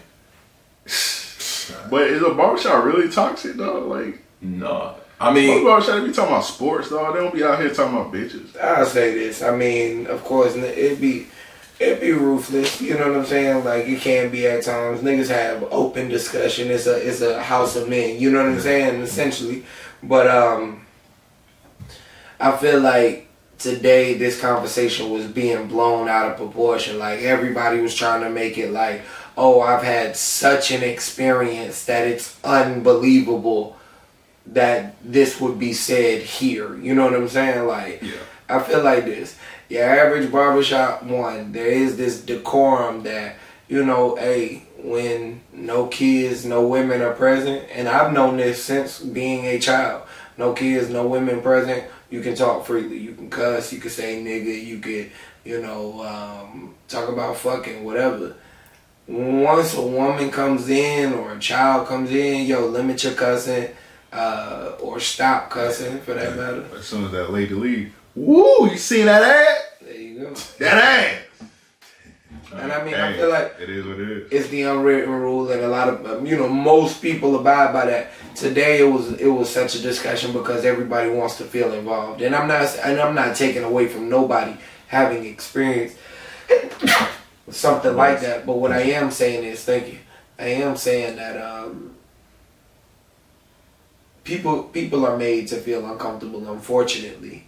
Speaker 3: but is a barbershop really toxic though? Like
Speaker 7: Nah. I
Speaker 3: most
Speaker 7: mean,
Speaker 3: barbershop be talking about sports though. They don't be out here talking about bitches.
Speaker 6: I'll say this. I mean, of course, n- it'd be it'd be ruthless. You know what I'm saying? Like it can be at times. Niggas have open discussion. It's a it's a house of men. You know what I'm saying? Essentially, but um, I feel like today this conversation was being blown out of proportion. Like everybody was trying to make it like, oh, I've had such an experience that it's unbelievable that this would be said here. You know what I'm saying? Like,
Speaker 3: Yeah.
Speaker 6: I feel like this. Your average barbershop one, there is this decorum that, you know, hey, when no kids, no women are present, and I've known this since being a child. No kids, no women present, you can talk freely. You can cuss, you can say nigga, you could, you know, um, talk about fucking, whatever once a woman comes in or a child comes in, yo, limit your cussing uh, or stop cussing for that matter.
Speaker 3: As soon as that lady leave, woo! You seen that ad?
Speaker 6: There you go.
Speaker 3: That
Speaker 6: And I mean,
Speaker 3: ad.
Speaker 6: I feel like
Speaker 3: it is what it is.
Speaker 6: it's the unwritten rule, and a lot of um, you know most people abide by that. Today it was it was such a discussion because everybody wants to feel involved, and I'm not and I'm not taking away from nobody having experienced *coughs* something like that. But what I am saying is, thank you. I am saying that um, people people are made to feel uncomfortable, unfortunately,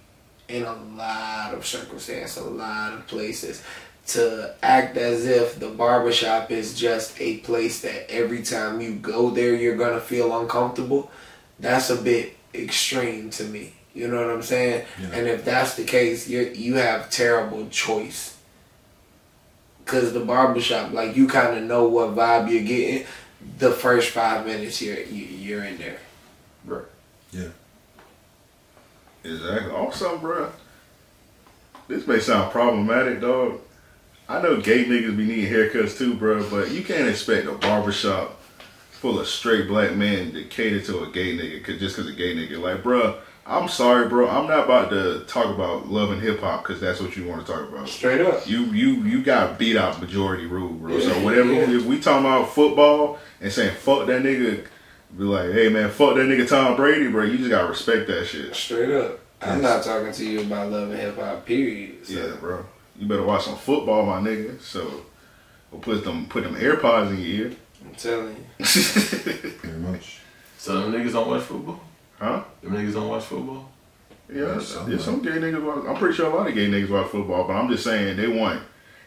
Speaker 6: in a lot of circumstances, a lot of places to act as if the barbershop is just a place that every time you go there you're gonna feel uncomfortable that's a bit extreme to me you know what i'm saying
Speaker 8: Yeah.
Speaker 6: and if that's the case you you have terrible choice because the barbershop like you kind of know what vibe you're getting the first five minutes you're you, you're in there
Speaker 3: Exactly. Also, bruh, this may sound problematic, dog. I know gay niggas be needing haircuts too, bruh, but you can't expect a barbershop full of straight black men to cater to a gay nigga 'cause- just because a gay nigga. Like, bruh, I'm sorry, bro. I'm not about to talk about love and hip hop because that's what you want to talk about.
Speaker 6: straight up
Speaker 3: You you you got beat out majority rule, bro. So
Speaker 6: Yeah,
Speaker 3: whatever
Speaker 6: yeah.
Speaker 3: if we talking about football and saying fuck that nigga, be like, hey man, fuck that nigga Tom Brady, bro. You just gotta respect that shit.
Speaker 6: straight up i'm not talking to you about love and hip-hop period so.
Speaker 3: Yeah, bro. You better watch some football, my nigga. So we'll put them put them AirPods in your ear. *laughs*
Speaker 6: i'm telling you
Speaker 8: Pretty much.
Speaker 7: so them niggas don't watch football?
Speaker 3: Huh?
Speaker 7: Them niggas don't watch football?
Speaker 3: yeah,
Speaker 8: That's
Speaker 3: yeah, some gay niggas. Watch, I'm pretty sure a lot of gay niggas watch football, but I'm just saying they want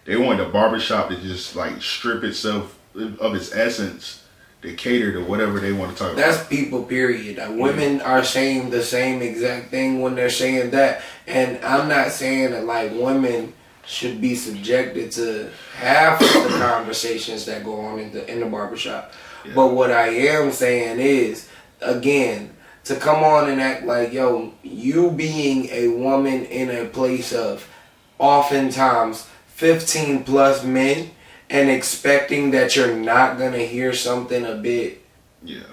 Speaker 3: they want the barbershop to just like strip itself of its essence They cater to whatever they want to talk about.
Speaker 6: That's people, period. Like, women are saying the same exact thing when they're saying that. And I'm not saying that, like, women should be subjected to half of the *coughs* conversations that go on in the, in the barbershop. But what I am saying is, again, to come on and act like, yo, you being a woman in a place of oftentimes 15 plus men and expecting that you're not going to hear something a bit
Speaker 3: yeah.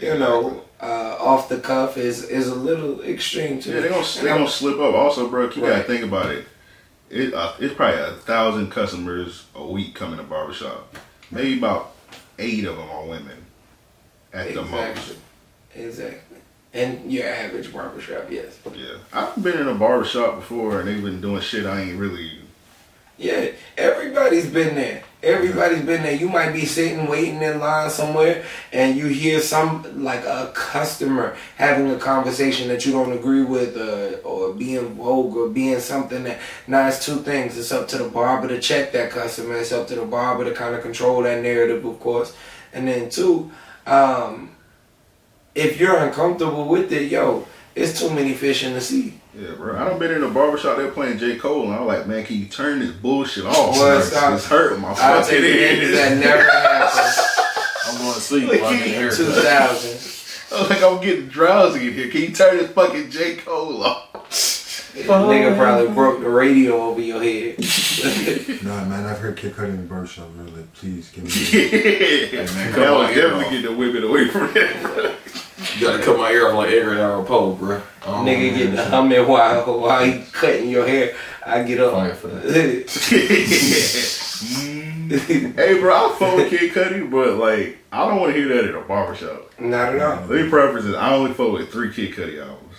Speaker 6: you know, uh, off the cuff is is a little extreme to
Speaker 3: Yeah,
Speaker 6: me.
Speaker 3: they don't
Speaker 6: And
Speaker 3: they
Speaker 6: I'm-
Speaker 3: don't slip up. Also, bro, you gotta
Speaker 6: Right.
Speaker 3: think about it. It uh, it's probably a thousand customers a week coming to barbershop. Maybe about eight of them are women at the most.
Speaker 6: Exactly. Exactly. And your average barbershop, yes.
Speaker 3: Yeah, I've been in a barbershop before, and they've been doing shit I ain't really.
Speaker 6: Yeah, everybody's been there. Everybody's been there. You might be sitting waiting in line somewhere and you hear some like a customer having a conversation that you don't agree with uh, or being vogue or being something that now it's two things. It's up to the barber to check that customer, it's up to the barber to kind of control that narrative of course. And then two, um, if you're uncomfortable with it, yo, it's too many fish in the sea.
Speaker 3: Yeah, bro. I don't been in a barbershop. They're playing J Cole, and I'm like, man, can you turn this bullshit off?
Speaker 6: Well,
Speaker 3: It's,
Speaker 6: stop.
Speaker 3: it's hurting my
Speaker 6: I'll take
Speaker 3: fucking
Speaker 6: it
Speaker 3: *laughs*
Speaker 6: that
Speaker 3: ears.
Speaker 6: never happened.
Speaker 7: I'm going to sleep while I get
Speaker 3: *laughs*
Speaker 7: a
Speaker 6: Two
Speaker 7: haircut.
Speaker 6: thousand.
Speaker 3: I'm like, I'm getting drowsy in here. Can you turn this fucking J Cole off? *laughs*
Speaker 6: Nigga probably broke the radio over your head.
Speaker 8: Nah, man, I've heard Kid Cudi in the barbershop. Really, please
Speaker 7: *laughs*
Speaker 8: give me.
Speaker 3: yeah, man,
Speaker 7: come
Speaker 3: that
Speaker 7: on,
Speaker 3: was definitely
Speaker 7: y'all.
Speaker 3: getting the women away from that. bro.
Speaker 7: You got to cut my ear off like "Oh, Edgar Allan Poe, bro. I
Speaker 3: Oh,
Speaker 7: don't
Speaker 6: Nigga
Speaker 7: wanna
Speaker 6: getting
Speaker 7: hear
Speaker 6: the
Speaker 7: that
Speaker 6: humming while while he cutting your hair. I get up.
Speaker 7: Fire for
Speaker 3: *laughs* hey, bro, I fuck with Kid Cudi, but like, I don't want to hear that at a barbershop.
Speaker 6: *laughs* Not at all.
Speaker 3: Let me preface this: I only fuck with three Kid Cudi albums.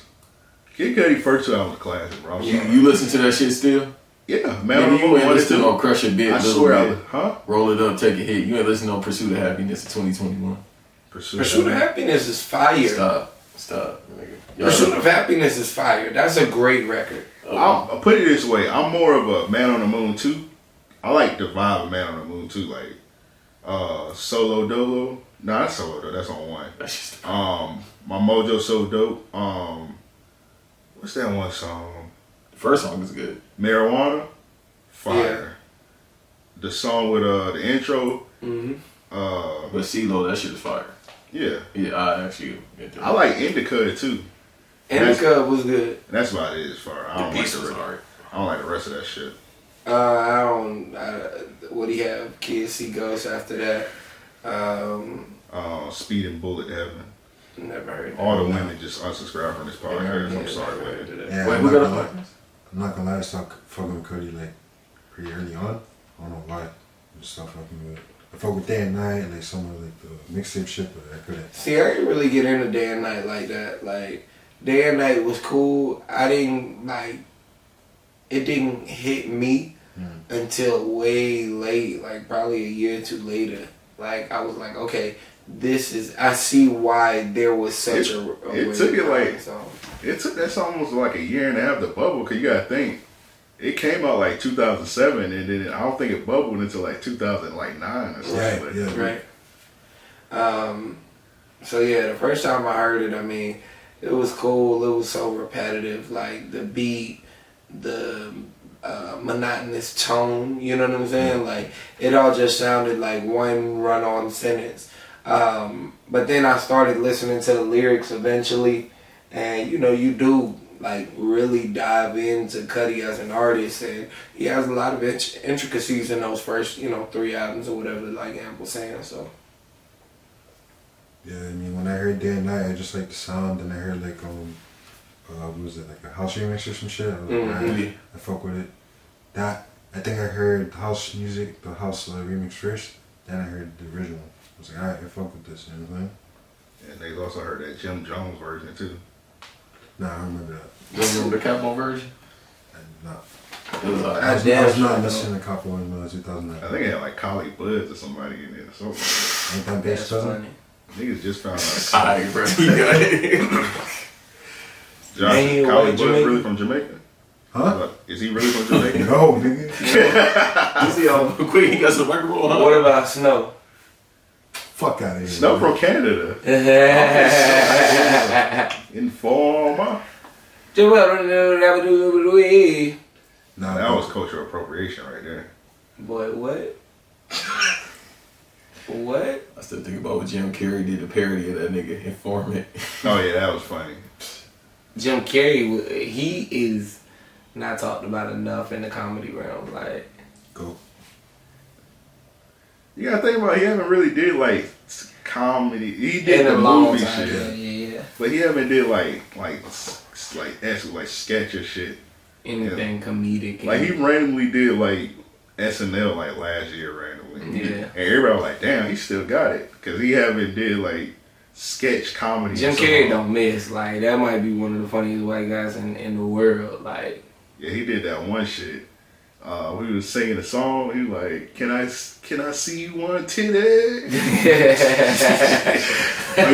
Speaker 3: Kid Cudi first two albums classic, bro. I'm
Speaker 7: shit.
Speaker 3: sorry.
Speaker 7: You, you listen to that shit still?
Speaker 3: yeah, man,
Speaker 7: Man,
Speaker 3: I'm
Speaker 7: you ain't
Speaker 3: one and
Speaker 7: listening on
Speaker 3: two.
Speaker 7: Crush Your Bit,
Speaker 3: I
Speaker 7: Little
Speaker 3: swear, I
Speaker 7: Bit.
Speaker 3: was, huh?
Speaker 7: Roll It Up, Take a Hit. You ain't listening on Pursuit of Happiness in 2021.
Speaker 3: Pursuit,
Speaker 6: Pursuit of happiness is fire.
Speaker 7: Stop. Stop, nigga. Y'all-
Speaker 6: Pursuit of happiness is fire. That's a great record.
Speaker 3: I'll, I'll put it this way: I'm more of a Man on the Moon too. I like the vibe of Man on the Moon too, like uh, Solo Dolo. No, that's Solo Dolo. That's on one.
Speaker 7: That's just-
Speaker 3: Um, my mojo so dope. Um, what's that one song?
Speaker 7: The first song is good.
Speaker 3: Marijuana, fire. The song with uh the intro.
Speaker 6: Mhm.
Speaker 3: Uh,
Speaker 7: But CeeLo, that shit is fire.
Speaker 3: yeah,
Speaker 7: Yeah, I actually. get that.
Speaker 3: I like Indica too. That's-
Speaker 6: Indica was good.
Speaker 3: And that's about it as far. I
Speaker 7: the
Speaker 3: don't like
Speaker 7: piece
Speaker 3: the
Speaker 7: was
Speaker 3: rest.
Speaker 7: alright.
Speaker 3: I don't like the rest of that shit.
Speaker 6: Uh, I don't. I, what do you have? Kids see ghosts after that. Um,
Speaker 3: Uh, Speed and Bullet to Heaven.
Speaker 6: never heard.
Speaker 3: All the women just unsubscribe from this podcast. I'm sorry,
Speaker 6: Never
Speaker 3: women.
Speaker 6: heard of that.
Speaker 8: Yeah,
Speaker 7: Wait,
Speaker 8: I'm
Speaker 7: who
Speaker 8: not
Speaker 7: got a
Speaker 8: gonna lie.
Speaker 7: podcast?
Speaker 8: I'm not gonna lie, I stopped fucking with Cudi like pretty early on. I don't know why. I just stopped fucking with. I fuck with Day and Night and like some of like the mixtape shit, but I couldn't.
Speaker 6: See, I didn't really get into day and night like that. Like day and night was cool. I didn't like it didn't hit me
Speaker 3: Hmm.
Speaker 6: until way late, like probably a year or two later. Like I was like, okay, this is I see why there was such
Speaker 3: It-
Speaker 6: a, a
Speaker 3: it
Speaker 6: wave
Speaker 3: took it,
Speaker 6: of
Speaker 3: like-
Speaker 6: song.
Speaker 3: It took that's almost like a year and a half to bubble. Cause you gotta think, it came out like 2007, and then I don't think it bubbled until like 2009 or something.
Speaker 8: Right,
Speaker 3: like
Speaker 8: yeah.
Speaker 3: that.
Speaker 6: right? Um, so yeah, the first time I heard it, I mean, it was cool. It was so repetitive, like the beat, the uh, monotonous tone. You know what I'm saying? Like it all just sounded like one run-on sentence. Um, but then I started listening to the lyrics eventually, and you know, you do like really dive into Cuddy as an artist, and he has a lot of int- intricacies in those first, you know, three albums or whatever, like Amp was saying. So
Speaker 8: Yeah, I mean when I heard Day and Night, I just like the sound, and I heard like um, uh, what was it like a house remix or some shit? I was like,
Speaker 6: Mhm.
Speaker 8: alright, I fuck with it. That I think I heard house music, the house uh, remix first, then I heard the original. I was like, alright, I fuck with this. You know what I'm saying?
Speaker 3: And they also heard that Jim Jones version too.
Speaker 8: Nah, I don't remember that.
Speaker 7: You remember the Capo version?
Speaker 8: I did not.
Speaker 7: It was uh, alright. *laughs*
Speaker 8: I was,
Speaker 6: damn
Speaker 8: I was
Speaker 6: sure I
Speaker 8: not
Speaker 6: don't.
Speaker 8: listening to Cop One uh, 2009.
Speaker 3: I think it had like Collie Buds or somebody in there. So
Speaker 8: Ain't that bass doesn't?
Speaker 3: niggas just found out
Speaker 7: Alright, bro. You got it.
Speaker 3: Josh,
Speaker 6: Man, he
Speaker 3: Collie
Speaker 6: white
Speaker 3: Buds
Speaker 6: Jamaican.
Speaker 3: really from Jamaica.
Speaker 8: Huh?
Speaker 3: Like, Is he really from
Speaker 6: *laughs*
Speaker 8: *laughs*
Speaker 3: Jamaica?
Speaker 8: No, nigga.
Speaker 7: *laughs* Quick, you got some microphone, huh?
Speaker 6: *laughs* What about Snow?
Speaker 8: fuck out of here.
Speaker 3: Snow
Speaker 8: man.
Speaker 3: from Canada. Informer.
Speaker 6: Boy,
Speaker 8: Nah,
Speaker 3: That was cultural appropriation right there.
Speaker 6: what? What?
Speaker 7: I still think about what Jim Carrey did a parody of that nigga informant.
Speaker 3: Oh yeah, that was funny.
Speaker 6: Jim Carrey, he is not talked about enough in the comedy realm. Like,
Speaker 8: Go.
Speaker 3: You gotta think about it, he haven't really did like s- comedy. He
Speaker 6: in
Speaker 3: did
Speaker 6: a
Speaker 3: the
Speaker 6: long
Speaker 3: movie
Speaker 6: time.
Speaker 3: shit,
Speaker 6: Yeah, yeah, yeah.
Speaker 3: but he haven't did like like s- s- like that's like sketch or shit.
Speaker 6: Anything comedic.
Speaker 3: Like he
Speaker 6: and-
Speaker 3: randomly did like SNL like last year randomly.
Speaker 6: Yeah.
Speaker 3: and everybody was like, damn, he still got it because he haven't did like sketch comedy.
Speaker 6: Jim
Speaker 3: in so
Speaker 6: Carrey
Speaker 3: long.
Speaker 6: don't miss. Like, that might be one of the funniest white guys in, in the world.
Speaker 3: *laughs*
Speaker 6: Like,
Speaker 3: Yeah, he did that one shit. Uh, we was singing a song. He was like, "Can I s- can I see you one *laughs* titty?"
Speaker 7: Oh, yeah,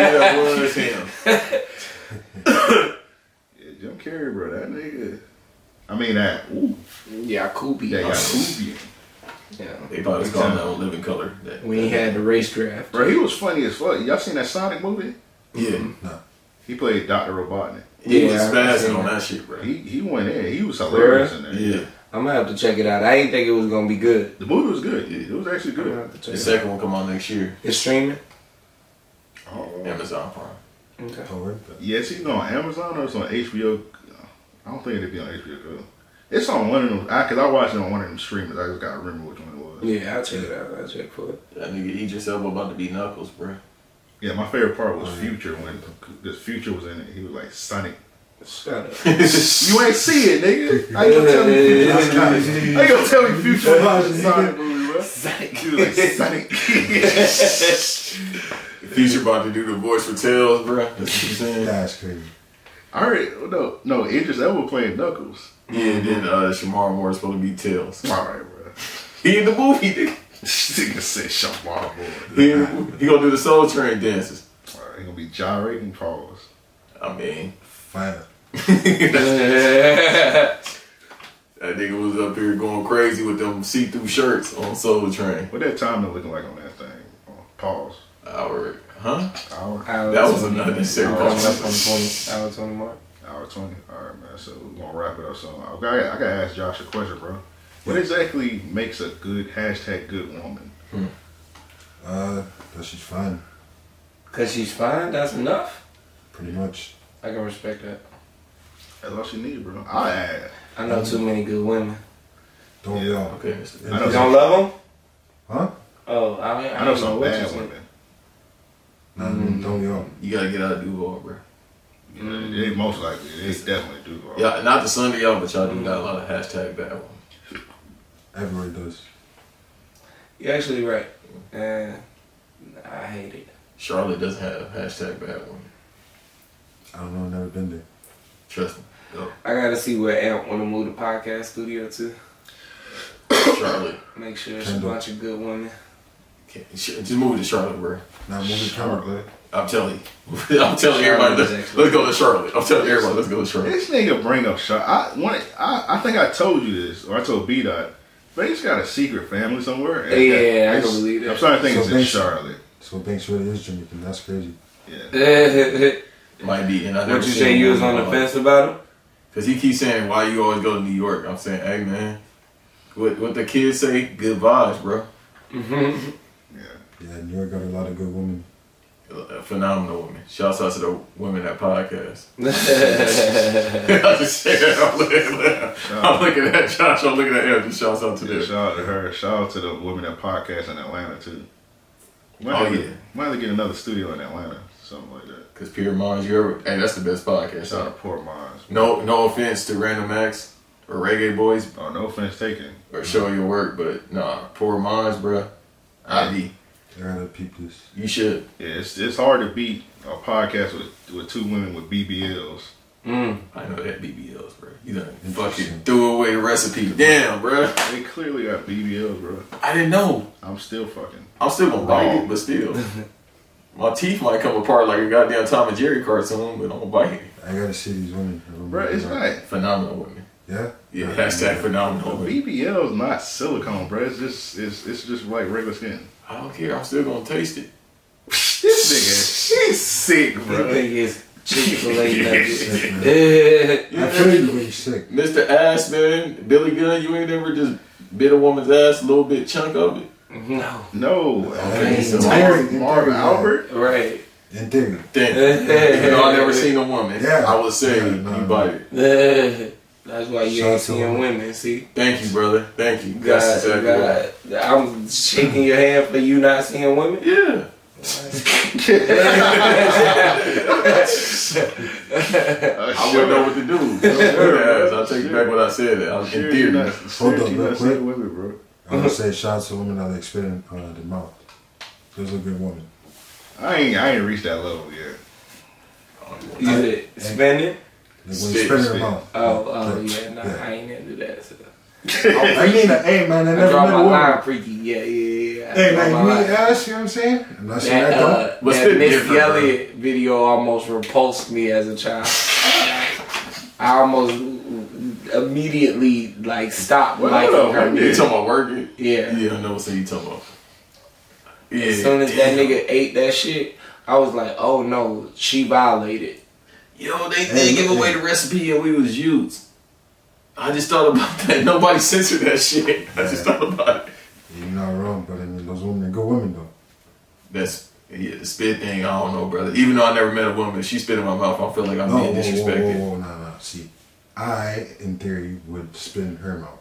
Speaker 7: that was him.
Speaker 3: Yeah, Jim Carrey, bro, that nigga. I mean that. Ooh,
Speaker 6: Yakubi.
Speaker 3: that
Speaker 6: Oh.
Speaker 3: Yakubian.
Speaker 6: Yeah.
Speaker 7: *laughs* They probably was calling that one Living Color. That,
Speaker 6: When he had the race draft.
Speaker 3: Bro, he was funny as fuck. Y'all seen that Sonic movie?
Speaker 7: Yeah.
Speaker 3: He played Dr. Robotnik.
Speaker 7: He
Speaker 6: Yeah,
Speaker 7: was
Speaker 6: I remember
Speaker 7: spazzing
Speaker 6: seeing
Speaker 7: on
Speaker 6: that.
Speaker 7: that shit, bro.
Speaker 3: He he went in. He was hilarious in there.
Speaker 7: Yeah.
Speaker 6: I'm gonna have to check it out. I didn't think it was gonna be good.
Speaker 3: The movie was good. It was actually
Speaker 6: I'm gonna
Speaker 3: good.
Speaker 6: have to check
Speaker 7: The
Speaker 6: it out.
Speaker 7: second one come out next year.
Speaker 6: It's streaming.
Speaker 3: Oh.
Speaker 7: Amazon Prime.
Speaker 6: Okay.
Speaker 8: Oh, right there.
Speaker 3: Yeah, it's either on Amazon or it's on HBO. I don't think it'd be on HBO. Go. It's on one of them. I, Cause I watched it on one of them streamers. I just gotta remember which one it was.
Speaker 6: Yeah, I'll check it out. I'll check for it.
Speaker 7: That nigga Idris Elba about to be Knuckles, bro.
Speaker 3: Yeah, my favorite part was
Speaker 8: Oh, yeah.
Speaker 3: Future when the Future was in it. He was like Sonic.
Speaker 6: Shut up.
Speaker 7: *laughs*
Speaker 3: You ain't see it, nigga. I ain't gonna tell me. I ain't gonna tell me future about the Sonic movie, bro. He was like Sonic.
Speaker 7: Future about to do the voice for Tails, bro. That's what I'm
Speaker 8: *laughs*
Speaker 7: saying.
Speaker 8: That's crazy.
Speaker 3: *laughs* I already no no Idris Elba playing Knuckles.
Speaker 7: Yeah, and then uh, Shamar Moore is supposed to be Tails.
Speaker 3: All right, bro. *laughs*
Speaker 7: He in the movie, nigga.
Speaker 3: This nigga said Shamar boy.
Speaker 7: He, in the movie. he gonna do the Soul Train dances.
Speaker 3: All right, he gonna be gyrating pause.
Speaker 7: I mean,
Speaker 8: Fire.
Speaker 7: that nigga was up here going crazy with them see-through shirts on Soul Train.
Speaker 3: What that time they looking like on that thing? Oh, Pause.
Speaker 7: Our, huh?
Speaker 3: Hour,
Speaker 6: Hour
Speaker 7: That was
Speaker 6: 20.
Speaker 3: Oh,
Speaker 7: unnecessary.
Speaker 6: Coming up on 20, hour 20 mark.
Speaker 3: hour twenty. All right, man. So we're gonna wrap it up. So I gotta, I gotta ask Josh a question, bro. What exactly makes a good hashtag good woman?
Speaker 8: Uh, that she's fine,
Speaker 6: Cause she's fine. That's enough.
Speaker 8: pretty much.
Speaker 6: I can respect that.
Speaker 3: That's all she needs, bro. I add.
Speaker 6: I know too many good women.
Speaker 8: Don't
Speaker 3: Yeah.
Speaker 8: y'all.
Speaker 7: Okay, Mr.
Speaker 8: And
Speaker 3: I
Speaker 6: You
Speaker 3: know-
Speaker 8: that's-
Speaker 6: don't love them?
Speaker 8: Huh?
Speaker 6: Oh, I, mean,
Speaker 3: I know
Speaker 6: don't
Speaker 3: some
Speaker 6: what you
Speaker 3: bad
Speaker 6: said.
Speaker 3: women.
Speaker 8: Nah,
Speaker 3: Mm.
Speaker 8: don't y'all.
Speaker 7: You gotta get out of Duval, bro.
Speaker 3: Yeah,
Speaker 6: Mm-hmm.
Speaker 3: They most likely, they definitely do. Bro.
Speaker 7: Y'all, not the Sunday y'all, but y'all do got a lot of hashtag bad ones.
Speaker 8: Everybody does.
Speaker 6: You're actually right. Uh, I hate it.
Speaker 7: Charlotte doesn't have hashtag bad women.
Speaker 8: I don't know. Never been there.
Speaker 7: Trust me.
Speaker 6: I gotta see where Amp wanna move the podcast studio to.
Speaker 7: Charlotte.
Speaker 6: Make sure it's a
Speaker 8: Kendall.
Speaker 6: bunch of good *laughs* women.
Speaker 7: Can't, sh- just move to Charlotte, bro.
Speaker 8: Now move the camera, bud.
Speaker 7: I'm telling you. *laughs* I'm telling everybody.
Speaker 6: Charlotte is
Speaker 7: Let's,
Speaker 6: excellent.
Speaker 7: let's go to Charlotte. I'm telling everybody. Let's go to Charlotte.
Speaker 3: This nigga bring up shot. I one. I, I think I told you this, or I told B dot. But he's got a secret family somewhere. and
Speaker 6: Yeah,
Speaker 3: that-
Speaker 6: I can
Speaker 3: it's-
Speaker 6: believe that.
Speaker 3: I'm starting to think
Speaker 8: So
Speaker 3: it's in
Speaker 8: basically-
Speaker 3: Charlotte.
Speaker 8: So Banks really is Jamaican. That's crazy.
Speaker 3: Yeah.
Speaker 6: Would
Speaker 7: Might be. And I
Speaker 6: you say you was on the fence about him?
Speaker 7: Because he keeps saying, why you always go to New York? I'm saying, hey, man. What, what the kids say? Good vibes, bro.
Speaker 6: Mm-hmm.
Speaker 3: Yeah.
Speaker 8: Yeah, New York got a lot of good women.
Speaker 7: A phenomenal woman. Shouts out to the women that podcast. *laughs*
Speaker 6: yeah,
Speaker 7: I'm just saying, I'm looking at, I'm looking at Josh. I'm looking at him. Just shouts out to
Speaker 3: yeah.
Speaker 7: them.
Speaker 3: Shout out to her. Shout out to the women that podcast in Atlanta too. Might
Speaker 7: Oh,
Speaker 3: have to-
Speaker 7: yeah.
Speaker 3: Might have to get another studio in Atlanta, something like that.
Speaker 7: Because Peter Mons, you ever. Hey, that's the best podcast.
Speaker 3: Shout out to Port Mines.
Speaker 7: No, no offense to Random Acts or Reggae Boys
Speaker 3: Oh, no offense taken.
Speaker 7: or Show Your Work, but nah, poor minds, bruh. I be.
Speaker 8: I gotta peep this.
Speaker 7: You should.
Speaker 3: Yeah, it's it's hard to beat a podcast with with two women with BBLs.
Speaker 6: Mm.
Speaker 7: I know that BBLs, bruh. You done fucking threw away the recipe. Damn, bruh.
Speaker 3: They clearly got BBLs, bro.
Speaker 7: I didn't know.
Speaker 3: I'm still fucking.
Speaker 7: I'm still gonna bite it, but *laughs* still. My teeth might come apart like a goddamn Tom and Jerry cartoon, but I'm gonna bite it.
Speaker 8: I gotta see these women. I don't
Speaker 3: Bro,
Speaker 8: know.
Speaker 3: it's
Speaker 7: Mm-hmm.
Speaker 3: not.
Speaker 7: Phenomenal women.
Speaker 8: Yeah.
Speaker 7: Yeah, hashtag phenomenal women.
Speaker 3: BBL is
Speaker 7: *laughs*
Speaker 3: not silicone, bro. It's just it's it's just like regular skin.
Speaker 7: I don't care. I'm still gonna taste it.
Speaker 3: sick,
Speaker 6: You
Speaker 3: bro.
Speaker 6: think it's Chick Fil A
Speaker 8: Sick, man.
Speaker 6: nuggets?
Speaker 8: *laughs* I feel you when you're sick.
Speaker 7: Mr. Ass Man, Billy Gunn, you ain't never just bit a woman's ass a little bit chunk of it.
Speaker 6: no,
Speaker 3: No,
Speaker 8: Okay,
Speaker 6: so
Speaker 3: Marv,
Speaker 8: Marvin-
Speaker 3: Marv Albert.
Speaker 6: right?
Speaker 8: In theory.
Speaker 7: Then, *laughs* you know, I never seen a woman.
Speaker 8: Yeah.
Speaker 7: I would say
Speaker 8: Yeah, no.
Speaker 7: you bite it.
Speaker 6: That's why you
Speaker 8: Shout
Speaker 6: ain't
Speaker 8: out to
Speaker 6: seeing
Speaker 8: him.
Speaker 6: women. See,
Speaker 7: Thank you, brother. Thank you.
Speaker 6: God,
Speaker 7: That's exactly right.
Speaker 6: God, I'm shaking your hand for you not seeing women.
Speaker 7: *laughs* Yeah.
Speaker 3: Uh,
Speaker 7: I wouldn't know what to *laughs* do. Yeah, I'll take back what I said. I was in theory.
Speaker 3: Hold
Speaker 8: Hold up, real quick.
Speaker 3: With me, bro.
Speaker 8: I would say shout out to women that experience uh, the mouth. Those are good women.
Speaker 3: I ain't, I ain't reached that level yet.
Speaker 6: You said spending?
Speaker 8: Like when
Speaker 7: Spit,
Speaker 8: you spit in
Speaker 3: spit.
Speaker 8: the mouth.
Speaker 6: Oh, oh
Speaker 8: Like,
Speaker 6: yeah, nah, I ain't into that. So.
Speaker 8: I mean, hey man, I
Speaker 6: I
Speaker 8: never
Speaker 6: draw
Speaker 8: met
Speaker 6: my
Speaker 8: a woman.
Speaker 6: line freaky. Yeah, yeah, yeah. I
Speaker 8: Hey
Speaker 6: draw
Speaker 8: man,
Speaker 6: my
Speaker 8: you
Speaker 6: line.
Speaker 8: ain't ass, you know what I'm saying? Unless you
Speaker 6: That,
Speaker 8: act
Speaker 6: uh,
Speaker 8: up.
Speaker 7: But
Speaker 6: that
Speaker 7: still
Speaker 6: Missy
Speaker 7: different, bro.
Speaker 6: Elliott video almost repulsed me as a child. I almost immediately like stopped
Speaker 3: Well,
Speaker 6: liking
Speaker 3: hold on,
Speaker 6: her.
Speaker 3: wait a
Speaker 7: You
Speaker 6: music.
Speaker 7: talking about working?
Speaker 6: Yeah.
Speaker 7: Yeah, I know what you talking about. Yeah.
Speaker 6: As soon as
Speaker 7: damn.
Speaker 6: that nigga ate that shit, I was like, oh no, she violated.
Speaker 7: Yo, they
Speaker 8: Hey,
Speaker 7: did give
Speaker 8: look,
Speaker 7: away
Speaker 8: hey.
Speaker 7: the recipe and we was used. I just thought about that. *laughs* Nobody censored that shit. I just thought about it.
Speaker 8: You're not wrong, but I mean, those women are good women though.
Speaker 7: That's yeah, the spit thing. I don't know, brother. Even though I never met a woman, she spit in my mouth. I feel like I'm
Speaker 8: No,
Speaker 7: being
Speaker 8: whoa, whoa, whoa,
Speaker 7: disrespected.
Speaker 8: whoa, nah, nah. See, I, in theory, would spit in her mouth,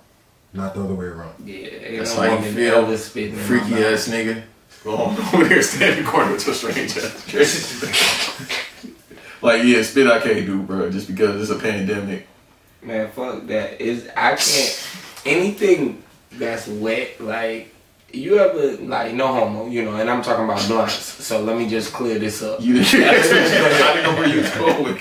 Speaker 8: not the other way around.
Speaker 6: Yeah, ain't
Speaker 7: That's
Speaker 6: no
Speaker 7: how you
Speaker 6: woman
Speaker 7: feel,
Speaker 6: ever spit in my
Speaker 7: Freaky
Speaker 6: mouth.
Speaker 7: ass nigga. Go on *laughs* over here, stand in the corner with a stranger. *laughs* like yeah, spit I can't do, bro. Just because it's a pandemic.
Speaker 6: Man, fuck that. Is I can't anything that's wet. Like you ever like no homo, you know. And I'm talking about blunts. So let me just clear this up.
Speaker 7: *laughs* You didn't. I didn't know where you was going with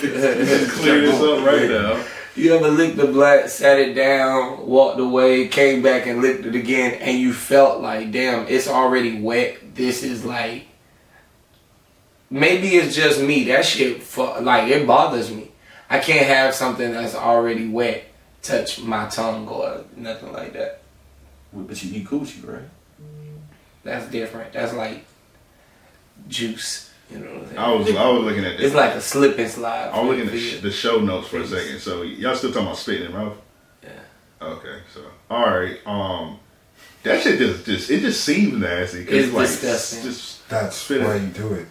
Speaker 3: *laughs*
Speaker 7: this.
Speaker 3: Clear this up
Speaker 6: *laughs*
Speaker 3: right now.
Speaker 6: You ever licked the blunt, sat it down, walked away, came back and licked it again, and you felt like, damn, it's already wet. This is like, maybe it's just me. That shit, fu- like, it bothers me. I can't have something that's already wet touch my tongue or nothing like that.
Speaker 7: But you eat coochie, right?
Speaker 6: That's different. That's like juice. You know what I'm saying?
Speaker 3: I was, I was looking at this.
Speaker 6: it's like a slip and slide.
Speaker 3: I was Oh, looking at the, sh-
Speaker 6: Feel.
Speaker 3: the show notes for a second. So y'all still talking about spitting in your mouth?
Speaker 6: Yeah.
Speaker 3: Okay. So all right. Um, that shit just, just it just seems nasty. 'cause,
Speaker 6: It's
Speaker 3: like,
Speaker 6: disgusting.
Speaker 3: Just
Speaker 8: That's
Speaker 3: Spit
Speaker 8: why
Speaker 3: it.
Speaker 8: you do it.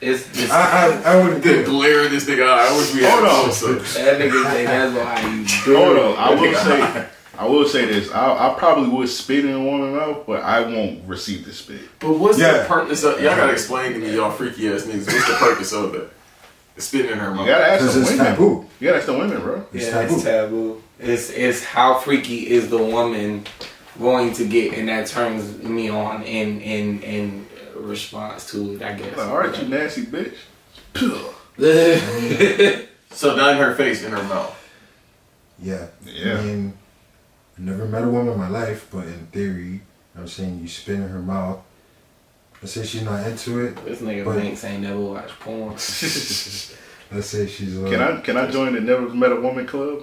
Speaker 6: It's just,
Speaker 8: I, I, I wouldn't do
Speaker 7: The
Speaker 8: it.
Speaker 7: glare in this nigga eye. I wish we had
Speaker 3: Hold on.
Speaker 7: so-
Speaker 6: that nigga say that's why you
Speaker 3: hold on. I
Speaker 6: *laughs*
Speaker 3: will say, I will say this. I, I probably would spit in a woman's mouth, but I won't receive the spit.
Speaker 7: But what's the
Speaker 8: Yeah.
Speaker 7: purpose of y'all gotta explain to me, y'all freaky ass niggas, what's the purpose of that? Spitting in her
Speaker 3: You
Speaker 7: mouth.
Speaker 3: gotta ask
Speaker 8: Because
Speaker 3: the
Speaker 8: it's
Speaker 3: women.
Speaker 8: taboo.
Speaker 3: You gotta ask the women, bro.
Speaker 8: It's
Speaker 6: yeah,
Speaker 8: taboo.
Speaker 6: it's taboo. It's it's how freaky is the woman going to get, and that turns me on in in in response to it. I guess.
Speaker 3: Like, all right,
Speaker 6: *laughs*
Speaker 3: you nasty bitch.
Speaker 7: So not in her face, in her mouth.
Speaker 8: yeah.
Speaker 3: Yeah.
Speaker 8: I mean, I never met a woman in my life, but in theory, I'm saying you spit in her mouth. Let's say she's not into it.
Speaker 6: this nigga
Speaker 8: But-
Speaker 6: Banks ain't never watched porn. *laughs*
Speaker 8: Let's say she's like,
Speaker 3: Can I can I join the Never Met a Woman Club?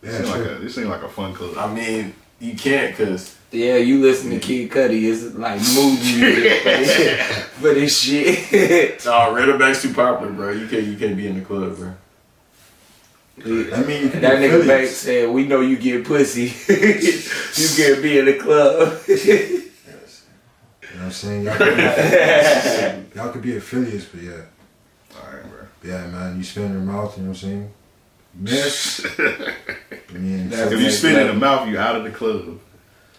Speaker 3: This
Speaker 8: Yeah,
Speaker 3: seems like
Speaker 8: sure.
Speaker 3: a this seems like a fun club.
Speaker 7: I mean, you can't cause
Speaker 6: Yeah, you listen to Kid Cudi, it's like mood music *laughs* for this shit. *laughs*
Speaker 7: nah Razorback's too popular, bro. You can't you can't be in the club, bro.
Speaker 8: I mean, you can
Speaker 6: That
Speaker 8: do
Speaker 6: nigga
Speaker 8: feelings.
Speaker 6: Banks said, "We know you get pussy. *laughs* you can be in the club." *laughs*
Speaker 8: You know what I'm saying? Y'all could, be, y'all could be affiliates, but yeah.
Speaker 3: All right, bro.
Speaker 8: Yeah, man, you spit in her mouth, you know what I'm saying? Miss.
Speaker 3: *laughs*
Speaker 8: I mean,
Speaker 6: That's
Speaker 3: If
Speaker 8: so-
Speaker 3: you
Speaker 6: next
Speaker 3: spit in
Speaker 6: level.
Speaker 3: the mouth, you out of the club.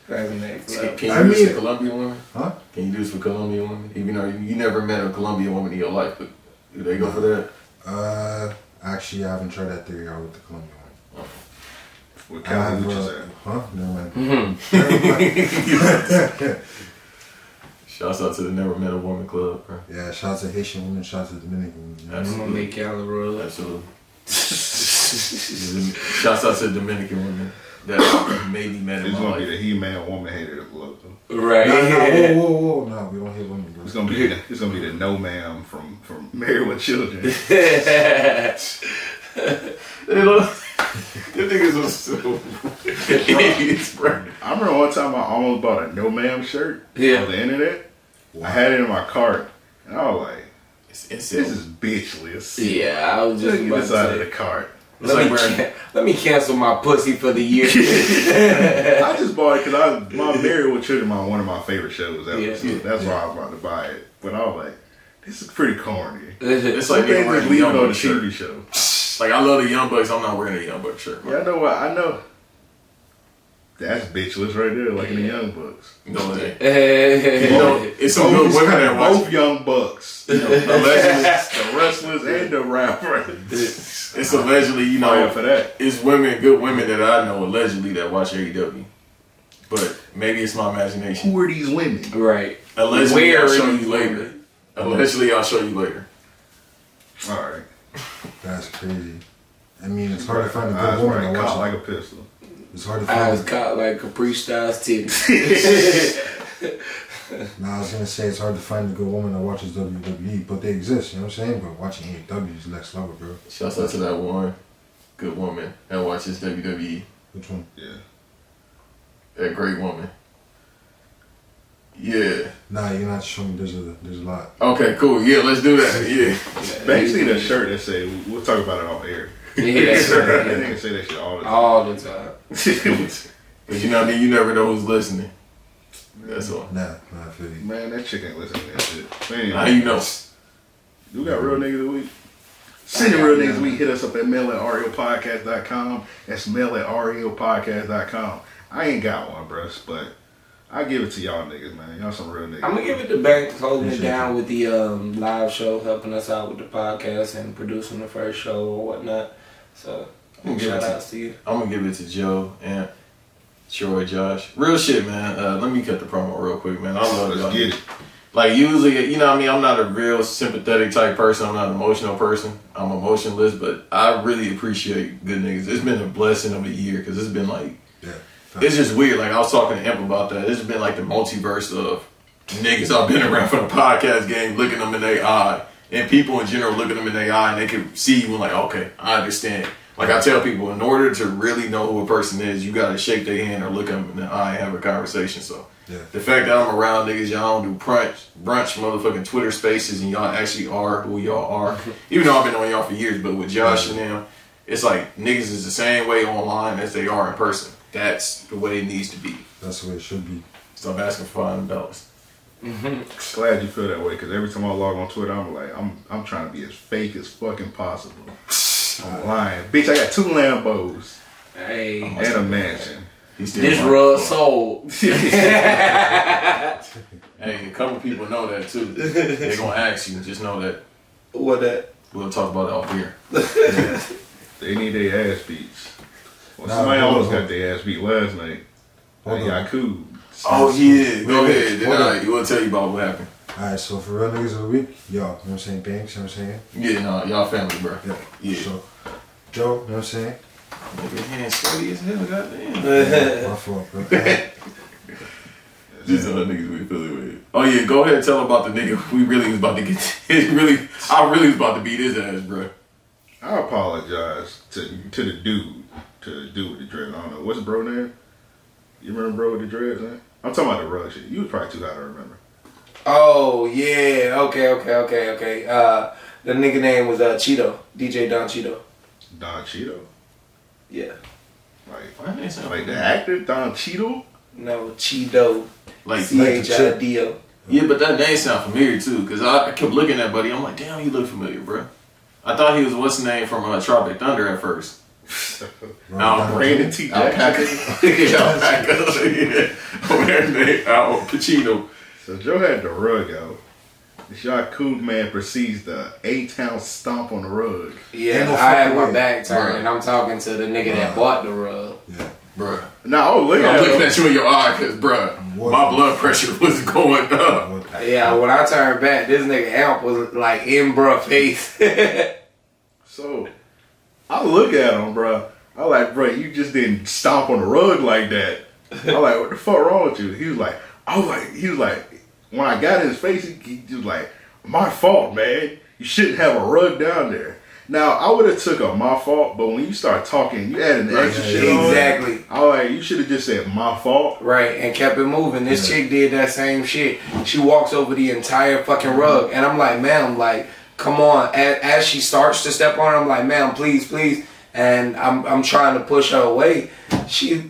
Speaker 6: That's the next
Speaker 7: Can
Speaker 6: level.
Speaker 7: you
Speaker 8: I
Speaker 7: do this
Speaker 8: mean-
Speaker 7: for Colombian women?
Speaker 8: Huh?
Speaker 7: Can you do this for Colombian women? Even though you never met a Colombian woman in your life, but do they go for that?
Speaker 8: uh, actually, I haven't tried that theory out with the Colombian one.
Speaker 3: With
Speaker 8: I
Speaker 3: Calvin
Speaker 8: have,
Speaker 3: Lucha's
Speaker 8: uh,
Speaker 3: ass.
Speaker 8: huh? Never mind.
Speaker 6: Mm-hmm.
Speaker 7: Shouts out to the Never Met a Woman Club, bro.
Speaker 8: Yeah, shout out to Haitian women, shout out to Dominican women. you know?
Speaker 6: I'm gonna make y'all a roll.
Speaker 7: Absolutely. *laughs* Shouts out to the Dominican women that maybe met in
Speaker 3: It's
Speaker 7: my
Speaker 3: gonna be the
Speaker 7: life.
Speaker 3: He-Man woman hater club.
Speaker 6: Right.
Speaker 8: No, no,
Speaker 3: *laughs*
Speaker 8: whoa, whoa, whoa, no, we don't hate women, bro.
Speaker 3: It's gonna be the, it's gonna be the no ma'am from from *laughs* Married with Children.
Speaker 6: *laughs*
Speaker 7: They look- *laughs* Them niggas was so *laughs* idiots, bro.
Speaker 3: I remember one time I almost bought a no ma'am shirt
Speaker 6: Yeah.
Speaker 3: on the internet. I had it in my cart, and I was like,
Speaker 7: It's It's
Speaker 3: This
Speaker 7: insane.
Speaker 3: is bitchly. It's
Speaker 7: Yeah, I was
Speaker 3: Look
Speaker 7: just
Speaker 3: at
Speaker 7: about to
Speaker 3: this out
Speaker 7: say.
Speaker 3: of the
Speaker 7: *laughs*
Speaker 3: cart.
Speaker 7: It's
Speaker 6: Let
Speaker 7: like
Speaker 6: me,
Speaker 7: wearing-
Speaker 6: can- let me cancel my pussy for the *laughs* year.
Speaker 3: I just bought it because I my Married with Children, my one of my favorite shows ever.
Speaker 6: Yeah.
Speaker 3: so that's why I was about to buy it. But I was like, this is pretty corny.
Speaker 7: It's
Speaker 3: Like
Speaker 7: like
Speaker 3: they
Speaker 7: me wearing
Speaker 3: just
Speaker 7: a
Speaker 3: leave it
Speaker 7: Young
Speaker 3: on the
Speaker 7: Buck shirt.
Speaker 3: TV show.
Speaker 7: Like I love the Young Bucks. I'm not wearing a Young Buck shirt.
Speaker 3: Yeah, I know what I know. That's bitchless right there, like in the Young Bucks.
Speaker 7: No, it ain't.
Speaker 6: Eh,
Speaker 7: You know, it's some good women that watch.
Speaker 3: both Young Bucks,
Speaker 7: *laughs*
Speaker 3: you know, allegedly the wrestlers and the rappers.
Speaker 7: It's allegedly, you
Speaker 3: Fire
Speaker 7: know,
Speaker 3: for that.
Speaker 7: it's women, good women that I know allegedly that watch AEW. But maybe it's my imagination.
Speaker 3: Who are these women?
Speaker 6: *laughs* right.
Speaker 7: Allegedly, I'll
Speaker 6: Where
Speaker 7: show
Speaker 6: is-
Speaker 7: you later. Allegedly, I'll show you later.
Speaker 3: All right,
Speaker 8: That's crazy. I mean, it's hard to
Speaker 3: eyes
Speaker 8: find a good woman
Speaker 3: right,
Speaker 8: to
Speaker 3: cocked like
Speaker 8: watch.
Speaker 3: a pistol.
Speaker 8: it. It's hard to
Speaker 6: I
Speaker 8: find.
Speaker 6: was caught like Capri Styles titties.
Speaker 8: Nah, I was gonna say it's hard to find a good woman that watches WWE, but they exist. You know what I'm saying? But watching AEW is next level, bro.
Speaker 7: Shouts out to that one good woman that watches WWE.
Speaker 8: Which one?
Speaker 3: Yeah,
Speaker 7: That great woman. Yeah.
Speaker 8: Nah, you're not showing. There's a there's a lot.
Speaker 7: Okay, cool. Yeah, let's do that. Yeah.
Speaker 3: basically the shirt that say we'll talk about it off air.
Speaker 6: yeah,
Speaker 3: That
Speaker 6: that's *laughs* right.
Speaker 3: nigga say that shit all the time. *laughs*
Speaker 6: All the time.
Speaker 7: But you know what I mean? You never know who's listening. That's all.
Speaker 8: Nah, nah, I feel you.
Speaker 3: Man, that chick ain't listening to that shit. Man,
Speaker 7: How you know?
Speaker 3: You got real niggas a week? Send your real niggas a week. Hit us up at mail at E ariopodcast.com. That's mail at E ariopodcast.com. I ain't got one, bruh, but I give it to y'all niggas, man. Y'all some real niggas.
Speaker 6: I'm gonna give it to Banks holding it down with the um, live show, helping us out with the podcast and producing the first show or whatnot. So
Speaker 7: I'm gonna give it
Speaker 6: shout
Speaker 7: to-
Speaker 6: out to you.
Speaker 7: I'm gonna give it to Joe and Troy, Josh. Real shit, man. Uh, let me cut the promo real quick, man. I love y'all.
Speaker 3: Let's get it.
Speaker 7: Like usually, you know what I mean. I'm not a real sympathetic type person. I'm not an emotional person. I'm emotionless, but I really appreciate good niggas. It's been a blessing of a year because it's been like
Speaker 8: Yeah.
Speaker 7: it's just weird. Like I was talking to Imp about that. It's been like the multiverse of niggas I've been around for the podcast game, looking them in their eye, and people in general looking them in their eye, and they can see you and like, okay, I understand. Like I tell people, in order to really know who a person is, you gotta shake their hand or look them in the eye and have a conversation. So
Speaker 8: Yeah.
Speaker 7: the fact that I'm around niggas, y'all don't do brunch, brunch, motherfucking Twitter Spaces, and y'all actually are who y'all are. Even though I've been on y'all for years, but with Josh and them, it's like niggas is the same way online as they are in person. That's the way it needs to be.
Speaker 8: That's the way it should be.
Speaker 7: So I'm asking for five dollars.
Speaker 3: Glad you feel that way, because every time I log on Twitter, I'm like, I'm I'm trying to be as fake as fucking possible. *laughs* I'm lying. Bitch, I got two Lambos
Speaker 6: Hey,
Speaker 3: and a mansion.
Speaker 6: this rug sold.
Speaker 7: Hey, a couple people know that *laughs* too. They're gonna ask you. Just know that
Speaker 6: What that?
Speaker 7: we'll talk about it off here.
Speaker 3: They need their ass beats. Well,
Speaker 8: Nah,
Speaker 3: somebody
Speaker 8: hold
Speaker 3: almost
Speaker 8: on.
Speaker 3: got their ass beat last night.
Speaker 8: Hold
Speaker 3: Hey,
Speaker 8: on.
Speaker 3: Yaku.
Speaker 7: Oh yeah, go ahead. Then
Speaker 8: Hold on.
Speaker 7: I will tell you about what happened.
Speaker 8: Alright, so for real niggas of the week, y'all, you know what I'm saying? Banks, you know what I'm saying?
Speaker 7: Yeah, no, y'all family, bro.
Speaker 8: Yeah.
Speaker 7: Yeah.
Speaker 8: So, Joe, you know what I'm saying?
Speaker 7: Nigga, hands sweaty as hell. Goddamn.
Speaker 8: My fault, bro.
Speaker 7: *laughs*
Speaker 8: *laughs*
Speaker 7: These other niggas we Philly with. Oh yeah, go ahead and tell about the nigga. We really was about to get. *laughs* It really, I really was about to beat his ass, bro.
Speaker 3: I apologize to to the dude, to the dude with the dreads. I don't know what's bro name. You remember bro with the dreads, man? I'm talking about the rug shit. You was probably too high to remember.
Speaker 6: Oh yeah. Okay. Okay. Okay. Okay. Uh, the nigga name was uh Cheeto. DJ Don Cheeto.
Speaker 3: Don Cheeto,
Speaker 6: Yeah.
Speaker 3: like
Speaker 7: Why didn't they say-
Speaker 3: like the actor Don Cheeto.
Speaker 6: No Cheeto.
Speaker 7: Like
Speaker 6: C H I D O.
Speaker 7: Yeah, but that name sound familiar too, because I, I kept looking at Buddy. I'm like, damn, he look familiar, bro. I thought he was what's his name from uh, Tropic Thunder at first.
Speaker 8: Wrong guy.
Speaker 3: Brandon T.
Speaker 7: *laughs*
Speaker 3: Jackson.
Speaker 7: Al Pacino.
Speaker 3: So Joe had the rug out. This Yaku man proceeds the A Town stomp on the rug.
Speaker 6: Yeah,
Speaker 8: Ain't no
Speaker 6: I had
Speaker 8: fucking
Speaker 6: my
Speaker 8: way.
Speaker 6: back turned, and I'm talking to the nigga that bought the rug.
Speaker 8: Yeah.
Speaker 7: Bruh.
Speaker 3: Now I was looking
Speaker 7: I'm
Speaker 3: at
Speaker 7: looking
Speaker 3: him.
Speaker 7: at you in your eye because, bruh,
Speaker 8: What?
Speaker 7: my blood pressure was going up.
Speaker 8: What the-
Speaker 6: Yeah, when I turned back, this nigga Amp was like in bruh face. *laughs*
Speaker 3: So I look at him, bruh. I like, bruh, you just didn't stomp on the rug like that. I like, what the fuck wrong with you? He was like, I was like, he was like, when I got in his face, he, he was like, my fault, man. You shouldn't have a rug down there. Now I would have took a my fault, but when you start talking, you add an extra shit on.
Speaker 6: exactly.
Speaker 3: I was like, you should have just said my fault.
Speaker 6: Right, and kept it moving. This chick did that same shit. She walks over the entire fucking rug, and I'm like, ma'am, like, come on. As, as she starts to step on, her, I'm like, ma'am, please, please. And I'm, I'm trying to push her away. She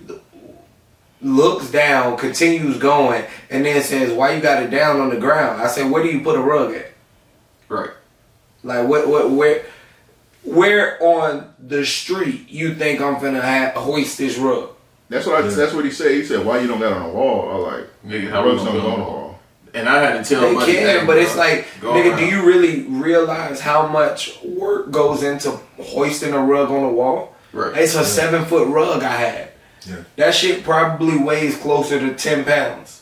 Speaker 6: looks down, continues going, and then says, why you got it down on the ground? I said, where do you put a rug at?
Speaker 7: Right.
Speaker 6: Like what what where where on the street you think I'm finna have, hoist this rug?
Speaker 3: That's what I,
Speaker 8: Yeah.
Speaker 3: that's what he said. He said, "Why you don't got on the wall?" I like,
Speaker 7: Nigga, how we
Speaker 3: "Rugs
Speaker 7: gonna
Speaker 3: don't
Speaker 7: go
Speaker 3: go on
Speaker 7: on
Speaker 3: the
Speaker 7: the
Speaker 3: wall."
Speaker 7: And I had to tell
Speaker 6: They
Speaker 7: Money,
Speaker 6: can,
Speaker 7: hey,
Speaker 6: but
Speaker 7: bro,
Speaker 6: it's like,
Speaker 7: go
Speaker 6: nigga,
Speaker 7: around.
Speaker 6: do you really realize how much work goes into hoisting a rug on the wall?
Speaker 7: Right.
Speaker 6: It's a seven foot rug I had.
Speaker 8: Yeah.
Speaker 6: That shit probably weighs closer to ten pounds.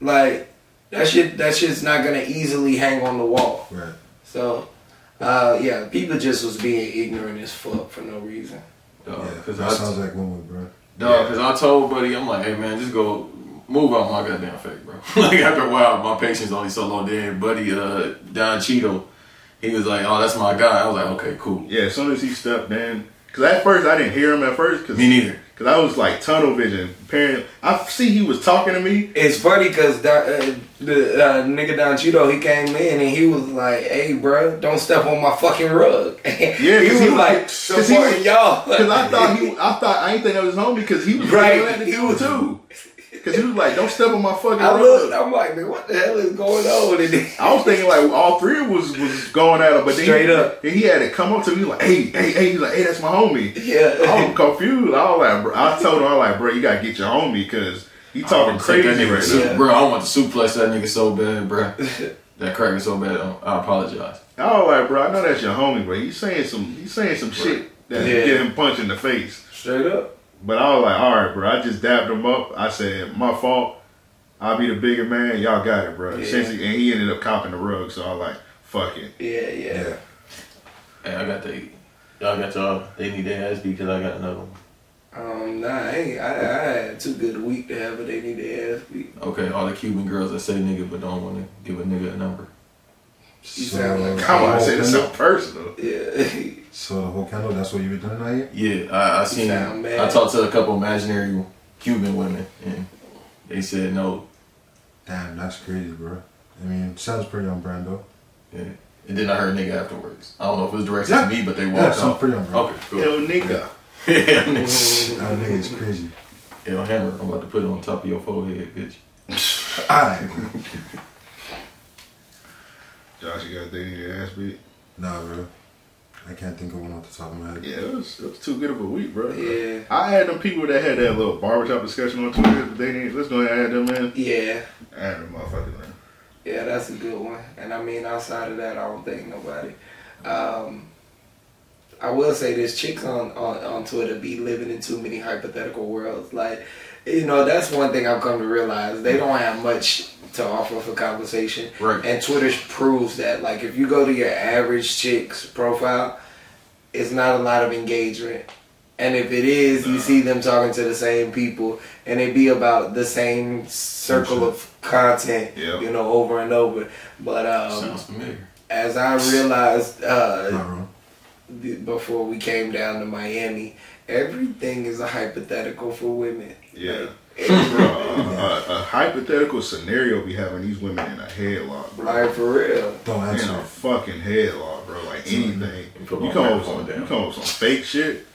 Speaker 6: Like that shit that shit's not gonna easily hang on the wall.
Speaker 8: Right.
Speaker 6: So uh yeah, people just was being ignorant as fuck for no reason.
Speaker 7: Dog,
Speaker 8: Yeah.
Speaker 7: Oh, cause
Speaker 8: that
Speaker 7: I,
Speaker 8: sounds like one way, bro.
Speaker 7: dog, cause I told buddy, I'm like, hey man, just go move out my goddamn face, bro. *laughs* like after a while, my patience only so long. Then buddy, uh, Don Cheeto, he was like, oh, that's my guy. I was like, okay, cool.
Speaker 3: Yeah, as soon as he stepped in, because at first I didn't hear him at first, because
Speaker 7: Me neither.
Speaker 3: I was like tunnel vision. Apparently, I see he was talking to me.
Speaker 6: It's funny because uh, the uh, nigga Don Cheeto, he came in and he was like, "Hey, bro, don't step on my fucking rug." *laughs* yeah, he
Speaker 3: 'cause
Speaker 6: was
Speaker 3: he was-
Speaker 6: like
Speaker 3: 'cause he was- *laughs*
Speaker 6: supporting y'all.
Speaker 3: Because I thought he, I thought I didn't think that was his homie because he was
Speaker 6: Right.
Speaker 3: right. at the dude too. Because he was like, "Don't step on my fucking."
Speaker 6: I
Speaker 3: rug."
Speaker 6: looked, I'm like, man, what the hell is going on? *laughs* And then,
Speaker 3: I was thinking like all three was was going at him, but then
Speaker 6: Straight
Speaker 3: he,
Speaker 6: up.
Speaker 3: then he had it come up to me like, "Hey, hey, hey!" He's like, "Hey, that's my homie." I
Speaker 6: yeah,
Speaker 3: was confused. I was like, bro, I told him, I was like, bro, you gotta get your homie because he talking
Speaker 7: Take
Speaker 3: crazy
Speaker 7: that
Speaker 3: right
Speaker 7: nigga
Speaker 3: now.
Speaker 7: to-
Speaker 6: now.
Speaker 7: Bro, I want to suplex that nigga so bad, bro. that crack is so bad. um, I apologize.
Speaker 3: I was like, bro, I know that's your homie, but he's saying some, he's saying some shit that
Speaker 6: Yeah.
Speaker 3: get him punched in the face.
Speaker 6: straight up.
Speaker 3: But I was like, all right, bro, I just dapped him up. I said, my fault. I'll be the bigger man. Y'all got it, bro.
Speaker 6: Yeah.
Speaker 3: Essentially, and he ended up copping the rug. So I was like, fuck it.
Speaker 6: Yeah, yeah.
Speaker 8: Yeah.
Speaker 7: Hey, I got the. Y'all got y'all. They need their ass beat because I got another one.
Speaker 6: Um, nah, I, ain't, I, I had too good a week to have it. They need to ask me. *laughs*
Speaker 7: Okay, all the Cuban girls that say nigga but don't want to give a nigga a number.
Speaker 6: You sound like-
Speaker 3: Come on, I said it's
Speaker 8: so. the
Speaker 3: so
Speaker 8: whole
Speaker 3: personal.
Speaker 6: Yeah,
Speaker 8: candle- So the whole candle, that's what you were doing out here?
Speaker 7: Yeah, I, I seen.
Speaker 6: sound mad.
Speaker 7: I talked to a couple imaginary Cuban women and they said no.
Speaker 8: Damn, that's crazy, bro. I mean, sounds pretty on brand though.
Speaker 7: And then I heard nigga afterwards. I don't know if it was directed
Speaker 8: Yeah.
Speaker 7: to me, but they
Speaker 8: Yeah,
Speaker 7: walked
Speaker 8: sounds
Speaker 7: off.
Speaker 8: pretty on brand.
Speaker 7: Okay, cool. *laughs*
Speaker 3: Yo, nigga.
Speaker 7: Yeah, nigga. *laughs*
Speaker 8: That nigga is crazy.
Speaker 7: Yo, hammer. I'm about to put it on top of your forehead, bitch.
Speaker 8: Alright.
Speaker 3: Josh, you got a thing in your ass beat?
Speaker 8: Nah, bro. I can't think of one off the top of my head.
Speaker 3: Yeah, it was, it was too good of a week, bro.
Speaker 6: yeah,
Speaker 3: I had them people that had that little barbershop discussion on Twitter. They didn't, let's go ahead and add them in.
Speaker 6: yeah,
Speaker 3: Add them motherfuckers in.
Speaker 6: yeah. That's a good one. And I mean, outside of that, I don't think nobody. Um, I will say this: chicks on, on on Twitter be living in too many hypothetical worlds. Like, you know, that's one thing I've come to realize. They don't have much to offer for conversation,
Speaker 7: Right.
Speaker 6: and Twitter proves that. Like, if you go to your average chick's profile, it's not a lot of engagement. And if it is, you see them talking to the same people, and it be about the same circle of content,
Speaker 3: Yeah.
Speaker 6: you know, over and over. But um,
Speaker 7: Sounds familiar.
Speaker 6: as I realized, uh,
Speaker 8: Not wrong.
Speaker 6: b- before we came down to Miami, everything is a hypothetical for women.
Speaker 3: Yeah.
Speaker 6: Like,
Speaker 3: Bro, a, a, a hypothetical scenario be having these women in a headlock, bro.
Speaker 6: like for real.
Speaker 8: Don't
Speaker 3: In
Speaker 8: answer.
Speaker 3: a fucking headlock, bro. Like anything. You
Speaker 7: Put
Speaker 3: come
Speaker 7: my
Speaker 3: up with
Speaker 7: microphone
Speaker 3: some, you
Speaker 7: down.
Speaker 3: come up with some fake shit.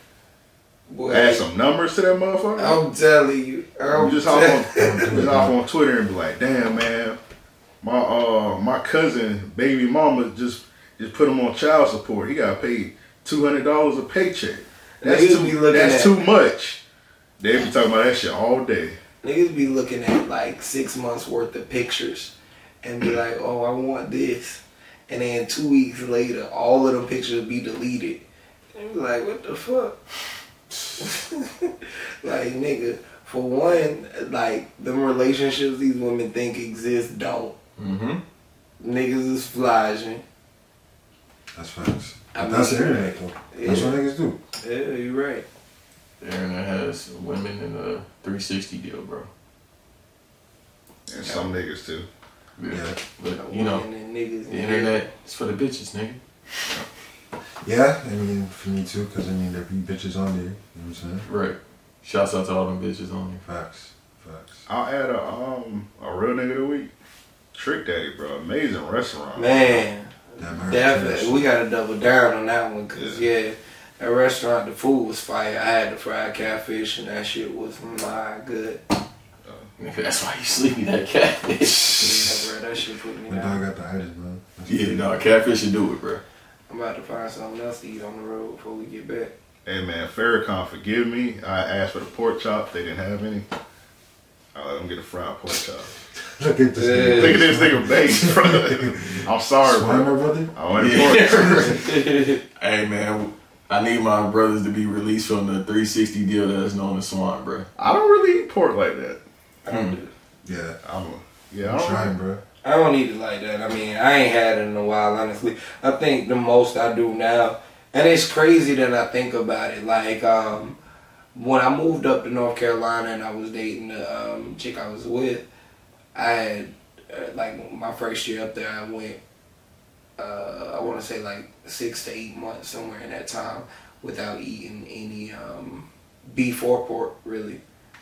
Speaker 6: Boy,
Speaker 3: Add some numbers to that motherfucker.
Speaker 7: Oh,
Speaker 6: I'm telling you. I'm
Speaker 3: You just hop
Speaker 6: tell-
Speaker 3: on,
Speaker 7: *laughs*
Speaker 3: just hop on Twitter and be like, "Damn, man, my uh my cousin baby mama just just put him on child support. He got paid two hundred dollars a paycheck. That's
Speaker 6: Niggas be
Speaker 3: too
Speaker 6: looking
Speaker 3: that's
Speaker 6: at-
Speaker 3: too much." They be talking about that shit all day.
Speaker 6: Niggas be looking at like six months worth of pictures and be like, oh, I want this. And then two weeks later, all of them pictures be deleted. And be like, what the fuck? *laughs* like, nigga, for one, like, them relationships these women think exist don't.
Speaker 7: Mm-hmm.
Speaker 6: Niggas is flashing.
Speaker 8: That's facts.
Speaker 6: I
Speaker 8: that's
Speaker 6: mean-
Speaker 8: the internet though. That's what niggas do.
Speaker 6: Yeah, you right.
Speaker 7: Internet has women in a 360 deal, bro.
Speaker 3: And some niggas too.
Speaker 8: Yeah.
Speaker 7: But you know,
Speaker 6: Women and niggas
Speaker 7: the internet is for the bitches, nigga.
Speaker 8: Yeah, I mean, for me too, because I mean, there be bitches on there. You know what I'm saying?
Speaker 7: Right. Shouts out to all them bitches on here.
Speaker 8: Facts. Facts.
Speaker 3: I'll add a um a real nigga of the week. Trick Daddy, bro. Amazing restaurant.
Speaker 6: Man,
Speaker 8: Damn, I heard
Speaker 6: Definitely, we gotta double down on that one, cause yeah. at restaurant the food was fire. I had the fried catfish and that shit was my good.
Speaker 7: Nigga, that's why you sleepy that catfish.
Speaker 6: Yeah, bro, that shit put me
Speaker 8: My
Speaker 6: down.
Speaker 8: dog got the itis, man.
Speaker 7: *laughs*
Speaker 8: That's
Speaker 7: yeah, no, catfish should do it, *laughs* bro.
Speaker 6: I'm about to find something else to eat on the road before we get back.
Speaker 3: Hey man, Farrakhan, forgive me. I asked for the pork chop. They didn't have any. Oh, I let them get a fried pork chop.
Speaker 8: Look at this.
Speaker 3: Look at this nigga base,
Speaker 6: *laughs*
Speaker 3: bro. I'm sorry,
Speaker 8: Sorry,
Speaker 3: bro.
Speaker 8: my brother.
Speaker 3: I want a pork chop.
Speaker 7: *laughs* hey man, I need my brothers to be released from the 360 deal that is known as Swamp, *laughs* bro.
Speaker 3: I don't really eat pork like that.
Speaker 6: I don't, do-
Speaker 8: Yeah,
Speaker 3: I'm a, yeah, I
Speaker 8: I'm
Speaker 3: don't
Speaker 8: trying, bro.
Speaker 6: I don't eat it like that. I mean, I ain't had it in a while, honestly. I think the most I do now, and it's crazy that I think about it. Like um, when I moved up to North Carolina and I was dating the um, chick I was with, I had uh, like my first year up there, I went. Uh, I want to say like six to eight months somewhere in that time without eating any um, beef or pork really.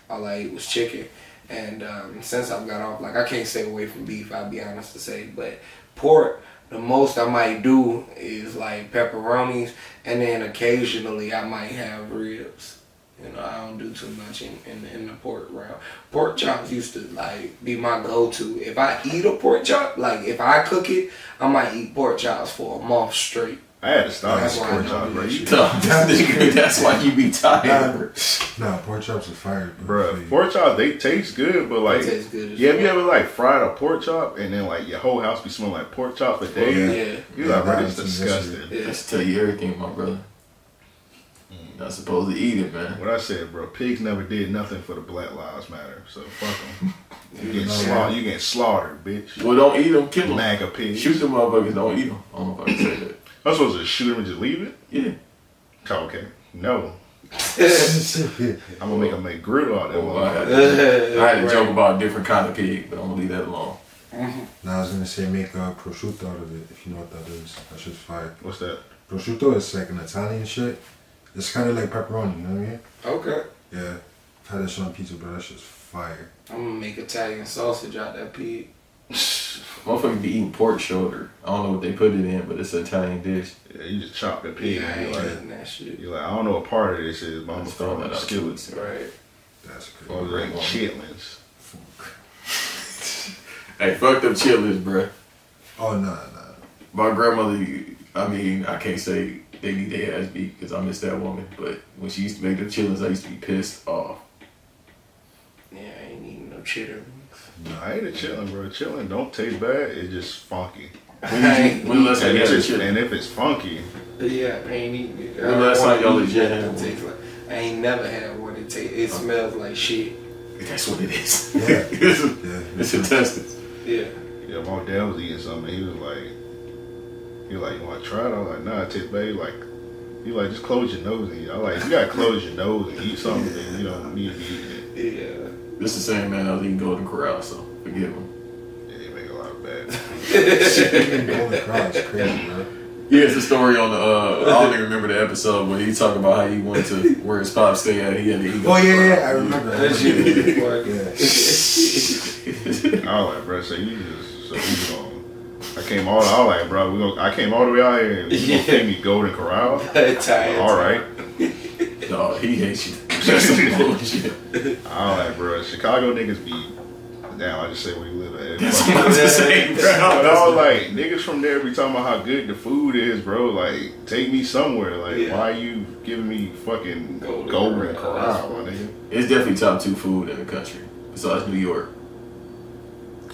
Speaker 6: All I ate was chicken. And um, since I've got off, like I can't stay away from beef. I'll be honest to say, but pork, the most I might do is like pepperonis, and then occasionally I might have ribs. You know, I don't do too much in, in, in the pork round. Pork chops used to like be my go-to. If I eat a pork chop, like if I cook it, I might eat pork chops for a month straight.
Speaker 3: I had to stop
Speaker 6: That's
Speaker 3: this
Speaker 6: why I
Speaker 3: pork
Speaker 6: don't
Speaker 3: chop,
Speaker 6: do
Speaker 3: bro.
Speaker 6: that
Speaker 3: You-
Speaker 6: shit.
Speaker 7: Duh, this nigga, that's why you be tired. bro.
Speaker 8: Nah, pork chops are fire, bro.
Speaker 3: Bruh, pork chops they taste good, but like,
Speaker 6: taste good as
Speaker 3: yeah, if
Speaker 6: well.
Speaker 3: you ever like fried a pork chop and then like your whole house be smelling like pork chop for days,
Speaker 6: Yeah.
Speaker 3: you're
Speaker 8: Yeah,
Speaker 3: like, bro,
Speaker 8: that
Speaker 3: this
Speaker 8: is
Speaker 3: disgusting.
Speaker 6: Yeah.
Speaker 7: That's tell you everything, my brother. Not supposed to eat it, man.
Speaker 3: What I said, bro, pigs never did nothing for the Black Lives Matter, so fuck them. You getting
Speaker 8: Yeah.
Speaker 3: slaughtered, you getting slaughtered, bitch.
Speaker 7: Well, don't eat them, kill them.
Speaker 3: MAGA pigs.
Speaker 7: Shoot them motherfuckers, don't eat them. I don't know if I can say that.
Speaker 3: I'm supposed to shoot him and just leave it?
Speaker 7: Yeah.
Speaker 3: Okay, no,
Speaker 8: Shit.
Speaker 3: I'm gonna make a make griddle out of that
Speaker 7: Well, I
Speaker 3: one.
Speaker 7: had to, I had to
Speaker 6: Right.
Speaker 7: joke about a different kind of pig, but I'm gonna leave that alone.
Speaker 8: *laughs* Nah, I was gonna say make a prosciutto out of it, if you know what that is. That shit's fire.
Speaker 3: What's that?
Speaker 8: Prosciutto is like an Italian shit. It's kind of like pepperoni, you know what I mean?
Speaker 6: *laughs* Okay.
Speaker 8: Yeah. Had that shit on pizza, bro. That shit's fire.
Speaker 6: I'm gonna make Italian sausage out that pig.
Speaker 7: Motherfuckers be eating pork shoulder. I don't know what they put it in, but it's an Italian dish.
Speaker 3: Yeah, you just chop the pig
Speaker 6: Yeah, I
Speaker 3: and
Speaker 6: ain't
Speaker 3: you're like,
Speaker 6: eating that shit.
Speaker 3: you're like, I don't know what part of this is, but I'm gonna
Speaker 7: Just
Speaker 3: throw
Speaker 7: throwing
Speaker 3: in
Speaker 7: that
Speaker 3: the
Speaker 7: out too.
Speaker 3: skillets.
Speaker 6: Right.
Speaker 8: That's crazy.
Speaker 3: Or like
Speaker 7: Right.
Speaker 3: chitlins.
Speaker 7: Hey, fuck them chillers, bruh.
Speaker 8: Oh, nah, nah.
Speaker 7: My grandmother, I mean, I can't say they need their ass beat because I miss that woman, but when she used to make them chillers, I used to be pissed off.
Speaker 6: Yeah, I ain't eating no cheddar.
Speaker 3: No, I ain't a chitlin, bro. Chillin don't taste bad. It's just funky.
Speaker 7: When did you, when the last time
Speaker 3: And
Speaker 7: you
Speaker 3: if,
Speaker 7: had a
Speaker 3: it's,
Speaker 7: chiller?
Speaker 3: and if it's funky,
Speaker 6: Yeah, I ain't eating it.
Speaker 7: When the last time y'all legit had
Speaker 6: It
Speaker 7: one?
Speaker 6: tastes like, I ain't never had one. It, ta- it smells like shit.
Speaker 7: That's what it is. *laughs*
Speaker 8: Yeah.
Speaker 7: it's,
Speaker 8: Yeah.
Speaker 7: it's intestines.
Speaker 6: Yeah.
Speaker 3: yeah, my dad was eating something. He was like, he was like, you want to try it? I was like, nah, it tastes bad. He like, he like, just close your nose and eat. I was like, you gotta close your nose and eat something. then you don't need to be *laughs* eating it.
Speaker 6: Yeah.
Speaker 7: This is the same man I was eating Golden Corral, so forgive him.
Speaker 3: Yeah, they make a lot of bad.
Speaker 8: Holy cow, it's crazy, bro.
Speaker 7: Yeah, it's a story on the, uh, I don't even remember the episode, but he talked about how he went to where his pops stayed at. He had to eat
Speaker 8: *laughs* Oh,
Speaker 7: Golden
Speaker 8: yeah, yeah, I
Speaker 7: Corral.
Speaker 8: remember. I
Speaker 6: That shit
Speaker 8: remember.
Speaker 7: *laughs*
Speaker 6: was fucking-
Speaker 3: I was like, bro, so you just, so you gonna, I came all, I was like, bro, we gonna, I came all the way out here and you *laughs* gonna pay me Golden Corral?
Speaker 6: Italian.
Speaker 3: All
Speaker 6: *laughs*
Speaker 3: right.
Speaker 7: No, he hates you. That's some bullshit.
Speaker 3: I was like, bro, Chicago niggas be, damn, I just say where you live at. *laughs*
Speaker 7: That's what I'm saying, *laughs* bro.
Speaker 3: But I was like, niggas from there be talking about how good the food is, bro. Like, take me somewhere. Like,
Speaker 6: Yeah.
Speaker 3: why you giving me fucking
Speaker 6: Golden
Speaker 3: Golden,
Speaker 6: Corral.
Speaker 3: Corral, my nigga?
Speaker 7: It's definitely top two food in the country besides New York.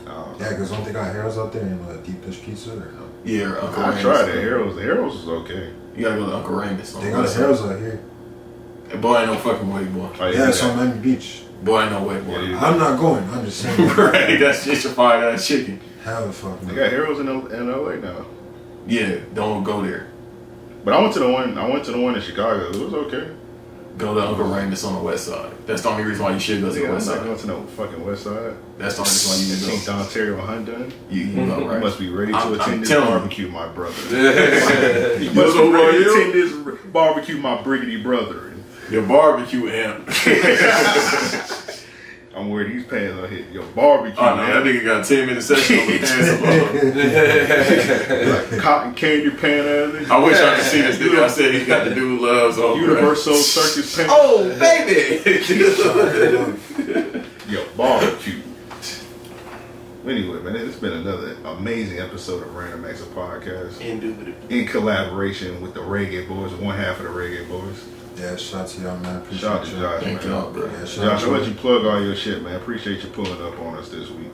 Speaker 3: Um,
Speaker 8: Yeah, because don't they got Harold's out there and uh, deep dish pizza? Or no?
Speaker 7: Yeah, or Uncle
Speaker 3: I
Speaker 7: Ramus.
Speaker 3: tried the Arrows. The Arrows was okay.
Speaker 7: You gotta go to Uncle Ramus. on
Speaker 8: They
Speaker 7: the
Speaker 8: got
Speaker 7: west
Speaker 8: Harold's out here.
Speaker 7: side. Boy, ain't no fucking way, boy.
Speaker 3: Like,
Speaker 8: Yeah,
Speaker 3: they
Speaker 8: it's on
Speaker 3: got-
Speaker 8: Miami Beach.
Speaker 7: Boy, ain't no way, boy.
Speaker 3: Oh, Yeah,
Speaker 7: *laughs*
Speaker 8: I'm not going. I'm just saying.
Speaker 7: right, that's just your fire ass chicken.
Speaker 8: Have a fuck.
Speaker 3: they
Speaker 8: man.
Speaker 3: got Arrows in, L- in LA now.
Speaker 7: Yeah, don't go there.
Speaker 3: But I went to the one. I went to the one in Chicago. It was okay.
Speaker 7: Go to Uncle Ramus on the west side. That's the only reason why you should go to the
Speaker 3: Yeah, I'm
Speaker 7: west
Speaker 3: not going
Speaker 7: side.
Speaker 3: to no fucking West Side.
Speaker 7: That's the only reason why you need
Speaker 3: King
Speaker 7: to
Speaker 3: *laughs*
Speaker 7: go.
Speaker 3: Ontario Hundun.
Speaker 7: You, you go
Speaker 3: You
Speaker 7: right.
Speaker 3: must be ready to
Speaker 7: I'm- I'm
Speaker 3: attend this
Speaker 7: telling *laughs* you.
Speaker 3: barbecue, my brother. you must
Speaker 7: know
Speaker 3: be
Speaker 7: who I
Speaker 3: ready to
Speaker 7: am?
Speaker 3: attend this r-
Speaker 7: *laughs*
Speaker 3: barbecue, my briggity brother.
Speaker 7: Oh, Your barbecue amp.
Speaker 3: I I'm wearing these pants on here. Yo, barbecue,
Speaker 7: Oh no, that
Speaker 3: man.
Speaker 7: nigga got a ten minute session on the pants alone.
Speaker 3: like cotton candy pants.
Speaker 7: I wish I could see this dude. I said he's got the dude loves on. bruh. *laughs*
Speaker 3: Universal circus pants.
Speaker 7: Oh baby.
Speaker 3: Yo, barbecue. Anyway, man, it's been another amazing episode of Random Acts of Podcast
Speaker 6: Indubitably.
Speaker 3: in collaboration with the Reggae Boys, one half of the Reggae Boys.
Speaker 8: Yeah, shout out to y'all, man. Appreciate
Speaker 3: Shout out to
Speaker 8: y'all.
Speaker 3: Josh,
Speaker 7: Thank
Speaker 3: man.
Speaker 7: y'all, bro.
Speaker 8: Yeah, shout out
Speaker 3: Josh,
Speaker 8: to
Speaker 3: I'll let you plug all your shit, man. Appreciate you pulling up on us this week.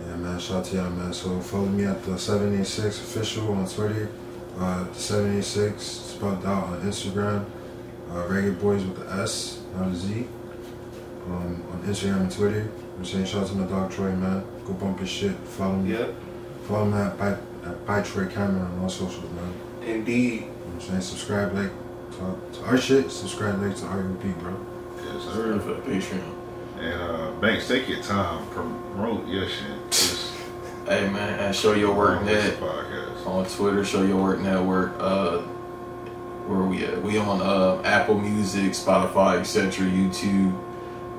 Speaker 8: Yeah, man. Shout out to y'all, man. So follow me at the 786 official on Twitter, uh, 786 spelled out on Instagram, uh, Reggae Boys with the S, not a Z, um, on Instagram and Twitter. I'm saying shout out to my dog Troy, man. Go bump his shit. Follow me.
Speaker 6: Yep.
Speaker 8: Follow me at by, at by Troy Cameron on all socials, man.
Speaker 6: Indeed.
Speaker 8: You know what I'm saying subscribe, like to, to our shit. Subscribe, like to RUP, bro.
Speaker 3: Yes,
Speaker 7: For
Speaker 3: sir.
Speaker 7: the Patreon.
Speaker 3: And uh, Banks, take your time, promote your shit. Just
Speaker 7: Hey man, at show your work
Speaker 3: promote this
Speaker 7: net
Speaker 3: podcast.
Speaker 7: on Twitter. Show your work network. Uh, where we at? We on uh, Apple Music, Spotify, etc. YouTube,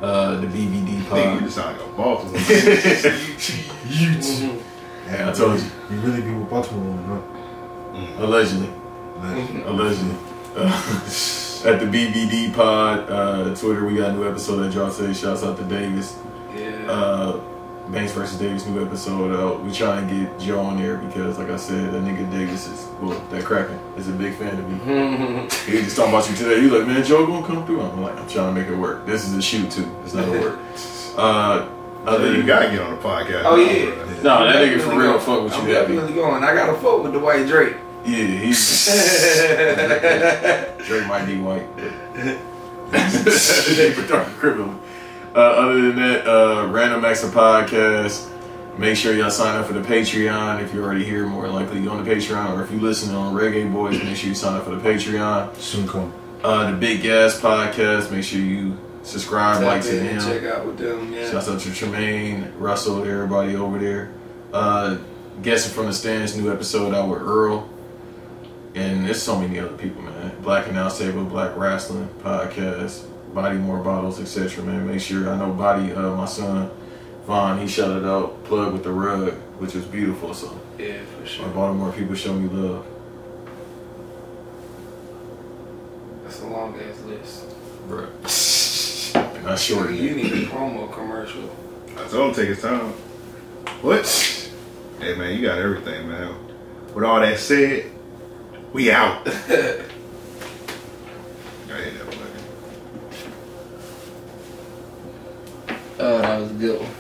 Speaker 7: uh, the BVD
Speaker 3: I think you
Speaker 7: pod.
Speaker 3: just sound like a Baltimore. *laughs*
Speaker 7: YouTube. Yeah, I told you.
Speaker 8: You really be with Baltimore, man.
Speaker 7: Allegedly.
Speaker 8: Like,
Speaker 7: Allegedly. Uh, *laughs* at the BVD pod, uh, Twitter, we got a new episode that dropped today. Shouts out to Davis.
Speaker 6: Yeah. *laughs*
Speaker 7: Uh, Banks versus Davis new episode out. We trying to get Joe on there because, like I said, that nigga Davis is well, that Kraken is a big fan of me. He was just talking about you today. You like, man, Joe gonna come through. I'm like, I'm trying to make it work. This is a shoot too. It's not a *laughs* work. Uh, other
Speaker 3: you
Speaker 7: than
Speaker 3: gotta get on the podcast.
Speaker 6: Oh,
Speaker 3: now,
Speaker 6: yeah.
Speaker 3: bro.
Speaker 7: no, that nigga for real. Fuck with
Speaker 6: I'm
Speaker 7: you, happy.
Speaker 6: definitely going. I gotta fuck with the white
Speaker 7: *laughs*
Speaker 6: Drake.
Speaker 7: Yeah, *laughs* he's Drake might be white. *laughs* David Dark Criminal. Uh, other than that, uh, Random Acts of Podcast. Make sure y'all sign up for the Patreon. If you're already here, more than likely you're on the Patreon. Or if you listen on Reggae Boys, make sure you sign up for the Patreon.
Speaker 8: soon come.
Speaker 7: Uh, the Big Gas Podcast. Make sure you subscribe, like
Speaker 6: Tap
Speaker 7: to
Speaker 6: in and check
Speaker 7: them.
Speaker 6: out with them. Yeah.
Speaker 7: Shouts out to Tremaine, Russell, everybody over there. Uh, Guessing from the Stands, new episode out with Earl. And there's so many other people, man. Black and Out Sable, Black Wrestling Podcast, Body More Bottles, etc. Man, make sure I know Body, uh, my son Vaughn, he shouted out Plug with the Rug, which was beautiful. So
Speaker 6: yeah, for
Speaker 7: my
Speaker 6: sure.
Speaker 7: Baltimore people show me love.
Speaker 6: That's a long ass list.
Speaker 7: *laughs* Bruh. Not short.
Speaker 6: You need a promo commercial.
Speaker 3: I told him take his time. What? Hey man, you got everything, man. With all that said, we
Speaker 6: *laughs*
Speaker 3: out. I hate that button.
Speaker 6: Uh, that was a good one.